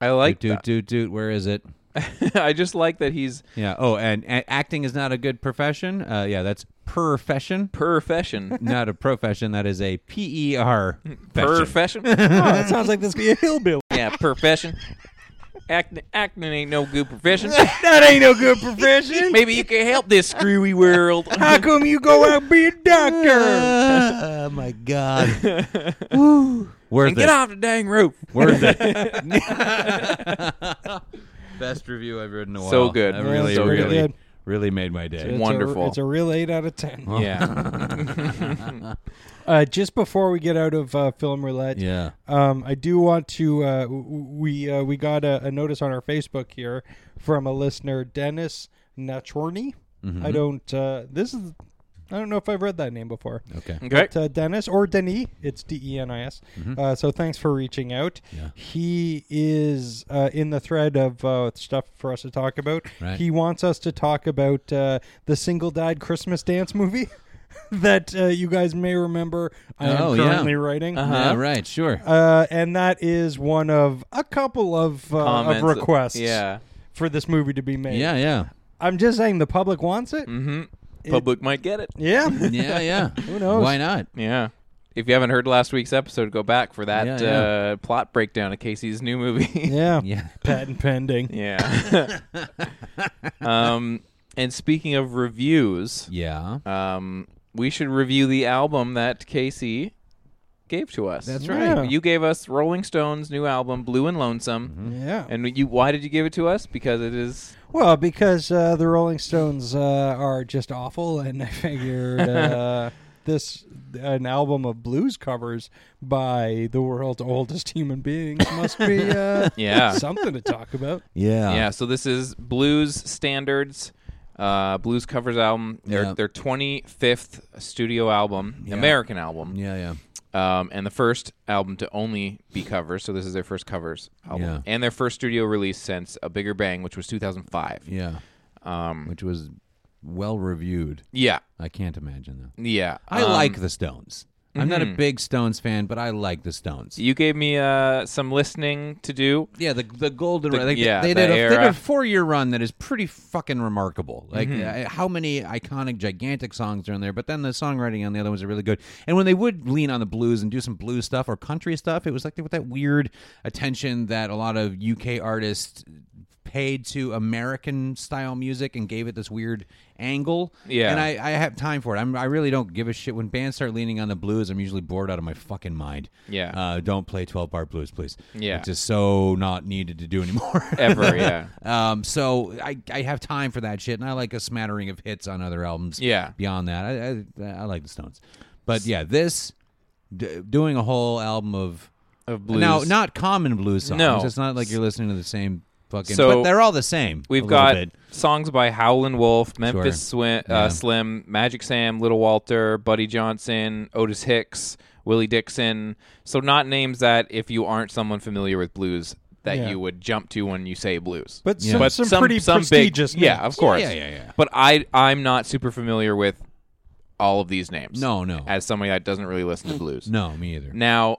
Speaker 1: I like.
Speaker 3: doot doot doot. Where is it?
Speaker 1: that. I just like that he's
Speaker 3: Yeah. Oh, and a- acting is not a good profession. Uh, yeah, that's profession.
Speaker 1: profession.
Speaker 3: not a profession. That is a P E R.
Speaker 1: Profession.
Speaker 2: Oh, that sounds like this be a hillbilly.
Speaker 1: yeah, profession. Acting, acting ain't no good profession.
Speaker 2: that ain't no good profession.
Speaker 1: Maybe you can help this screwy world.
Speaker 2: How come you go out and be a doctor?
Speaker 3: Oh my god. Worth
Speaker 1: and get off the dang roof.
Speaker 3: Worth it. Best review I've written in a while.
Speaker 1: So good.
Speaker 3: That
Speaker 1: Yeah,
Speaker 3: really,
Speaker 1: so
Speaker 3: really,
Speaker 2: good.
Speaker 3: really made my day.
Speaker 2: It's a-
Speaker 1: Wonderful.
Speaker 2: it's a real 8 out of 10.
Speaker 1: Yeah.
Speaker 2: Uh, just before we get out of uh, film roulette,
Speaker 3: Yeah.
Speaker 2: um, I do want to. Uh, w- w- we uh, we got a, a notice on our Facebook here from a listener, Dennis Nachorny. I
Speaker 3: Mm-hmm.
Speaker 2: don't. Uh, this is. I don't know if I've read that name before.
Speaker 3: Okay.
Speaker 1: Okay.
Speaker 2: But, uh, Dennis or Denis, it's D E N I S.
Speaker 3: Mm-hmm.
Speaker 2: Uh, so thanks for reaching out. He is uh, in the thread of uh, stuff for us to talk about.
Speaker 3: Right.
Speaker 2: He wants us to talk about uh, the single dyed Christmas dance movie that uh, you guys may remember. I
Speaker 3: Oh,
Speaker 2: am
Speaker 3: yeah. Uh-huh.
Speaker 2: currently writing.
Speaker 1: Uh-huh.
Speaker 3: Yeah, right, sure.
Speaker 2: Uh, and that is one of a couple of, uh, of
Speaker 1: Comments.
Speaker 2: requests
Speaker 1: Yeah.
Speaker 2: for this movie to be made.
Speaker 3: yeah, yeah.
Speaker 2: I'm just saying the public wants it.
Speaker 1: Mm-hmm. Public might get it.
Speaker 2: Yeah.
Speaker 3: Yeah, yeah. Who
Speaker 2: knows?
Speaker 3: Why not?
Speaker 1: Yeah. If you haven't heard last week's episode, go back for that
Speaker 3: Yeah, yeah.
Speaker 1: Uh, plot breakdown of Casey's new movie.
Speaker 2: yeah.
Speaker 3: Yeah.
Speaker 2: Patent pending.
Speaker 1: Yeah. um, and speaking of reviews,
Speaker 3: Yeah.
Speaker 1: um, we should review the album that Casey gave to us. That's
Speaker 2: right. Yeah.
Speaker 1: You gave us Rolling Stone's new album, Blue and Lonesome.
Speaker 3: Mm-hmm.
Speaker 2: Yeah.
Speaker 1: And you, why did you give it to us? Because it is.
Speaker 2: Well, because uh, the Rolling Stones uh, are just awful, and I figured uh, this an album of blues covers by the world's oldest human beings must be uh,
Speaker 1: Yeah.
Speaker 2: something to talk about.
Speaker 3: Yeah.
Speaker 1: yeah. So this is blues standards, uh, blues covers album. Their
Speaker 3: Yeah.
Speaker 1: their twenty fifth studio album, American album,
Speaker 3: Yeah, yeah.
Speaker 1: um, and the first album to only be covers. So this is their first covers album
Speaker 3: Yeah.
Speaker 1: and their first studio release since A Bigger Bang, which was two thousand five.
Speaker 3: Yeah. Um, Which was well reviewed.
Speaker 1: Yeah,
Speaker 3: I can't imagine that.
Speaker 1: yeah.
Speaker 3: I
Speaker 1: Um,
Speaker 3: like the Stones. I'm not a big Stones fan, but I like the Stones.
Speaker 1: You gave me uh, some listening to do.
Speaker 3: Yeah, the the golden
Speaker 1: The-
Speaker 3: run. Like,
Speaker 1: yeah,
Speaker 3: they,
Speaker 1: the
Speaker 3: did a, they did a
Speaker 1: era. Mm-hmm.
Speaker 3: four year run that is pretty fucking remarkable. Like uh, how many iconic, gigantic songs are in there? But then the songwriting on the other ones are really good. And when they would lean on the blues and do some blues stuff or country stuff, it was like with that weird attention that a lot of UK artists paid to American style music and gave it this weird angle.
Speaker 1: Yeah.
Speaker 3: and I, I have time for it. I'm, I really don't give a shit when bands start leaning on the blues. I'm usually bored out of my fucking mind.
Speaker 1: Yeah.
Speaker 3: uh, don't play twelve bar blues, please.
Speaker 1: Yeah.
Speaker 3: It's just so not needed to do anymore
Speaker 1: Ever, yeah.
Speaker 3: um, so I, I have time for that shit, and I like a smattering of hits on other albums.
Speaker 1: Yeah.
Speaker 3: Beyond that, I I, I like the Stones, but yeah, this d- doing a whole album of uh,
Speaker 1: Of blues.
Speaker 3: Now, not common blues songs.
Speaker 1: No.
Speaker 3: It's not like you're listening to the same fucking.
Speaker 1: So-
Speaker 3: but they're all the same. a
Speaker 1: We've
Speaker 3: little
Speaker 1: got
Speaker 3: bit.
Speaker 1: songs by Howlin' Wolf, Memphis Swi-
Speaker 3: Yeah.
Speaker 1: uh, Slim, Magic Sam, Little Walter, Buddy Johnson, Otis Hicks, Willie Dixon. So not names that if you aren't someone familiar with blues that
Speaker 2: Yeah.
Speaker 1: you would jump to when you say blues.
Speaker 2: But some, some, pretty
Speaker 1: some big-
Speaker 2: prestigious.
Speaker 1: yeah,
Speaker 2: names.
Speaker 1: of course.
Speaker 3: Yeah, yeah, yeah.
Speaker 1: But I I'm not super familiar with all of these names.
Speaker 3: No, no.
Speaker 1: As somebody that doesn't really listen to blues.
Speaker 3: No, me either.
Speaker 1: Now,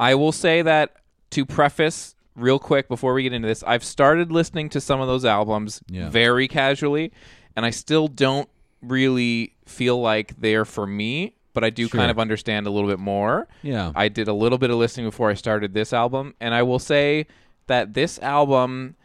Speaker 1: I will say that to preface real quick before we get into this, I've started listening to some of those albums
Speaker 3: Yeah.
Speaker 1: very casually, and I still don't really feel like they're for me, but I do kind of understand a little bit more.
Speaker 3: Yeah.
Speaker 1: I did a little bit of listening before I started this album, and I will say that this album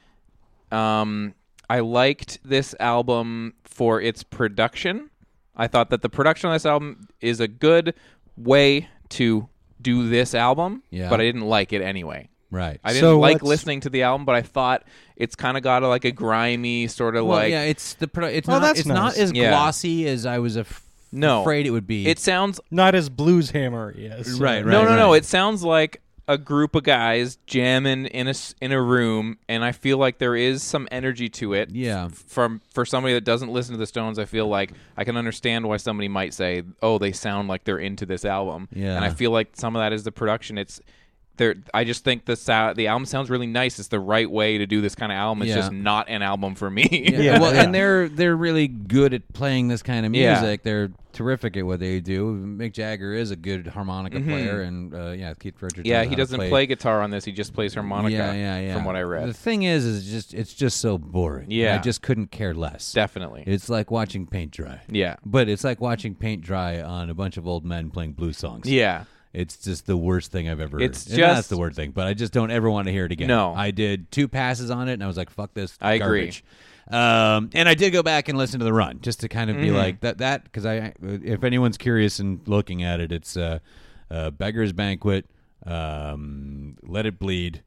Speaker 1: um I liked this album for its production. I thought that the production on this album is a good way to do this album,
Speaker 3: Yeah.
Speaker 1: but I didn't like it anyway.
Speaker 3: Right.
Speaker 1: I didn't
Speaker 2: So
Speaker 1: like
Speaker 2: what's-
Speaker 1: listening to the album, but I thought it's kind of got a, like a grimy sort of
Speaker 3: well,
Speaker 1: like
Speaker 3: yeah, it's the pro- it's
Speaker 2: Oh,
Speaker 3: not
Speaker 2: that's
Speaker 3: it's
Speaker 2: nice.
Speaker 3: not as
Speaker 1: Yeah.
Speaker 3: glossy as I was af-
Speaker 1: No.
Speaker 3: afraid it would be.
Speaker 1: it sounds
Speaker 2: Not as blues hammery as
Speaker 3: Right,
Speaker 2: uh,
Speaker 3: right.
Speaker 1: no, no, no. It sounds like a group of guys jamming in a s- in a room, and I feel like there is some energy to it.
Speaker 3: Yeah.
Speaker 1: F- From for somebody that doesn't listen to the Stones, I feel like I can understand why somebody might say, "Oh, they sound like they're into this album."
Speaker 3: Yeah.
Speaker 1: And I feel like some of that is the production. It's there. I just think the sou- the album sounds really nice. It's the right way to do this kind of album. It's
Speaker 3: Yeah.
Speaker 1: just not an album for me.
Speaker 3: yeah, well, and they're they're really good at playing this kind of
Speaker 1: Yeah.
Speaker 3: music. They're terrific at what they do. Mick Jagger is a good harmonica player, and uh, yeah, Keith Richards.
Speaker 1: Mm-hmm. Yeah,
Speaker 3: knows how
Speaker 1: he
Speaker 3: to
Speaker 1: doesn't play guitar on this. He just plays harmonica.
Speaker 3: Yeah, yeah, yeah.
Speaker 1: From what I read,
Speaker 3: the thing is, is it's just it's just so boring.
Speaker 1: Yeah.
Speaker 3: I just couldn't care less.
Speaker 1: definitely.
Speaker 3: It's like watching paint dry.
Speaker 1: yeah.
Speaker 3: But it's like watching paint dry on a bunch of old men playing blues songs.
Speaker 1: Yeah.
Speaker 3: It's just the worst thing I've ever.
Speaker 1: It's
Speaker 3: heard. And that's
Speaker 1: just-
Speaker 3: the worst thing. But I just don't ever want to hear it again.
Speaker 1: No.
Speaker 3: I did two passes on it, and I was like, "Fuck this."
Speaker 1: I agree.
Speaker 3: garbage. Um, and I did go back and listen to the run just to kind of be like that. That because I, if anyone's curious and looking at it, it's uh, uh, Beggar's Banquet, um, Let It Bleed.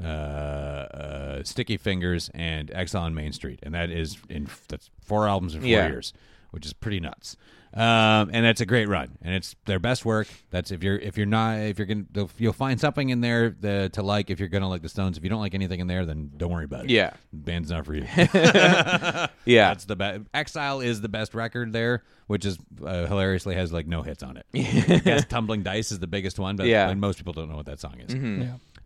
Speaker 3: Uh, uh, Sticky Fingers and Exile on Main Street, and that is in that's four albums in four
Speaker 1: Yeah.
Speaker 3: years which is pretty nuts. Um, and that's a great run, and it's their best work. That's if you're if you're not if you're gonna you'll find something in there the, to like. If you're gonna like the Stones, if you don't like anything in there, then don't worry about it.
Speaker 1: Yeah.
Speaker 3: band's not for you.
Speaker 1: Yeah.
Speaker 3: that's the best. Exile is the best record there, which is uh, hilariously has like no hits on it. I guess Tumbling Dice is the biggest one, but
Speaker 1: Yeah. Mm-hmm.
Speaker 3: and most people don't know what that song is.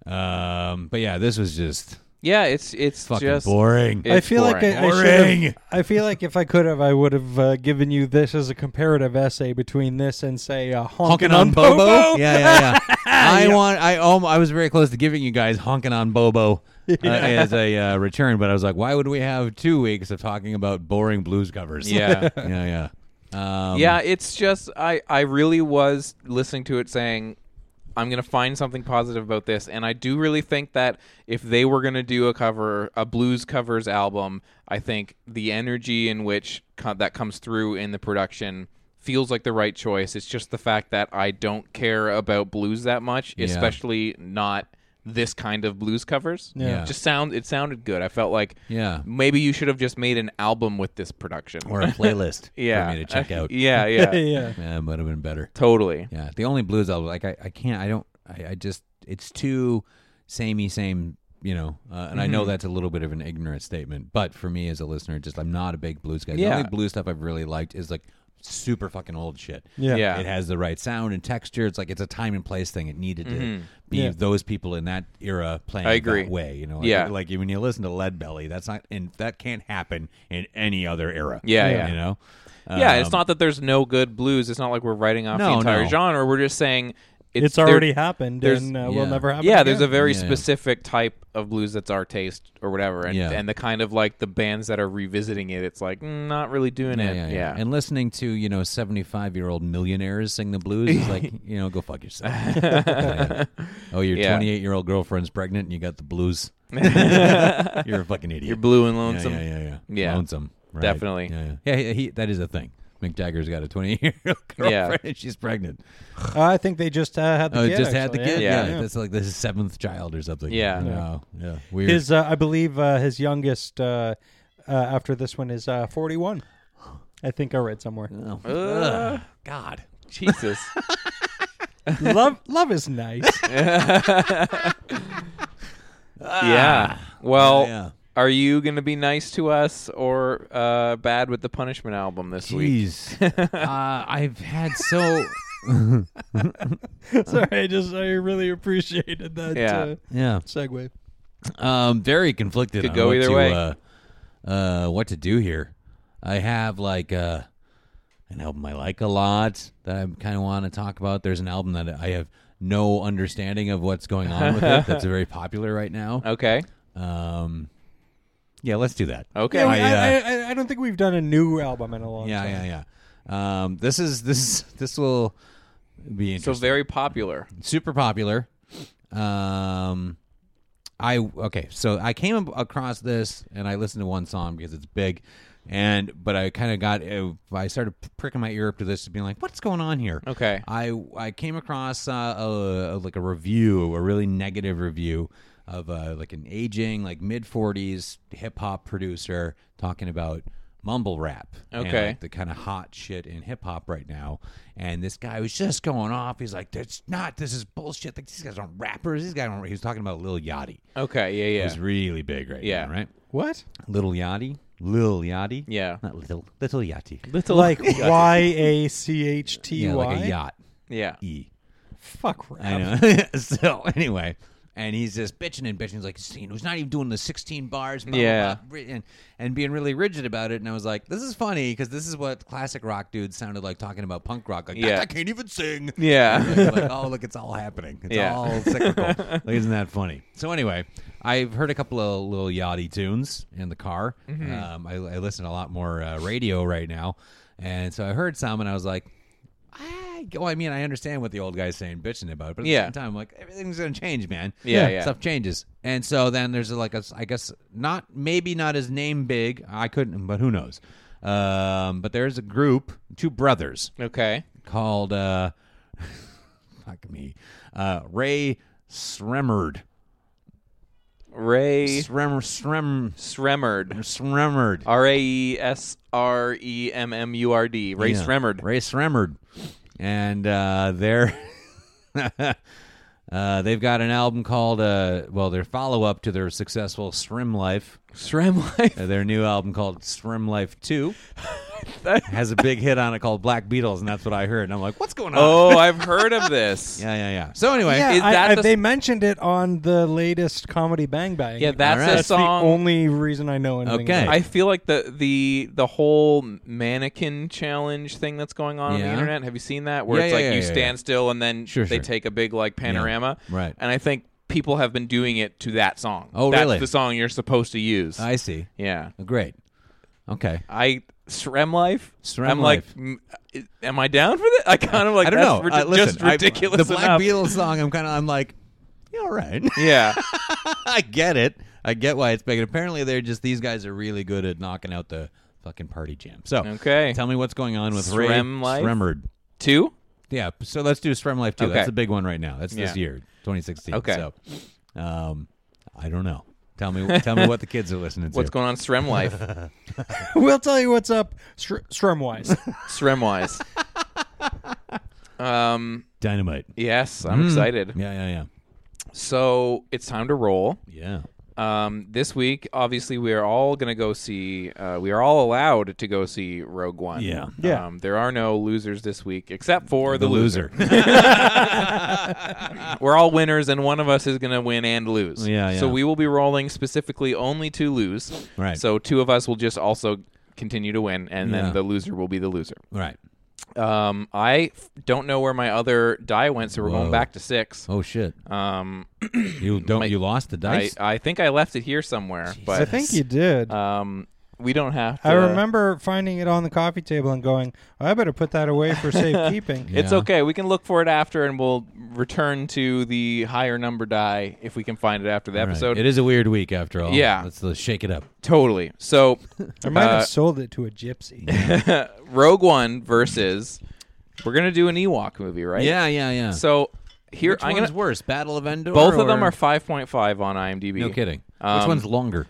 Speaker 3: Um, but yeah, this was just
Speaker 1: Yeah, it's it's
Speaker 3: fucking
Speaker 1: just
Speaker 3: boring.
Speaker 1: It's
Speaker 2: I feel
Speaker 1: boring.
Speaker 2: like I, I should have, I feel like if I could have, I would have uh, given you this as a comparative essay between this and say uh, honking,
Speaker 3: honking on, Bobo.
Speaker 2: Bobo.
Speaker 3: Yeah, yeah, yeah. I want. I almo- I was very close to giving you guys honking on Bobo uh, as a uh, return, but I was like, why would we have two weeks of talking about boring blues covers?
Speaker 1: Yeah.
Speaker 3: yeah, yeah. Um,
Speaker 1: yeah, it's just I I really was listening to it saying I'm going to find something positive about this and I do really think that if they were going to do a cover a blues covers album, I think the energy in which co- that comes through in the production feels like the right choice. It's just the fact that I don't care about blues that much, especially not this kind of blues covers.
Speaker 3: Yeah.
Speaker 1: Just sound it sounded good. I felt like
Speaker 3: Yeah.
Speaker 1: maybe you should have just made an album with this production.
Speaker 3: Or a playlist
Speaker 1: yeah.
Speaker 3: for me to check out.
Speaker 1: yeah, yeah.
Speaker 2: yeah.
Speaker 3: Yeah, it would have been better.
Speaker 1: Totally.
Speaker 3: Yeah, the only blues album like I, I can't I don't I, I just it's too samey same you know uh, and I
Speaker 1: Mm-hmm.
Speaker 3: know that's a little bit of an ignorant statement but for me as a listener just I'm not a big blues guy the
Speaker 1: Yeah.
Speaker 3: only blues stuff I've really liked is like super fucking old shit
Speaker 2: Yeah.
Speaker 1: Yeah.
Speaker 3: it has the right sound and texture it's like it's a time and place thing it needed to be
Speaker 2: Yeah.
Speaker 3: those people in that era playing
Speaker 1: Mm-hmm. I agree.
Speaker 3: that way you know like,
Speaker 1: Yeah.
Speaker 3: like when you listen to Lead Belly that's not and that can't happen in any other era
Speaker 1: Yeah, yeah.
Speaker 3: you know
Speaker 1: Yeah, it's
Speaker 3: Um,
Speaker 1: not that there's no good blues. It's not like we're writing off
Speaker 3: No,
Speaker 1: the entire
Speaker 3: no.
Speaker 1: genre. We're just saying it's,
Speaker 2: It's already
Speaker 1: there-
Speaker 2: happened,
Speaker 1: there's-
Speaker 2: and uh,
Speaker 3: yeah.
Speaker 2: will never happen.
Speaker 1: Yeah, there's a
Speaker 2: again.
Speaker 1: very
Speaker 3: Yeah, yeah.
Speaker 1: specific type of blues that's our taste or whatever, and
Speaker 3: Yeah.
Speaker 1: and the kind of like the bands that are revisiting it. It's like mm, not really doing it. Yeah,
Speaker 3: And listening to, you know, 75 year old millionaires sing the blues is like, you know, go fuck yourself. Yeah. Oh, your
Speaker 1: Yeah.
Speaker 3: 28 year old girlfriend's pregnant and you got the blues. You're a fucking idiot.
Speaker 1: You're blue and
Speaker 3: yeah, yeah,
Speaker 1: lonesome.
Speaker 3: yeah, yeah.
Speaker 1: Yeah.
Speaker 3: Lonesome. right.
Speaker 1: Definitely.
Speaker 3: Yeah, yeah. yeah he, he- that is a thing. Mick Jagger's got a 28 year old
Speaker 1: Yeah.
Speaker 3: girlfriend and she's pregnant.
Speaker 2: Uh, I think they just uh, had the
Speaker 3: Oh,
Speaker 2: kid.
Speaker 3: just had the
Speaker 2: actually,
Speaker 3: kid?
Speaker 1: Yeah.
Speaker 2: Yeah.
Speaker 3: That's like the seventh child or something.
Speaker 1: Yeah. Yeah.
Speaker 3: Wow. Yeah. Weird.
Speaker 2: His, uh, I believe, uh, his youngest uh, uh, after this one is uh, 41. I think I read somewhere.
Speaker 3: Oh,
Speaker 1: uh, Ugh.
Speaker 3: ugh, God.
Speaker 1: Jesus.
Speaker 2: love, love is nice.
Speaker 1: yeah. Well,
Speaker 3: Ah. Yeah.
Speaker 1: are you gonna be nice to us or uh, bad with the punishment album this week?
Speaker 3: Jeez. uh, I've had so
Speaker 2: Sorry, I just I really appreciated that
Speaker 1: Yeah.
Speaker 2: uh,
Speaker 3: Yeah.
Speaker 2: segue.
Speaker 3: Um, very conflicted.
Speaker 1: Could
Speaker 3: on
Speaker 1: go
Speaker 3: what
Speaker 1: either
Speaker 3: to,
Speaker 1: way.
Speaker 3: Uh, uh, what to do here? I have like uh, an album I like a lot that I kind of want to talk about. There's an album that I have no understanding of what's going on with it. That's very popular right now.
Speaker 1: Okay.
Speaker 3: Um, yeah, let's do that.
Speaker 1: Okay.
Speaker 2: Yeah, we-
Speaker 3: I, uh,
Speaker 2: I, I, I don't think we've done a new album in a long
Speaker 3: Yeah,
Speaker 2: time.
Speaker 3: yeah, yeah. Um, this is this is- this will be
Speaker 1: So
Speaker 3: interesting.
Speaker 1: very popular.
Speaker 3: super popular. Um, I okay, so I came ab- across this and I listened to one song because it's big, and but I kind of got uh, I started pricking my ear up to this, being like, "What's going on here?"
Speaker 1: Okay.
Speaker 3: I I came across uh, a, a- like a review, a really negative review of uh, like an aging, like mid forties hip hop producer talking about mumble rap. and,
Speaker 1: Okay.
Speaker 3: like, the kind of hot shit in hip hop right now. And this guy was just going off. He's like, "That's not. This is bullshit. Like these guys aren't rappers. These guys aren't." He was talking about Lil Yachty.
Speaker 1: Okay. Yeah.
Speaker 3: He's
Speaker 1: Yeah.
Speaker 3: really big right
Speaker 1: Yeah.
Speaker 3: now, right?
Speaker 2: What?
Speaker 3: Little Yachty, Lil Yachty,
Speaker 1: Yeah.
Speaker 3: not little, little Yachty.
Speaker 1: Little
Speaker 2: Like Y A C H T
Speaker 3: Yeah, like a
Speaker 2: Y.
Speaker 3: yacht.
Speaker 1: Yeah.
Speaker 3: E.
Speaker 2: Fuck
Speaker 3: I
Speaker 2: rap.
Speaker 3: know. so anyway, and he's just bitching and bitching. He's like, you know, he's not even doing the 16 bars. Blah,
Speaker 1: Yeah.
Speaker 3: yeah. Blah, blah, and, and being really rigid about it. And I was like, this is funny because this is what classic rock dudes sounded like talking about punk rock. Like,
Speaker 1: Yeah.
Speaker 3: I can't even sing.
Speaker 1: Yeah.
Speaker 3: Like, like, oh, look, it's all happening. It's
Speaker 1: Yeah.
Speaker 3: all cyclical. like, isn't that funny? So anyway, I've heard a couple of little yachty tunes in the car.
Speaker 1: Mm-hmm.
Speaker 3: Um, I, I listen to a lot more uh, radio right now. And so I heard some and I was like, I, well, I mean, I understand what the old guy's saying, bitching about, but at
Speaker 1: Yeah.
Speaker 3: the same time, I'm like, everything's going to change, man.
Speaker 1: Yeah, yeah.
Speaker 3: Stuff changes. And so then there's like, a, I guess, not, maybe not his name big. I couldn't, but who knows. Um, but there's a group, two brothers
Speaker 1: Okay.
Speaker 3: called uh fuck me uh ray sremmerd
Speaker 1: Ray
Speaker 3: sremmer srem
Speaker 1: Sremmerd.
Speaker 3: sremmerd
Speaker 1: R A E S R E M M U R D. Ray
Speaker 3: Yeah.
Speaker 1: Sremmerd.
Speaker 3: ray sremmerd and uh they're uh they've got an album called uh well their follow-up to their successful srem life
Speaker 1: Srem life.
Speaker 3: uh, their new album called srem life 2 has a big hit on it called black beatles and that's what i heard and i'm like what's going on
Speaker 1: Oh, I've heard of this.
Speaker 3: yeah yeah yeah so anyway
Speaker 2: Yeah,
Speaker 1: Is
Speaker 2: I-
Speaker 1: that
Speaker 2: I-
Speaker 1: the-
Speaker 2: they mentioned it on the latest comedy Bang Bang.
Speaker 1: Yeah, that's
Speaker 3: All right.
Speaker 1: a
Speaker 2: That's
Speaker 1: song.
Speaker 2: the only reason I know anything.
Speaker 3: Okay.
Speaker 2: about it.
Speaker 1: I feel like the the the whole mannequin challenge thing that's going on on the
Speaker 3: Yeah.
Speaker 1: internet. Have you seen that? Where
Speaker 3: Yeah,
Speaker 1: it's
Speaker 3: yeah,
Speaker 1: like
Speaker 3: yeah,
Speaker 1: you
Speaker 3: yeah, yeah.
Speaker 1: stand still and then
Speaker 3: Sure,
Speaker 1: they
Speaker 3: sure.
Speaker 1: take a big like panorama.
Speaker 3: right.
Speaker 1: And I think people have been doing it to that song.
Speaker 3: Oh,
Speaker 1: that's
Speaker 3: really?
Speaker 1: The song you're supposed to use.
Speaker 3: i see
Speaker 1: yeah.
Speaker 3: great okay
Speaker 1: I Srem life.
Speaker 3: Srem
Speaker 1: I'm like,
Speaker 3: E life.
Speaker 1: m- am I down for that? I kind of like
Speaker 3: I don't
Speaker 1: that's
Speaker 3: know.
Speaker 1: rid-
Speaker 3: I- listen,
Speaker 1: just
Speaker 3: I-
Speaker 1: ridiculous.
Speaker 3: the Black
Speaker 1: enough.
Speaker 3: Beatles song, I'm kind of, I'm like, yeah, all right.
Speaker 1: Yeah.
Speaker 3: I get it. I get why it's big. And apparently, they're just these guys are really good at knocking out the fucking party jam. So,
Speaker 1: Okay.
Speaker 3: tell me what's going on with
Speaker 1: Srem
Speaker 3: Ray
Speaker 1: Life?
Speaker 3: Sremmerd.
Speaker 1: Two.
Speaker 3: Yeah. So let's do Srem Life too.
Speaker 1: Okay.
Speaker 3: That's the big one right now. That's this
Speaker 1: Yeah.
Speaker 3: year, 2016.
Speaker 1: Okay.
Speaker 3: So, um, I don't know. Tell me, tell me what the kids are listening to.
Speaker 1: What's going on Srem E life?
Speaker 2: we'll tell you what's up, Strum wise.
Speaker 1: Srem E wise. Um.
Speaker 3: Dynamite.
Speaker 1: Yes,
Speaker 3: Hmm.
Speaker 1: I'm excited.
Speaker 3: Yeah, yeah, yeah,
Speaker 1: So it's time to roll.
Speaker 3: yeah.
Speaker 1: Um, this week, obviously, we are all going to go see. Uh, we are all allowed to go see Rogue One.
Speaker 3: Yeah.
Speaker 2: Yeah.
Speaker 1: Um, there are no losers this week, except for the,
Speaker 3: loser.
Speaker 1: We're all winners, and one of us is going to win and lose.
Speaker 3: Yeah, yeah.
Speaker 1: So we will be rolling specifically only to lose.
Speaker 3: Right.
Speaker 1: So two of us will just also continue to win, and
Speaker 3: Yeah.
Speaker 1: then the loser will be the loser.
Speaker 3: right.
Speaker 1: Um, I f- don't know where my other die went, so we're going
Speaker 3: Whoa.
Speaker 1: back to six.
Speaker 3: Oh shit.
Speaker 1: Um,
Speaker 3: You don't. you lost the
Speaker 1: I,
Speaker 3: dice.
Speaker 1: I think I left it here somewhere,
Speaker 2: I
Speaker 1: but
Speaker 2: think you did.
Speaker 3: Uh,
Speaker 1: um, we don't have. to...
Speaker 2: I remember finding it on the coffee table and going, I better put that away for safekeeping.
Speaker 1: It's okay. We can look for it after, and we'll return to the higher number die if we can find it after the
Speaker 3: Right.
Speaker 1: episode.
Speaker 3: It is a weird week after all.
Speaker 1: Yeah.
Speaker 3: Let's, let's shake it up.
Speaker 1: totally. So,
Speaker 2: I might
Speaker 1: Uh,
Speaker 2: have sold it to a gypsy.
Speaker 1: Rogue One versus we're gonna do an Ewok movie, right?
Speaker 3: Yeah, yeah, yeah.
Speaker 1: So here
Speaker 3: Which
Speaker 1: I'm
Speaker 3: one's
Speaker 1: gonna.
Speaker 3: worse, Battle of Endor?
Speaker 1: Both of them
Speaker 3: or-
Speaker 1: are 5.5 on IMDb.
Speaker 3: No kidding. Which
Speaker 1: Um,
Speaker 3: one's longer?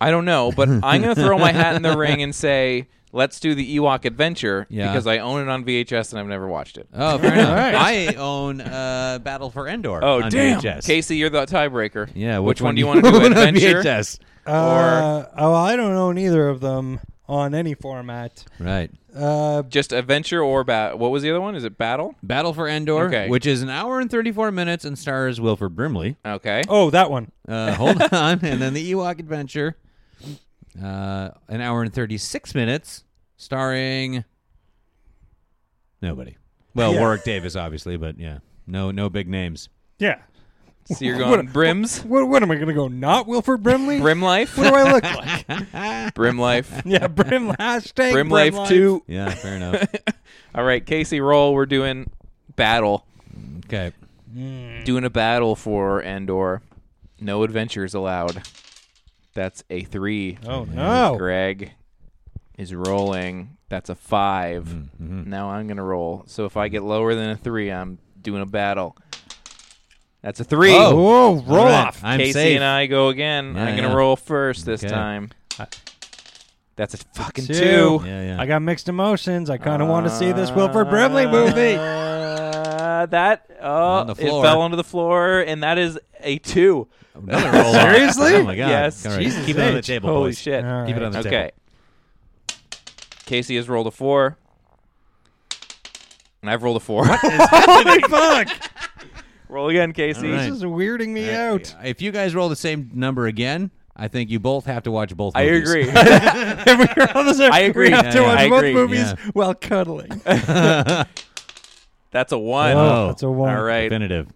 Speaker 1: I don't know, but I'm gonna throw my hat in the ring and say let's do the Ewok Adventure
Speaker 3: Yeah.
Speaker 1: because I own it on VHS and I've never watched it.
Speaker 3: Oh, fair enough. I own uh, Battle for Endor.
Speaker 1: Oh
Speaker 3: on
Speaker 1: damn,
Speaker 3: VHS.
Speaker 1: Casey, you're the tiebreaker.
Speaker 3: Yeah.
Speaker 1: which, one, do you
Speaker 3: you
Speaker 1: want to do?
Speaker 3: own on
Speaker 1: Adventure
Speaker 3: VHS.
Speaker 2: uh, oh, I don't own either of them. on any format.
Speaker 3: Right.
Speaker 2: Uh,
Speaker 1: Just adventure or bat? What was the other one? Is it battle?
Speaker 3: Battle for Endor,
Speaker 1: Okay.
Speaker 3: which is an hour and 34 minutes and stars Wilford Brimley.
Speaker 1: Okay.
Speaker 2: oh, that one.
Speaker 3: Uh, hold on. And then the Ewok Adventure, uh, an hour and 36 minutes, starring nobody. Well,
Speaker 2: Yeah.
Speaker 3: Warwick Davis, obviously, but yeah. No, no big names.
Speaker 2: Yeah.
Speaker 1: So you're going brims,
Speaker 2: What, what am I going to go? Not Wilford Brimley?
Speaker 1: brim life,
Speaker 2: What do I look like?
Speaker 1: brim life,
Speaker 2: yeah, Brim. Hashtag
Speaker 1: brim life two.
Speaker 3: Yeah, fair enough.
Speaker 1: All right, Casey, roll. We're doing battle,
Speaker 3: Okay.
Speaker 1: doing a battle for Endor. No adventures allowed. That's a three.
Speaker 2: Oh
Speaker 1: Mm,
Speaker 2: no.
Speaker 1: Greg is rolling. That's a 5
Speaker 3: Mm-hmm.
Speaker 1: Now I'm gonna roll. So if I get lower than a three, I'm doing a battle. That's a three.
Speaker 2: Oh, roll
Speaker 3: All right.
Speaker 2: off.
Speaker 3: I'm
Speaker 1: Casey
Speaker 3: safe.
Speaker 1: and I go again.
Speaker 3: Yeah,
Speaker 1: I'm gonna
Speaker 3: yeah.
Speaker 1: roll first this
Speaker 3: Okay.
Speaker 1: time. That's a fucking
Speaker 2: Two.
Speaker 1: two.
Speaker 3: yeah, yeah.
Speaker 2: I got mixed emotions. I kind of want to see this Wilford Brimley movie.
Speaker 1: Uh, that uh,
Speaker 3: On the
Speaker 1: it
Speaker 3: floor.
Speaker 1: fell onto the floor, and that is a two.
Speaker 3: Another roll off.
Speaker 2: Seriously?
Speaker 3: Oh, my God.
Speaker 1: Yes.
Speaker 3: All right.
Speaker 1: Jesus
Speaker 3: Keep it on the
Speaker 2: H.
Speaker 3: table,
Speaker 1: Holy
Speaker 3: boys.
Speaker 1: shit!
Speaker 2: All
Speaker 3: Keep it
Speaker 2: right.
Speaker 3: on the
Speaker 1: Okay. Casey has rolled a four, and I've rolled a four.
Speaker 2: Holy fuck!
Speaker 1: Roll again, Casey.
Speaker 3: All right.
Speaker 2: This is weirding me
Speaker 3: table.
Speaker 2: out.
Speaker 3: If you guys roll the same number again, I think you both have to watch both
Speaker 1: I
Speaker 3: movies.
Speaker 1: agree.
Speaker 2: I
Speaker 1: agree.
Speaker 2: We have to
Speaker 3: Yeah,
Speaker 2: watch
Speaker 1: I
Speaker 2: both
Speaker 1: agree. Oh,
Speaker 2: movies
Speaker 3: Yeah.
Speaker 2: while cuddling.
Speaker 1: That's a one.
Speaker 2: Oh, that's a one.
Speaker 1: All right.
Speaker 3: Definitive.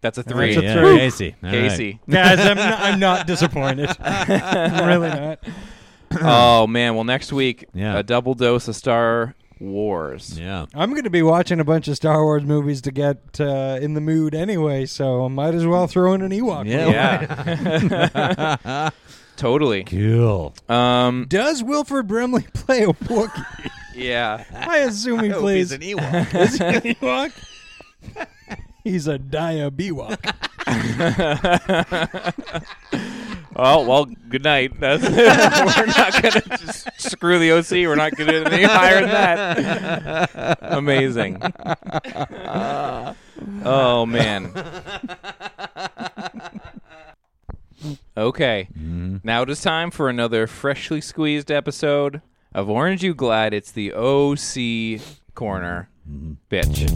Speaker 1: That's a three.
Speaker 2: That's a
Speaker 3: Yeah,
Speaker 2: three.
Speaker 3: Casey. All right.
Speaker 1: Casey.
Speaker 2: Guys, I'm not, I'm not disappointed. I'm really not.
Speaker 1: oh man. Well, next week,
Speaker 3: Yeah.
Speaker 1: a double dose of Star Wars.
Speaker 3: Yeah.
Speaker 2: I'm going to be watching a bunch of Star Wars movies to get uh, in the mood anyway, so I might as well throw in an Ewok.
Speaker 3: Yeah.
Speaker 2: movie.
Speaker 1: Yeah. totally.
Speaker 3: Cool.
Speaker 1: Um.
Speaker 2: Does Wilford Brimley play a Wookiee?
Speaker 1: Yeah.
Speaker 2: I assume he plays
Speaker 1: e-
Speaker 3: Ewok.
Speaker 2: Is he an Ewok? He's a Diabewok.
Speaker 1: Oh well. Good night. That's, we're not gonna just screw the OC. We're not gonna do anything higher than that. Amazing. oh man. Okay. Now it is time for another freshly squeezed episode of Orange You Glad. It's the OC corner, bitch.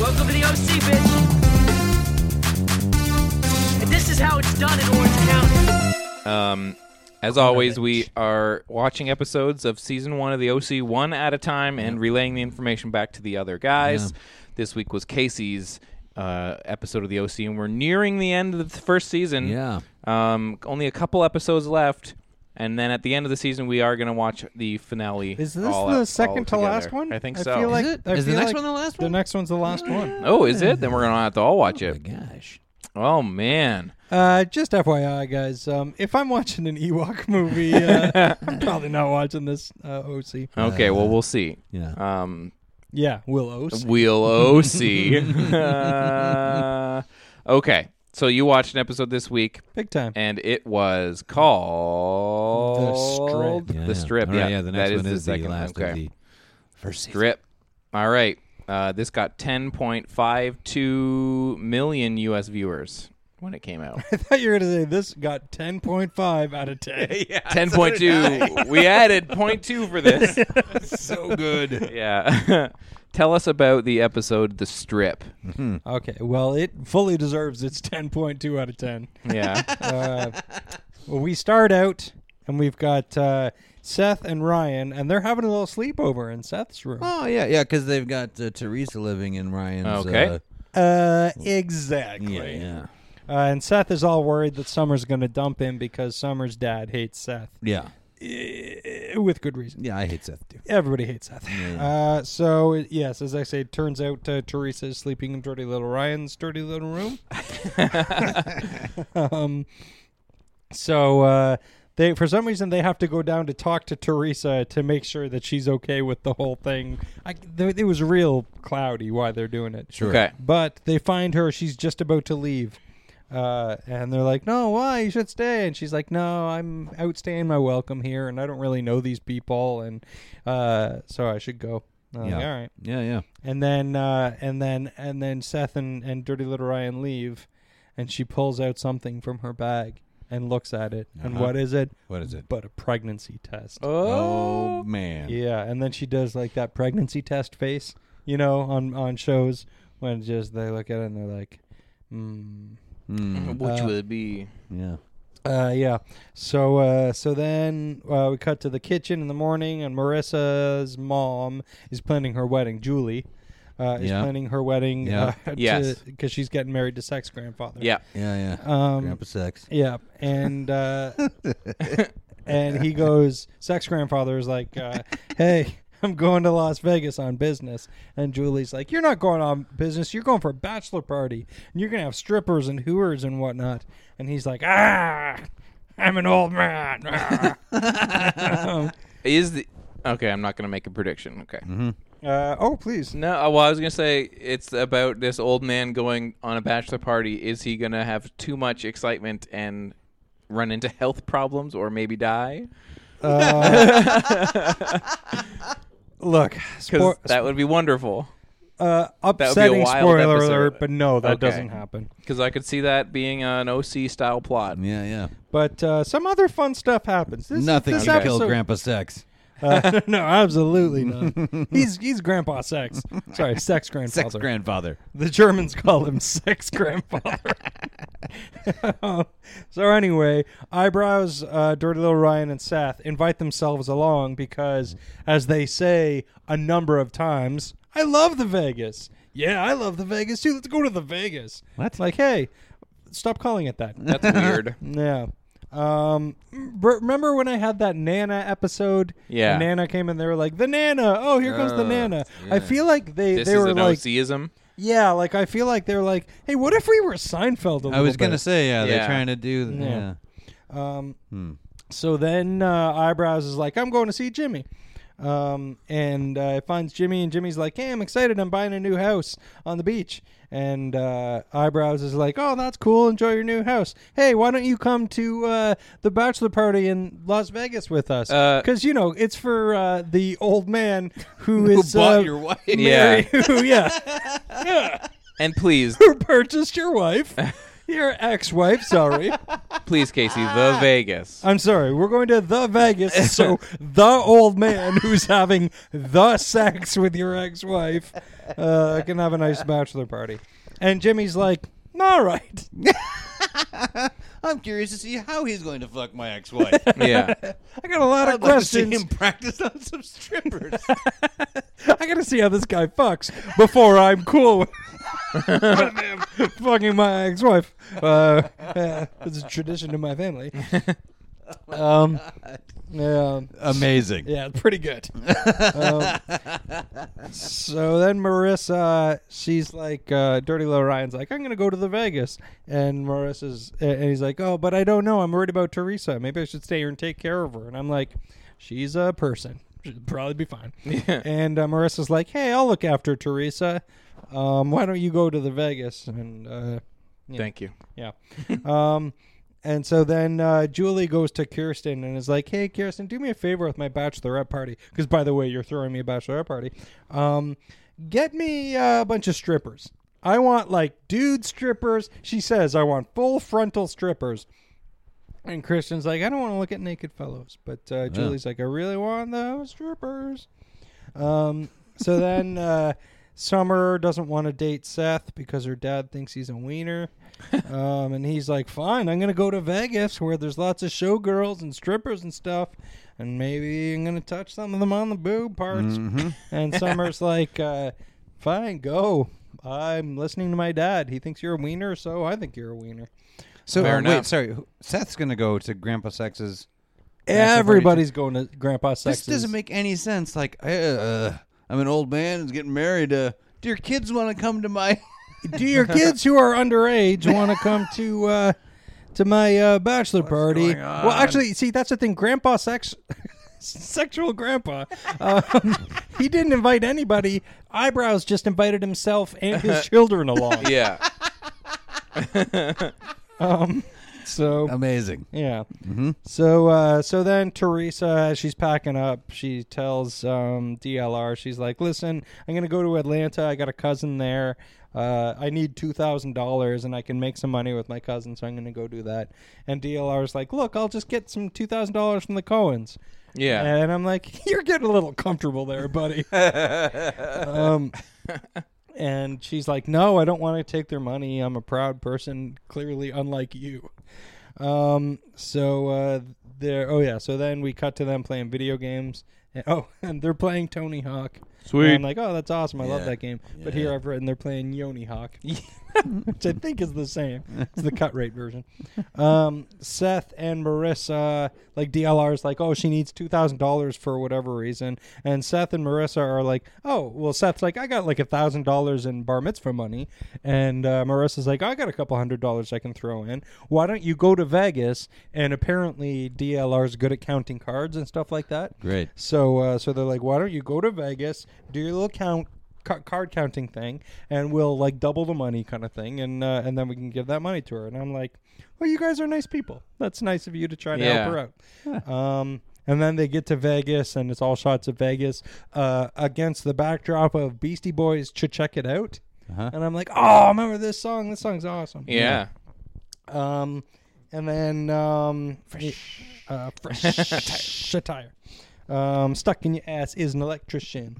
Speaker 6: Welcome to the OC, bitch. And this is how it's done in Orange County.
Speaker 1: Um, as always, we are watching episodes of season one of the OC one at a time and relaying the information back to the other guys. This week was Casey's uh, episode of the OC, and we're nearing the end of the first season.
Speaker 3: Yeah.
Speaker 1: Um, only a couple episodes left, and then at the end of the season, we are going to watch the finale.
Speaker 2: Is this
Speaker 1: all
Speaker 2: the
Speaker 1: out- all
Speaker 2: second to last
Speaker 1: together.
Speaker 2: one?
Speaker 1: I think so.
Speaker 2: Feel like,
Speaker 3: Is it?
Speaker 2: I
Speaker 3: Is the
Speaker 2: feel
Speaker 3: next
Speaker 2: like
Speaker 3: one the last
Speaker 2: The
Speaker 3: one?
Speaker 2: next one's the last one.
Speaker 1: oh, is it? Then we're going to have to all watch it.
Speaker 3: Gosh.
Speaker 1: Oh man.
Speaker 2: Uh, just FYI, guys, um, if I'm watching an Ewok movie, uh, I'm probably not watching this uh, OC.
Speaker 1: Okay.
Speaker 2: Uh,
Speaker 1: Well, we'll see.
Speaker 3: Yeah.
Speaker 1: Um,
Speaker 2: Yeah, Will OC.
Speaker 1: Wheel OC. Uh, okay. So you watched an episode this week,
Speaker 2: Big time.
Speaker 1: and it was called
Speaker 2: The
Speaker 3: Yeah,
Speaker 1: The Strip.
Speaker 3: All right,
Speaker 1: yeah,
Speaker 3: yeah. The next
Speaker 1: that
Speaker 3: one is,
Speaker 1: the
Speaker 3: the
Speaker 1: second one.
Speaker 3: last
Speaker 1: okay.
Speaker 3: of the first season.
Speaker 1: Strip. All right. Uh, this got 10.52 million U.S. viewers when it came out.
Speaker 2: I thought you were going to say this got 10.5 out of 10.
Speaker 3: Yeah.
Speaker 1: 10.2. we added 0.2 for this.
Speaker 3: so good.
Speaker 1: yeah. Tell us about the episode The Strip.
Speaker 2: okay, well, it fully deserves its 10.2 out of 10.
Speaker 1: Yeah.
Speaker 2: uh, well, we start out and we've got uh, Seth and Ryan, and they're having a little sleepover in Seth's room.
Speaker 3: Oh yeah, yeah. Because they've got uh, Teresa living in Ryan's.
Speaker 1: Okay.
Speaker 3: Uh,
Speaker 2: Uh,
Speaker 3: yeah.
Speaker 2: exactly.
Speaker 3: Yeah.
Speaker 2: Uh, and Seth is all worried that Summer's going to dump him because Summer's dad hates Seth
Speaker 3: Yeah.
Speaker 2: Eh, with good reason.
Speaker 3: Yeah. I hate Seth too.
Speaker 2: Everybody hates Seth. Uh, so it- yes, as I say, it turns out uh, Teresa is sleeping in dirty little Ryan's dirty little room. um, so uh, they, for some reason, they have to go down to talk to Teresa to make sure that she's okay with the whole thing. I, th- it was real cloudy why they're doing it. Sure.
Speaker 1: Okay.
Speaker 2: But they find her; she's just about to leave. Uh, and they're like, "No, why? You should stay." And she's like, "No, I'm outstaying my welcome here, and I don't really know these people, and uh, so I should go." I'm like,
Speaker 3: Yeah.
Speaker 2: All right.
Speaker 3: Yeah. Yeah.
Speaker 2: And then, uh, and then, and then Seth and, and Dirty Little Ryan leave, and she pulls out something from her bag, and looks at it. And
Speaker 3: Uh-huh.
Speaker 2: what is it?
Speaker 3: What is it?
Speaker 2: But a pregnancy test.
Speaker 3: Oh, man.
Speaker 2: Yeah, and then she does like that pregnancy test face, you know, on on shows when just they look at it and they're like, mm.
Speaker 3: Mm.
Speaker 1: Which
Speaker 2: Uh,
Speaker 1: would be
Speaker 3: Yeah.
Speaker 2: uh, yeah. So uh, so then uh, we cut to the kitchen in the morning, and Marissa's mom is planning her wedding. Julie. Uh, is
Speaker 3: Yeah.
Speaker 2: planning her wedding
Speaker 3: Yeah.
Speaker 1: Yes.
Speaker 2: because she's getting married to sex grandfather.
Speaker 1: yeah.
Speaker 3: Yeah, yeah.
Speaker 2: Um,
Speaker 3: Grandpa sex.
Speaker 2: Yeah, and uh, and he goes. Sex grandfather is like, uh, "Hey, I'm going to Las Vegas on business," and Julie's like, "You're not going on business. You're going for a bachelor party, and you're gonna have strippers and hooers and whatnot." And he's like, "Ah, I'm an old man." Um, Ah."
Speaker 1: Is the okay? I'm not gonna make a prediction. Okay.
Speaker 2: uh, oh, please.
Speaker 1: No, uh, well, I was gonna say it's about this old man going on a bachelor party. Is he gonna have too much excitement and run into health problems, or maybe die?
Speaker 2: Look,
Speaker 1: Because
Speaker 2: spo-
Speaker 1: that would be wonderful.
Speaker 2: uh,
Speaker 1: be a
Speaker 2: upsetting
Speaker 1: wild
Speaker 2: spoiler
Speaker 1: episode.
Speaker 2: alert, but no, that
Speaker 1: Okay.
Speaker 2: doesn't happen.
Speaker 1: Because I could see that being an OC style plot.
Speaker 3: Yeah, yeah.
Speaker 2: But uh, some other fun stuff happens. This,
Speaker 3: Nothing
Speaker 2: this
Speaker 3: can kill
Speaker 2: episode-
Speaker 3: Grandpa sex.
Speaker 2: Uh, no, absolutely not. he's he's grandpa sex. Sorry, sex grandfather.
Speaker 3: Sex grandfather.
Speaker 2: the Germans call him sex grandfather. so anyway, eyebrows, uh, dirty little Ryan and Seth invite themselves along because, as they say a number of times, I love the Vegas. Yeah, I love the Vegas too. Let's go to the Vegas. What? Like, hey, stop calling it that.
Speaker 1: That's weird.
Speaker 2: Yeah. Um, m- r- remember when I had that Nana episode?
Speaker 1: Yeah.
Speaker 2: And Nana came and they were like, "The Nana! Oh, here comes the Nana!" I feel like they
Speaker 1: This
Speaker 2: they
Speaker 1: is
Speaker 2: were
Speaker 1: an
Speaker 2: like,
Speaker 1: OCism.
Speaker 2: yeah, like I feel like they were like, "Hey, what if we were Seinfeld?" A
Speaker 3: I was
Speaker 2: going
Speaker 3: gonna
Speaker 2: to
Speaker 3: say, yeah,
Speaker 1: Yeah.
Speaker 3: they're trying to do. The,
Speaker 2: Yeah.
Speaker 3: yeah.
Speaker 2: So then uh, eyebrows is like, "I'm going to see Jimmy." Um, and uh, it finds Jimmy, and Jimmy's like, "Hey, I'm excited! I'm buying a new house on the beach." And uh, eyebrows is like, "Oh, that's cool! Enjoy your new house. Hey, why don't you come to uh, the bachelor party in Las Vegas with us?
Speaker 1: Uh,
Speaker 2: Because you know it's for uh, the old man who is uh,
Speaker 3: bought your wife.
Speaker 1: Yeah.
Speaker 2: who, yeah,
Speaker 1: And please,
Speaker 2: who purchased your wife, your ex-wife. Sorry,
Speaker 1: please, Casey, the Vegas.
Speaker 2: I'm sorry. We're going to the Vegas. So the old man who's having the sex with your ex-wife uh, can have a nice bachelor party. And Jimmy's like, all right.
Speaker 3: I'm curious to see how he's going to fuck my ex-wife.
Speaker 1: yeah.
Speaker 2: I got a lot of questions.
Speaker 3: practice on some strippers.
Speaker 2: I got to see how this guy fucks before I'm cool with fucking my ex-wife. Uh, yeah, it's a tradition in my family. Um, yeah.
Speaker 3: Amazing.
Speaker 2: Yeah, pretty good. um, so then Marissa, she's like, uh, Dirty Little Ryan's like, I'm going to go to the Vegas. And Marissa's, and he's like, oh, but I don't know. I'm worried about Teresa. Maybe I should stay here and take care of her. And I'm like, she's a person. She'll probably be fine. And uh, Marissa's like, hey, I'll look after Teresa. Um, why don't you go to the Vegas? And, uh,
Speaker 1: Thank you.
Speaker 2: yeah. um, and so then uh, Julie goes to Kirsten and is like, "Hey, Kirsten, do me a favor with my bachelorette party. Because by the way, you're throwing me a bachelorette party. Um, get me uh, a bunch of strippers. I want like dude strippers." She says, "I want full frontal strippers." And Kristen's like, "I don't want to look at naked fellows," but uh, Julie's like, "I really want those strippers." Um, so then uh, Summer doesn't want to date Seth because her dad thinks he's a wiener. Um, and he's like, fine, I'm going to go to Vegas where there's lots of showgirls and strippers and stuff. And maybe I'm going to touch some of them on the boob parts.
Speaker 3: Mm-hmm.
Speaker 2: And Summer's like, uh, fine, go. I'm listening to my dad. He thinks you're a wiener, so I think you're a wiener.
Speaker 3: So
Speaker 1: Fair
Speaker 3: uh,
Speaker 1: enough.
Speaker 3: wait, sorry. who- Seth's gonna go to Grandpa Sex's.
Speaker 2: Everybody's going to Grandpa
Speaker 3: This
Speaker 2: Sex's.
Speaker 3: doesn't make any sense. Like, I, uh, I'm an old man who's getting married. Uh, do your kids want to come to my?
Speaker 2: Do your kids who are underage want to come to uh, to my uh, bachelor party?
Speaker 3: going on?
Speaker 2: Well, actually, see, that's the thing. Grandpa sex, sexual grandpa. Um, he didn't invite anybody. Eyebrows just invited himself and his children along.
Speaker 1: Yeah.
Speaker 2: So
Speaker 3: Amazing.
Speaker 2: Yeah. So uh, so then Teresa, she's packing up. She tells um, DLR, she's like, "Listen, I'm gonna go to Atlanta. I got a cousin there. uh, I need two thousand dollars and I can make some money with my cousin, so I'm going to go do that. And DLR was like, look, I'll just get some two thousand dollars from the Cohens.
Speaker 1: Yeah.
Speaker 2: and I'm like, you're getting a little comfortable there, buddy. um, and she's like, no, I don't want to take their money. I'm a proud person, clearly unlike you. Um, so uh, there. Oh yeah. So then we cut to them playing video games. And, oh, and they're playing Tony Hawk.
Speaker 1: Sweet.
Speaker 2: And I'm like, oh, that's awesome. I love
Speaker 3: Yeah.
Speaker 2: that game. But
Speaker 3: Yeah.
Speaker 2: here I've written they're playing Yoni Hawk, which I think is the same. It's the cut rate version. Um, Seth and Marissa, like DLR is like, oh, she needs two thousand dollars for whatever reason, and Seth and Marissa are like, oh, well, Seth's like, I got like a thousand dollars in bar mitzvah money, and uh, Marissa's like, I got a couple hundred dollars I can throw in. Why don't you go to Vegas? And apparently DLR is good at counting cards and stuff like that.
Speaker 3: Great.
Speaker 2: So uh, so they're like, why don't you go to Vegas, do your little count ca- card counting thing, and we'll like double the money kind of thing, and uh, and then we can give that money to her. And I'm like, well, you guys are nice people. That's nice of you to try to
Speaker 1: Yeah.
Speaker 2: help her out. Um, and then they get to Vegas, and it's all shots of Vegas uh, against the backdrop of Beastie Boys. Ch- check it out. And I'm like, oh, I remember this song. This song's awesome.
Speaker 1: Uh-huh. Yeah.
Speaker 2: Um, and then um, fresh, uh, fresh attire. Um, stuck in your ass is an electrician.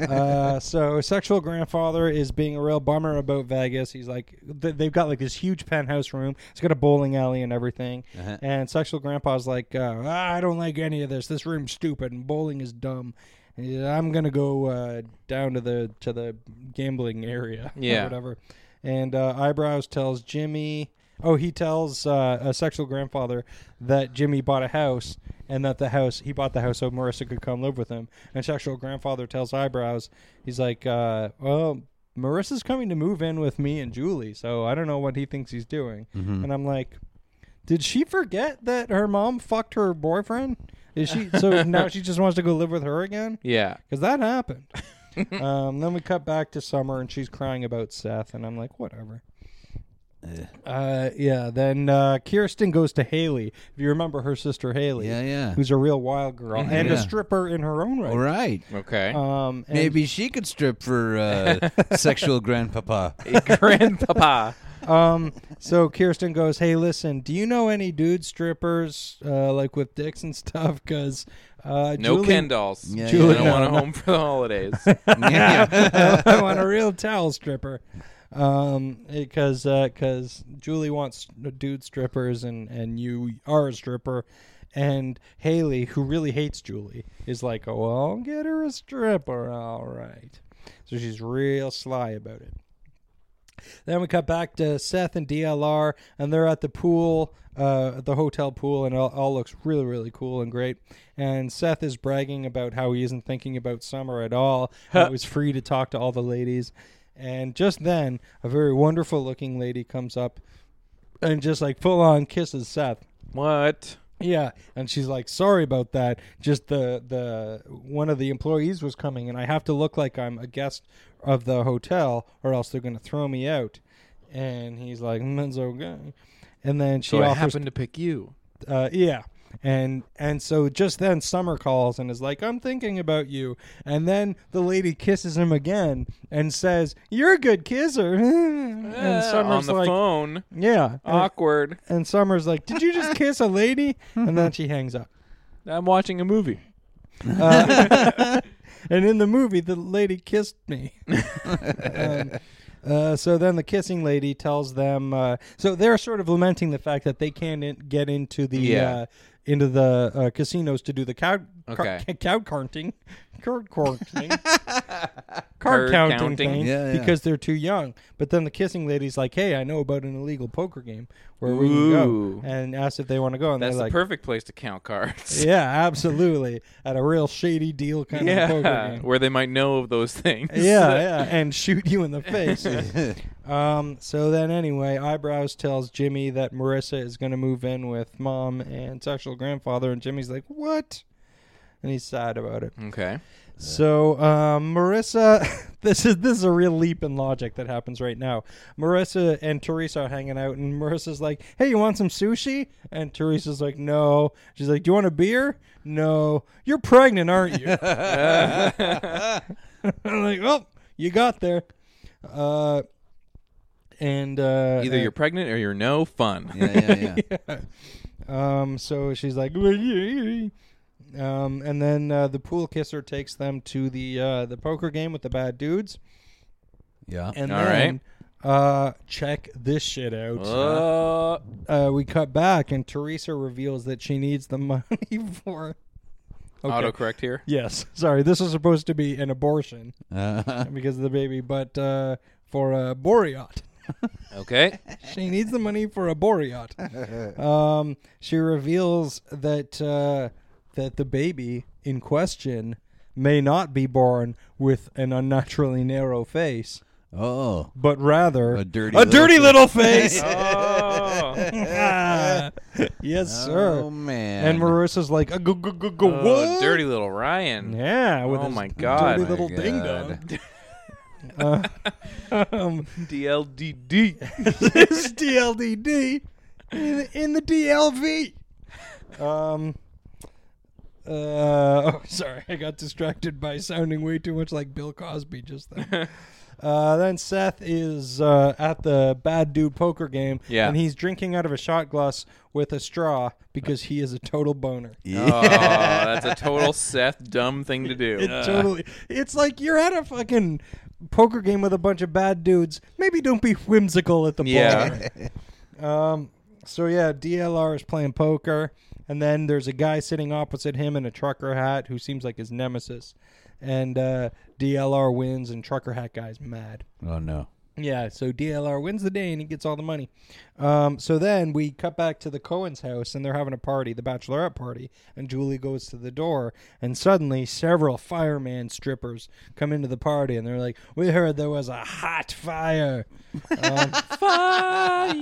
Speaker 2: uh, so sexual grandfather is being a real bummer about Vegas. He's like, th- they've got like this huge penthouse room. It's got a bowling alley and everything. And sexual grandpa's like, uh, "Ah, I don't like any of this. This room's stupid and bowling is dumb. And he's like, I'm gonna go uh, down to the to the gambling area. or
Speaker 1: Yeah.
Speaker 2: whatever whatever. And uh, Eyebrows tells Jimmy, oh, he tells uh, a sexual grandfather that Jimmy bought a house and that the house, he bought the house so Marissa could come live with him. And sexual grandfather tells Eyebrows, he's like, uh, well, Marissa's coming to move in with me and Julie, so I don't know what he thinks he's doing.
Speaker 1: Mm-hmm.
Speaker 2: And I'm like, did she forget that her mom fucked her boyfriend? Is she so now she just wants to go live with her again?
Speaker 1: Yeah.
Speaker 2: because that happened. um, then we cut back to Summer, and she's crying about Seth, and I'm like, whatever. Uh, yeah. Then uh, Kirsten goes to Haley. If you remember her sister Haley,
Speaker 3: Yeah, yeah.
Speaker 2: who's a real wild girl and a
Speaker 3: Yeah.
Speaker 2: stripper in her own right.
Speaker 3: All right.
Speaker 1: Okay.
Speaker 2: Um, and,
Speaker 3: Maybe she could strip for uh, sexual grandpapa.
Speaker 1: Grandpapa.
Speaker 2: um, so Kirsten goes, "Hey, listen, do you know any dude strippers uh, like with dicks and stuff? Because uh,
Speaker 1: No
Speaker 2: Julie,
Speaker 1: Ken dolls.
Speaker 3: Yeah,
Speaker 1: Julie, I
Speaker 3: yeah.
Speaker 1: don't want a home for the holidays.
Speaker 2: I want a real towel stripper. Um, because because Julie wants dude strippers, and and you are a stripper, and Haley, who really hates Julie, is like, oh, I'll get her a stripper, all right. So she's real sly about it. Then we cut back to Seth and DLR, and they're at the pool, uh, at the hotel pool, and it all, all looks really, really cool and great. And Seth is bragging about how he isn't thinking about summer at all. and it was free to talk to all the ladies. And just then, a very wonderful looking lady comes up and just like full on kisses Seth.
Speaker 1: what?
Speaker 2: Yeah, and she's like, "Sorry about that. Just the the one of the employees was coming, and I have to look like I'm a guest of the hotel, or else they're gonna throw me out." And he's like, mm, "That's okay." And then she
Speaker 1: So I
Speaker 2: offers,
Speaker 1: happened to pick you.
Speaker 2: uh, "Yeah." And and so just then Summer calls and is like, "I'm thinking about you." And then the lady kisses him again and says, "You're a good kisser." and
Speaker 1: Uh,
Speaker 2: Summer's
Speaker 1: on the
Speaker 2: like,
Speaker 1: phone.
Speaker 2: "Yeah." And,
Speaker 1: Awkward.
Speaker 2: and Summer's like, "Did you just kiss a lady?" and then she hangs up.
Speaker 1: I'm watching a movie.
Speaker 2: and in the movie, the lady kissed me. Um, uh, so then the kissing lady tells them. Uh, so they're sort of lamenting the fact that they can't in- get into the
Speaker 1: Yeah.
Speaker 2: uh, into the uh, casinos to do the cow
Speaker 1: Okay.
Speaker 2: car- cow counting, card counting,
Speaker 1: Card
Speaker 2: card counting,
Speaker 1: counting.
Speaker 2: thing
Speaker 3: Yeah, yeah.
Speaker 2: because they're too young. But then the kissing lady's like, "Hey, I know about an illegal poker game where we can
Speaker 1: Ooh.
Speaker 2: go," and asks if they want to go, and
Speaker 1: That's
Speaker 2: they're like,
Speaker 1: the perfect place to count cards.
Speaker 2: "Yeah, absolutely," at a real shady deal kind of poker game.
Speaker 1: where they might know of those things.
Speaker 2: yeah, yeah, and shoot you in the face. um, so then, anyway, Eyebrows tells Jimmy that Marissa is going to move in with mom and sexual grandfather, and Jimmy's like, "What?" And he's sad about it.
Speaker 1: Okay.
Speaker 2: So, um, Marissa, this is this is a real leap in logic that happens right now. Marissa and Teresa are hanging out, and Marissa's like, "Hey, you want some sushi?" And Teresa's like, "No." She's like, "Do you want a beer?" "No." "You're pregnant, aren't you?" I'm like, "Well, you got there." Uh, and uh,
Speaker 1: Either
Speaker 2: and-
Speaker 1: you're pregnant or you're no fun.
Speaker 3: Yeah, yeah, yeah.
Speaker 2: Um, so she's like, um, and then uh, the pool kisser takes them to the uh, the poker game with the bad dudes,
Speaker 3: yeah.
Speaker 2: and
Speaker 1: All
Speaker 2: then uh, check this shit out.
Speaker 1: Uh,
Speaker 2: Uh, we cut back, and Teresa reveals that she needs the money for.
Speaker 1: Autocorrect here.
Speaker 2: Yes, sorry, this is supposed to be an abortion
Speaker 3: Uh,
Speaker 2: because of the baby, but uh, for a Boreot.
Speaker 1: Okay.
Speaker 2: she needs the money for a Boreot. Um, she reveals that uh, that the baby in question may not be born with an unnaturally narrow face,
Speaker 3: oh,
Speaker 2: but rather
Speaker 3: a dirty,
Speaker 2: a
Speaker 3: little-
Speaker 2: dirty little face.
Speaker 1: Oh.
Speaker 2: Ah, yes,
Speaker 3: Oh
Speaker 2: sir.
Speaker 3: man.
Speaker 2: And Marissa's like, a go go go go
Speaker 1: Oh,
Speaker 2: what?
Speaker 1: dirty little Ryan.
Speaker 2: Uh, Yeah, with
Speaker 1: Oh
Speaker 2: his
Speaker 1: my God.
Speaker 2: dirty little
Speaker 3: My
Speaker 2: ding
Speaker 3: God.
Speaker 2: dong. um,
Speaker 1: DLDD.
Speaker 2: this DLDD in, in the DLV. Um. Uh, oh, sorry, I got distracted by sounding way too much like Bill Cosby just then. uh, then Seth is uh, at the bad dude poker game,
Speaker 1: Yeah.
Speaker 2: and he's drinking out of a shot glass with a straw because he is a total boner.
Speaker 1: Oh, that's a total Seth dumb thing to do. Uh,
Speaker 2: It totally. It's like you're at a fucking poker game with a bunch of bad dudes. Maybe don't be whimsical at the bar.
Speaker 1: yeah.
Speaker 2: So yeah, DLR is playing poker, and then there's a guy sitting opposite him in a trucker hat who seems like his nemesis, and uh, DLR wins, and trucker hat guy's mad.
Speaker 3: oh no.
Speaker 2: Yeah, so DLR wins the day and he gets all the money. Um, so then we cut back to the Cohen's house and they're having a party, the bachelorette party, and Julie goes to the door and suddenly several fireman strippers come into the party and they're like, "We heard there was a hot fire." Um, fire.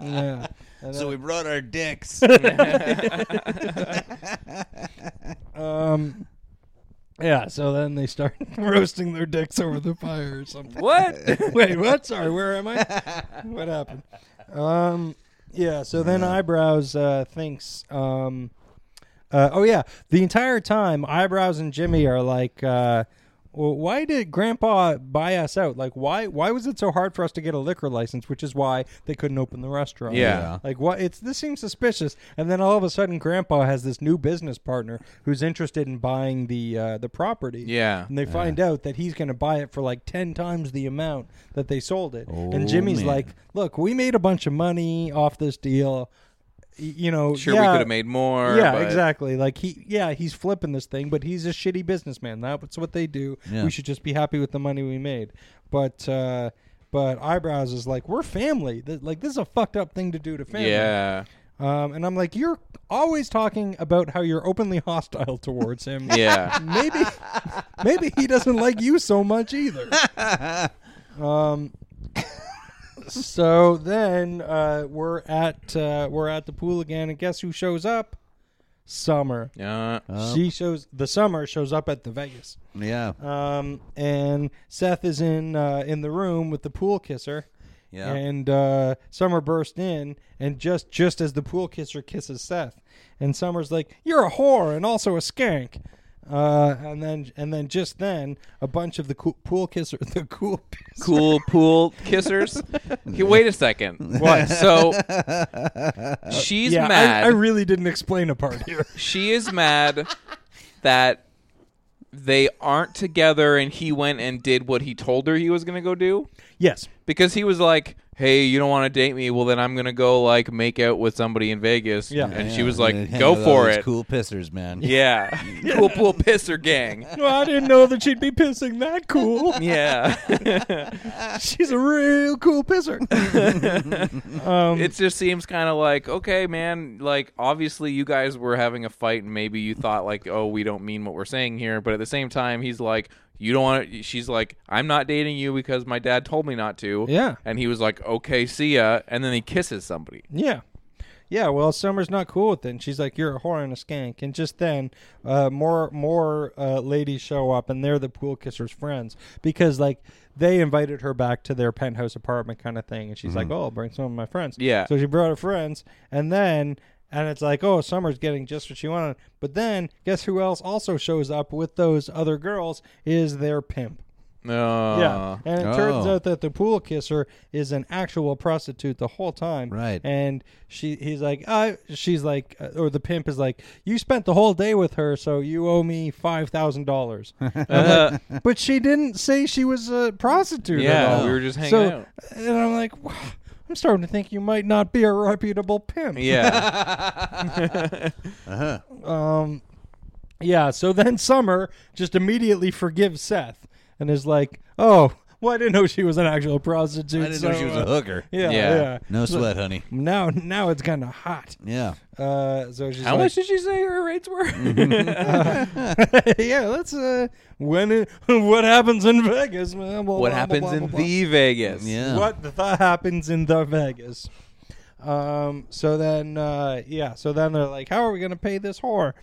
Speaker 2: Yeah.
Speaker 3: So we brought our dicks.
Speaker 2: Um, yeah, so then they start roasting their dicks over the fire or something.
Speaker 1: What?
Speaker 2: Wait, what? Sorry, where am I? What happened? Um, yeah, so then Eyebrows uh, thinks. Um, uh, oh, yeah, the entire time, Eyebrows and Jimmy are like. Uh, well, why did Grandpa buy us out? Like, why? Why was it so hard for us to get a liquor license? Which is why they couldn't open the restaurant.
Speaker 1: Yeah.
Speaker 2: Like what? It's this seems suspicious, and then all of a sudden, Grandpa has this new business partner who's interested in buying the uh, the property.
Speaker 1: Yeah.
Speaker 2: and they find out that he's going to buy it for like ten times the amount that they sold it. and Jimmy's
Speaker 3: Oh, man.
Speaker 2: like, "Look, we made a bunch of money off this deal. Y- You know,
Speaker 1: Sure, we
Speaker 2: yeah,
Speaker 1: could have made more.
Speaker 2: Yeah,
Speaker 1: but-
Speaker 2: exactly. Like he, yeah, he's flipping this thing, but he's a shitty businessman. That's what they do.
Speaker 3: Yeah.
Speaker 2: We should just be happy with the money we made. But." uh but eyebrows is like we're family. Th- Like this is a fucked up thing to do to family.
Speaker 1: Yeah.
Speaker 2: Um, and I'm like, you're always talking about how you're openly hostile towards him.
Speaker 1: Yeah.
Speaker 2: Maybe, maybe he doesn't like you so much either. Um, so then uh, we're at uh, we're at the pool again, and guess who shows up? Summer.
Speaker 1: Uh,
Speaker 2: She shows the summer shows up at the Vegas.
Speaker 3: yeah.
Speaker 2: Um, and Seth is in uh, in the room with the pool kisser.
Speaker 3: Yeah.
Speaker 2: And uh, Summer burst in, and just just as the pool kisser kisses Seth, and Summer's like, "You're a whore and also a skank." Uh, and then and then just then, a bunch of the cool, pool kisser, the cool,
Speaker 1: cool pool kissers. Okay, wait a second. What? So she's
Speaker 2: yeah, I-
Speaker 1: mad.
Speaker 2: I, really didn't explain a part here.
Speaker 1: she is mad that they aren't together and he went and did what he told her he was going to go do
Speaker 2: yes,
Speaker 1: because he was like hey you don't want to date me well then i'm going to go like make out with somebody in vegas
Speaker 2: Yeah.
Speaker 1: and
Speaker 3: Yeah.
Speaker 1: she was like
Speaker 3: Hang
Speaker 1: go
Speaker 3: with all
Speaker 1: for
Speaker 3: these
Speaker 1: it
Speaker 3: Cool pissers, man.
Speaker 1: yeah cool pool pisser gang
Speaker 2: no, I didn't know that she'd be pissing that cool.
Speaker 1: yeah
Speaker 2: She's a real cool pisser. Um,
Speaker 1: it just seems kind of like okay man like obviously you guys were having a fight and maybe you thought like oh we don't mean what we're saying here but at the same time he's like you don't want to she's like i'm not dating you because my dad told me not to
Speaker 2: Yeah.
Speaker 1: and he was like okay see ya and then he kisses somebody
Speaker 2: Yeah. Yeah, well, Summer's not cool with it. And she's like, "You're a whore and a skank." And just then, uh, more more uh, ladies show up, and they're the pool kisser's friends because like they invited her back to their penthouse apartment kind of thing, and she's like, "Oh, I'll bring some of my friends."
Speaker 1: Yeah.
Speaker 2: So she brought her friends, and then and it's like, "Oh, Summer's getting just what she wanted." But then, guess who else also shows up with those other girls? Is their pimp.
Speaker 1: Oh.
Speaker 2: yeah, and it turns
Speaker 3: Oh.
Speaker 2: out that the pool kisser is an actual prostitute the whole time.
Speaker 3: Right.
Speaker 2: And she, he's like, I, she's like, uh, or the pimp is like, you spent the whole day with her, so you owe me five thousand dollars. But she didn't say she was a prostitute. at
Speaker 1: Yeah,
Speaker 2: all.
Speaker 1: we were just hanging
Speaker 2: so,
Speaker 1: out.
Speaker 2: And I'm like, wow, I'm starting to think you might not be a reputable pimp.
Speaker 1: Yeah.
Speaker 2: Yeah, so then Summer just immediately forgives Seth and is like, "Oh, well, I didn't know she was an actual prostitute.
Speaker 3: I didn't know
Speaker 2: so,
Speaker 3: she was
Speaker 2: uh,
Speaker 3: a hooker.
Speaker 2: Yeah,
Speaker 1: Yeah.
Speaker 2: yeah.
Speaker 3: No sweat, honey.
Speaker 2: Now, now it's kind of hot.
Speaker 3: Yeah.
Speaker 2: Uh, so she's
Speaker 1: How
Speaker 2: like,
Speaker 1: much did she say her rates were?
Speaker 2: yeah, let's. Uh, when it, what happens in Vegas? Blah, blah,
Speaker 1: what
Speaker 2: blah,
Speaker 1: happens
Speaker 2: blah,
Speaker 1: in
Speaker 2: blah, blah.
Speaker 1: the Vegas?
Speaker 3: Yeah.
Speaker 2: What the th- happens in the Vegas? Um, so then, uh, yeah. So then they're like, "How are we gonna pay this whore?"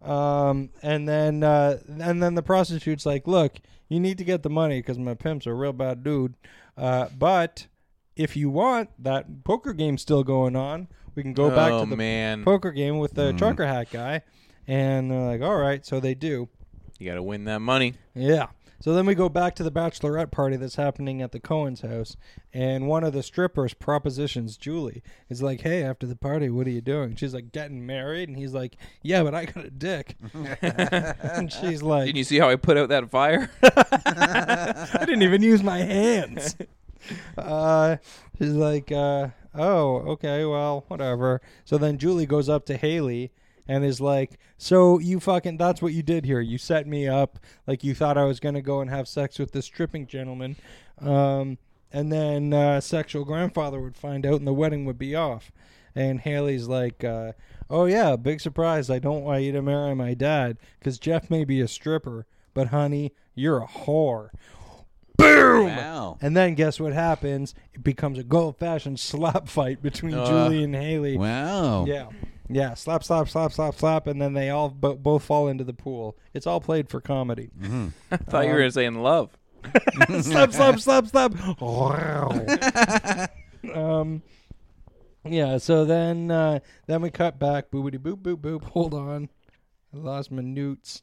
Speaker 2: Um, and then, uh, and then the prostitute's like, "Look, you need to get the money because my pimp's a real bad dude. Uh, but if you want, that poker game's still going on. We can go back
Speaker 1: Oh,
Speaker 2: to the
Speaker 1: man. Hmm.
Speaker 2: poker game with the trucker hat guy." And they're like, "All right." So they do.
Speaker 1: You got to win that money.
Speaker 2: Yeah. So then we go back to the bachelorette party that's happening at the Cohen's house, and one of the strippers propositions Julie. Is like, "Hey, after the party, what are you doing?" She's like, "Getting married," and he's like, "Yeah, but I got a dick." and she's like,
Speaker 1: Didn't you see how I put out that fire?
Speaker 2: I didn't even use my hands. uh, she's like, uh, oh, okay, well, whatever. So then Julie goes up to Haley and is like, so you fucking, that's what you did here. You set me up. Like, you thought I was going to go and have sex with this stripping gentleman. Um, and then uh, sexual grandfather would find out and the wedding would be off. And Haley's like, uh, oh, yeah, big surprise. I don't want you to marry my dad because Jeff may be a stripper, but honey, you're a whore.
Speaker 3: Wow.
Speaker 2: And then guess what happens? It becomes a gold fashioned slap fight between Julie and Haley.
Speaker 3: Wow.
Speaker 2: Yeah. Yeah, slap, slap, slap, slap, slap, and then they all bo- both fall into the pool. It's all played for comedy.
Speaker 1: I thought
Speaker 2: Uh-huh.
Speaker 1: you were going to say in love.
Speaker 2: slap, slap, slap, slap. Wow. um, yeah. So then, uh, then we cut back. Boobity boop boop boop. Hold on, I lost my newts.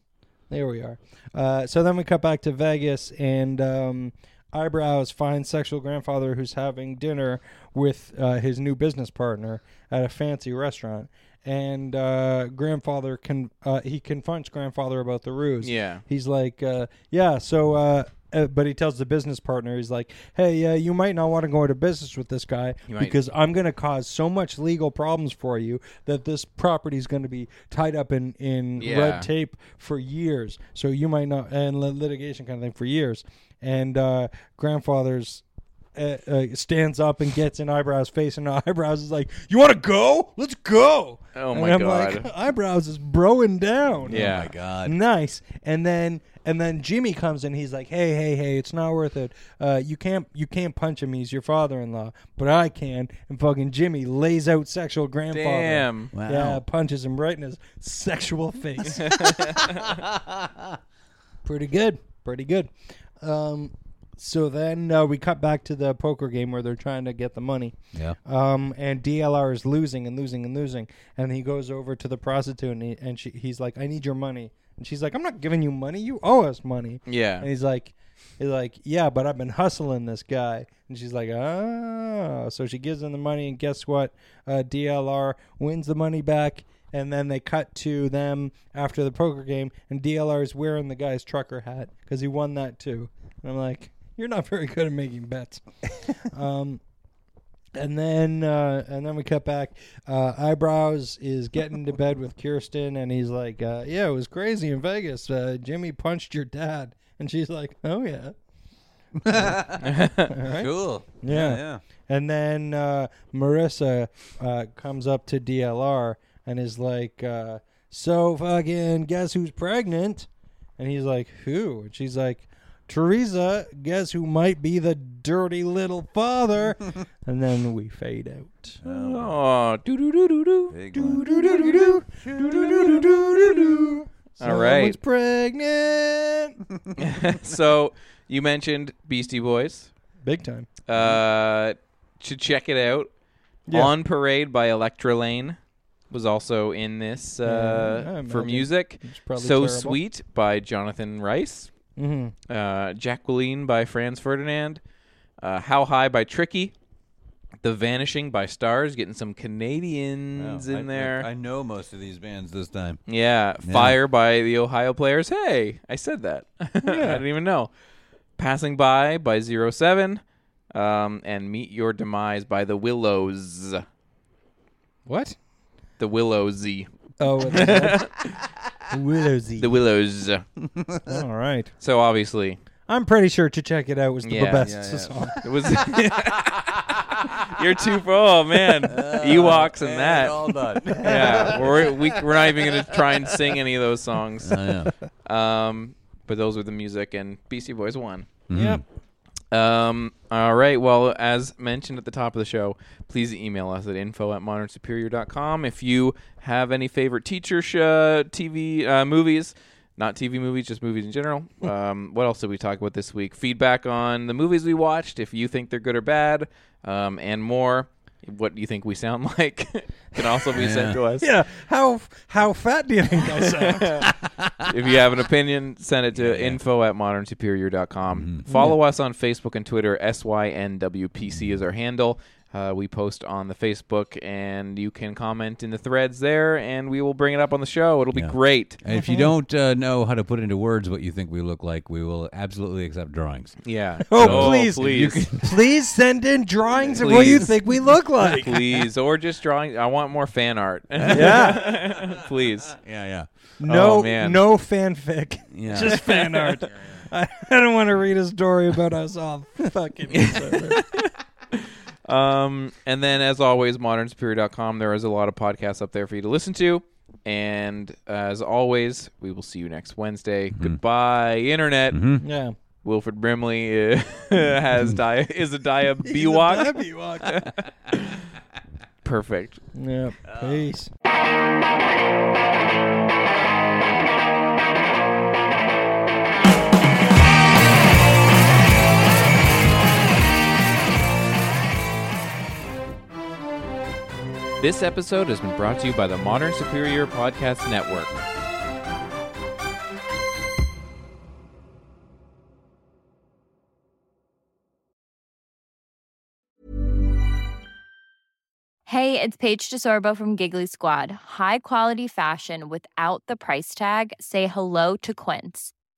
Speaker 2: There we are. Uh, so then we cut back to Vegas, and um, eyebrows finds sexual grandfather who's having dinner with uh, his new business partner at a fancy restaurant. And uh, grandfather con- uh, he confronts grandfather about the ruse.
Speaker 1: Yeah.
Speaker 2: He's like, uh, yeah, so, uh, uh, but he tells the business partner, he's like, hey, uh, you might not want to go into business with this guy
Speaker 1: might.
Speaker 2: because I'm going to cause so much legal problems for you that this property is going to be tied up in, in
Speaker 1: Yeah.
Speaker 2: red tape for years. So you might not, and lit- litigation kind of thing for years. And uh, grandfather's. Uh, uh, stands up and gets in eyebrows face and eyebrows is like you want to go let's go
Speaker 1: Oh
Speaker 2: And
Speaker 1: my
Speaker 2: I'm
Speaker 1: God.
Speaker 2: like, eyebrows is broing down
Speaker 1: Yeah.
Speaker 3: My God.
Speaker 2: nice and then and then jimmy comes in he's like hey hey hey it's not worth it uh, you can't you can't punch him he's your father-in-law but i can and fucking jimmy lays out sexual grandfather
Speaker 1: Damn.
Speaker 3: Wow.
Speaker 2: yeah punches him right in his sexual face pretty good pretty good um, so then uh, we cut back to the poker game where they're trying to get the money
Speaker 3: Yeah.
Speaker 2: um, and DLR is losing and losing and losing. And he goes over to the prostitute and, he, and she, he's like, I need your money. And she's like, I'm not giving you money. You owe us money.
Speaker 1: Yeah.
Speaker 2: And he's like, he's like, yeah, but I've been hustling this guy. And she's like, ah. So she gives him the money. And guess what? Uh, DLR wins the money back. And then they cut to them after the poker game. And DLR is wearing the guy's trucker hat because he won that too. And I'm like, you're not very good at making bets. And then uh, and then we cut back. Uh, Eyebrows is getting into bed with Kirsten, and he's like, uh, "Yeah, it was crazy in Vegas. Uh, Jimmy punched your dad," and she's like, "Oh yeah."
Speaker 3: Cool.
Speaker 2: Yeah. And then uh, Marissa uh, comes up to DLR and is like, uh, "So fucking guess who's pregnant?" And he's like, "Who?" And she's like, "Teresa. Guess who might be the dirty little father?" and then we fade out.
Speaker 1: Oh, doo doo doo doo doo.
Speaker 3: Big one.
Speaker 2: Someone's
Speaker 1: right.
Speaker 2: pregnant.
Speaker 1: So you mentioned Beastie Boys.
Speaker 2: Big time.
Speaker 1: Uh, to check it out.
Speaker 2: Yeah.
Speaker 1: On Parade by Electra Lane was also in this
Speaker 2: Yeah, I
Speaker 1: uh, for
Speaker 2: imagine.
Speaker 1: music.
Speaker 2: It's probably
Speaker 1: so
Speaker 2: terrible. Mm-hmm.
Speaker 1: Sweet by Jonathan Rice. uh, Jacqueline by Franz Ferdinand, uh, How High by Tricky, The Vanishing by Stars, getting some Canadians in there.
Speaker 3: I, know most of these bands this time.
Speaker 1: Yeah, Fire by the Ohio Players. Hey, I said that. I didn't even know. Passing By by Zero Seven, um, and Meet Your Demise by The Willows.
Speaker 2: What?
Speaker 1: The Willows.
Speaker 2: Oh, what is that? Willowsy.
Speaker 1: The Willows.
Speaker 2: All right.
Speaker 1: So obviously,
Speaker 2: I'm pretty sure to check it out was the
Speaker 1: Yeah,
Speaker 2: best
Speaker 1: yeah,
Speaker 2: song.
Speaker 1: it was. You're too oh man, Ewoks and that.
Speaker 3: all done.
Speaker 1: yeah, we're we, we're not even gonna try and sing any of those songs. Um, but those were the music, and BC Boys won.
Speaker 2: Yep.
Speaker 1: Um, all right. Well, as mentioned at the top of the show, please email us at info at modernsuperior.com. If you have any favorite teacher sh- uh, TV uh, movies, not TV movies, just movies in general. Um, what else did we talk about this week? Feedback on the movies we watched, if you think they're good or bad, um, and more. What do you think we sound like? can also be sent to us.
Speaker 2: Yeah. How how fat do you think I sound?
Speaker 1: if you have an opinion, send it to info at modernsuperior.com.
Speaker 2: Mm-hmm.
Speaker 1: Follow us on Facebook and Twitter. SYNWPC is our handle. Uh, we post on the Facebook, and you can comment in the threads there, and we will bring it up on the show. It'll be great.
Speaker 3: And if you don't uh, know how to put into words what you think we look like, we will absolutely accept drawings.
Speaker 1: Yeah.
Speaker 2: Oh,
Speaker 1: So
Speaker 2: please.
Speaker 1: Please.
Speaker 2: Please send in drawings of what you
Speaker 1: Please.
Speaker 2: think we look like.
Speaker 1: please. Or just drawing. I want more fan art.
Speaker 2: yeah.
Speaker 1: please.
Speaker 3: Yeah, yeah.
Speaker 2: No
Speaker 1: Oh, man.
Speaker 2: no fanfic.
Speaker 3: Yeah.
Speaker 2: Just fan art. I, I don't want to read a story about us all fucking
Speaker 1: Um, and then, as always, modernsuperior.com. There is a lot of podcasts up there for you to listen to. And as always, we will see you next Wednesday.
Speaker 2: Mm-hmm.
Speaker 1: Goodbye, internet.
Speaker 2: Yeah.
Speaker 1: Wilfred Brimley uh, has dia is a dia
Speaker 2: Mm-hmm. He's a
Speaker 1: B-walk.
Speaker 2: happy walk.
Speaker 1: Perfect.
Speaker 2: yeah. Peace.
Speaker 1: This episode has been brought to you by the Modern Superior Podcast Network.
Speaker 7: Hey, it's Paige DeSorbo from Giggly Squad. High quality fashion without the price tag. Say hello to Quince.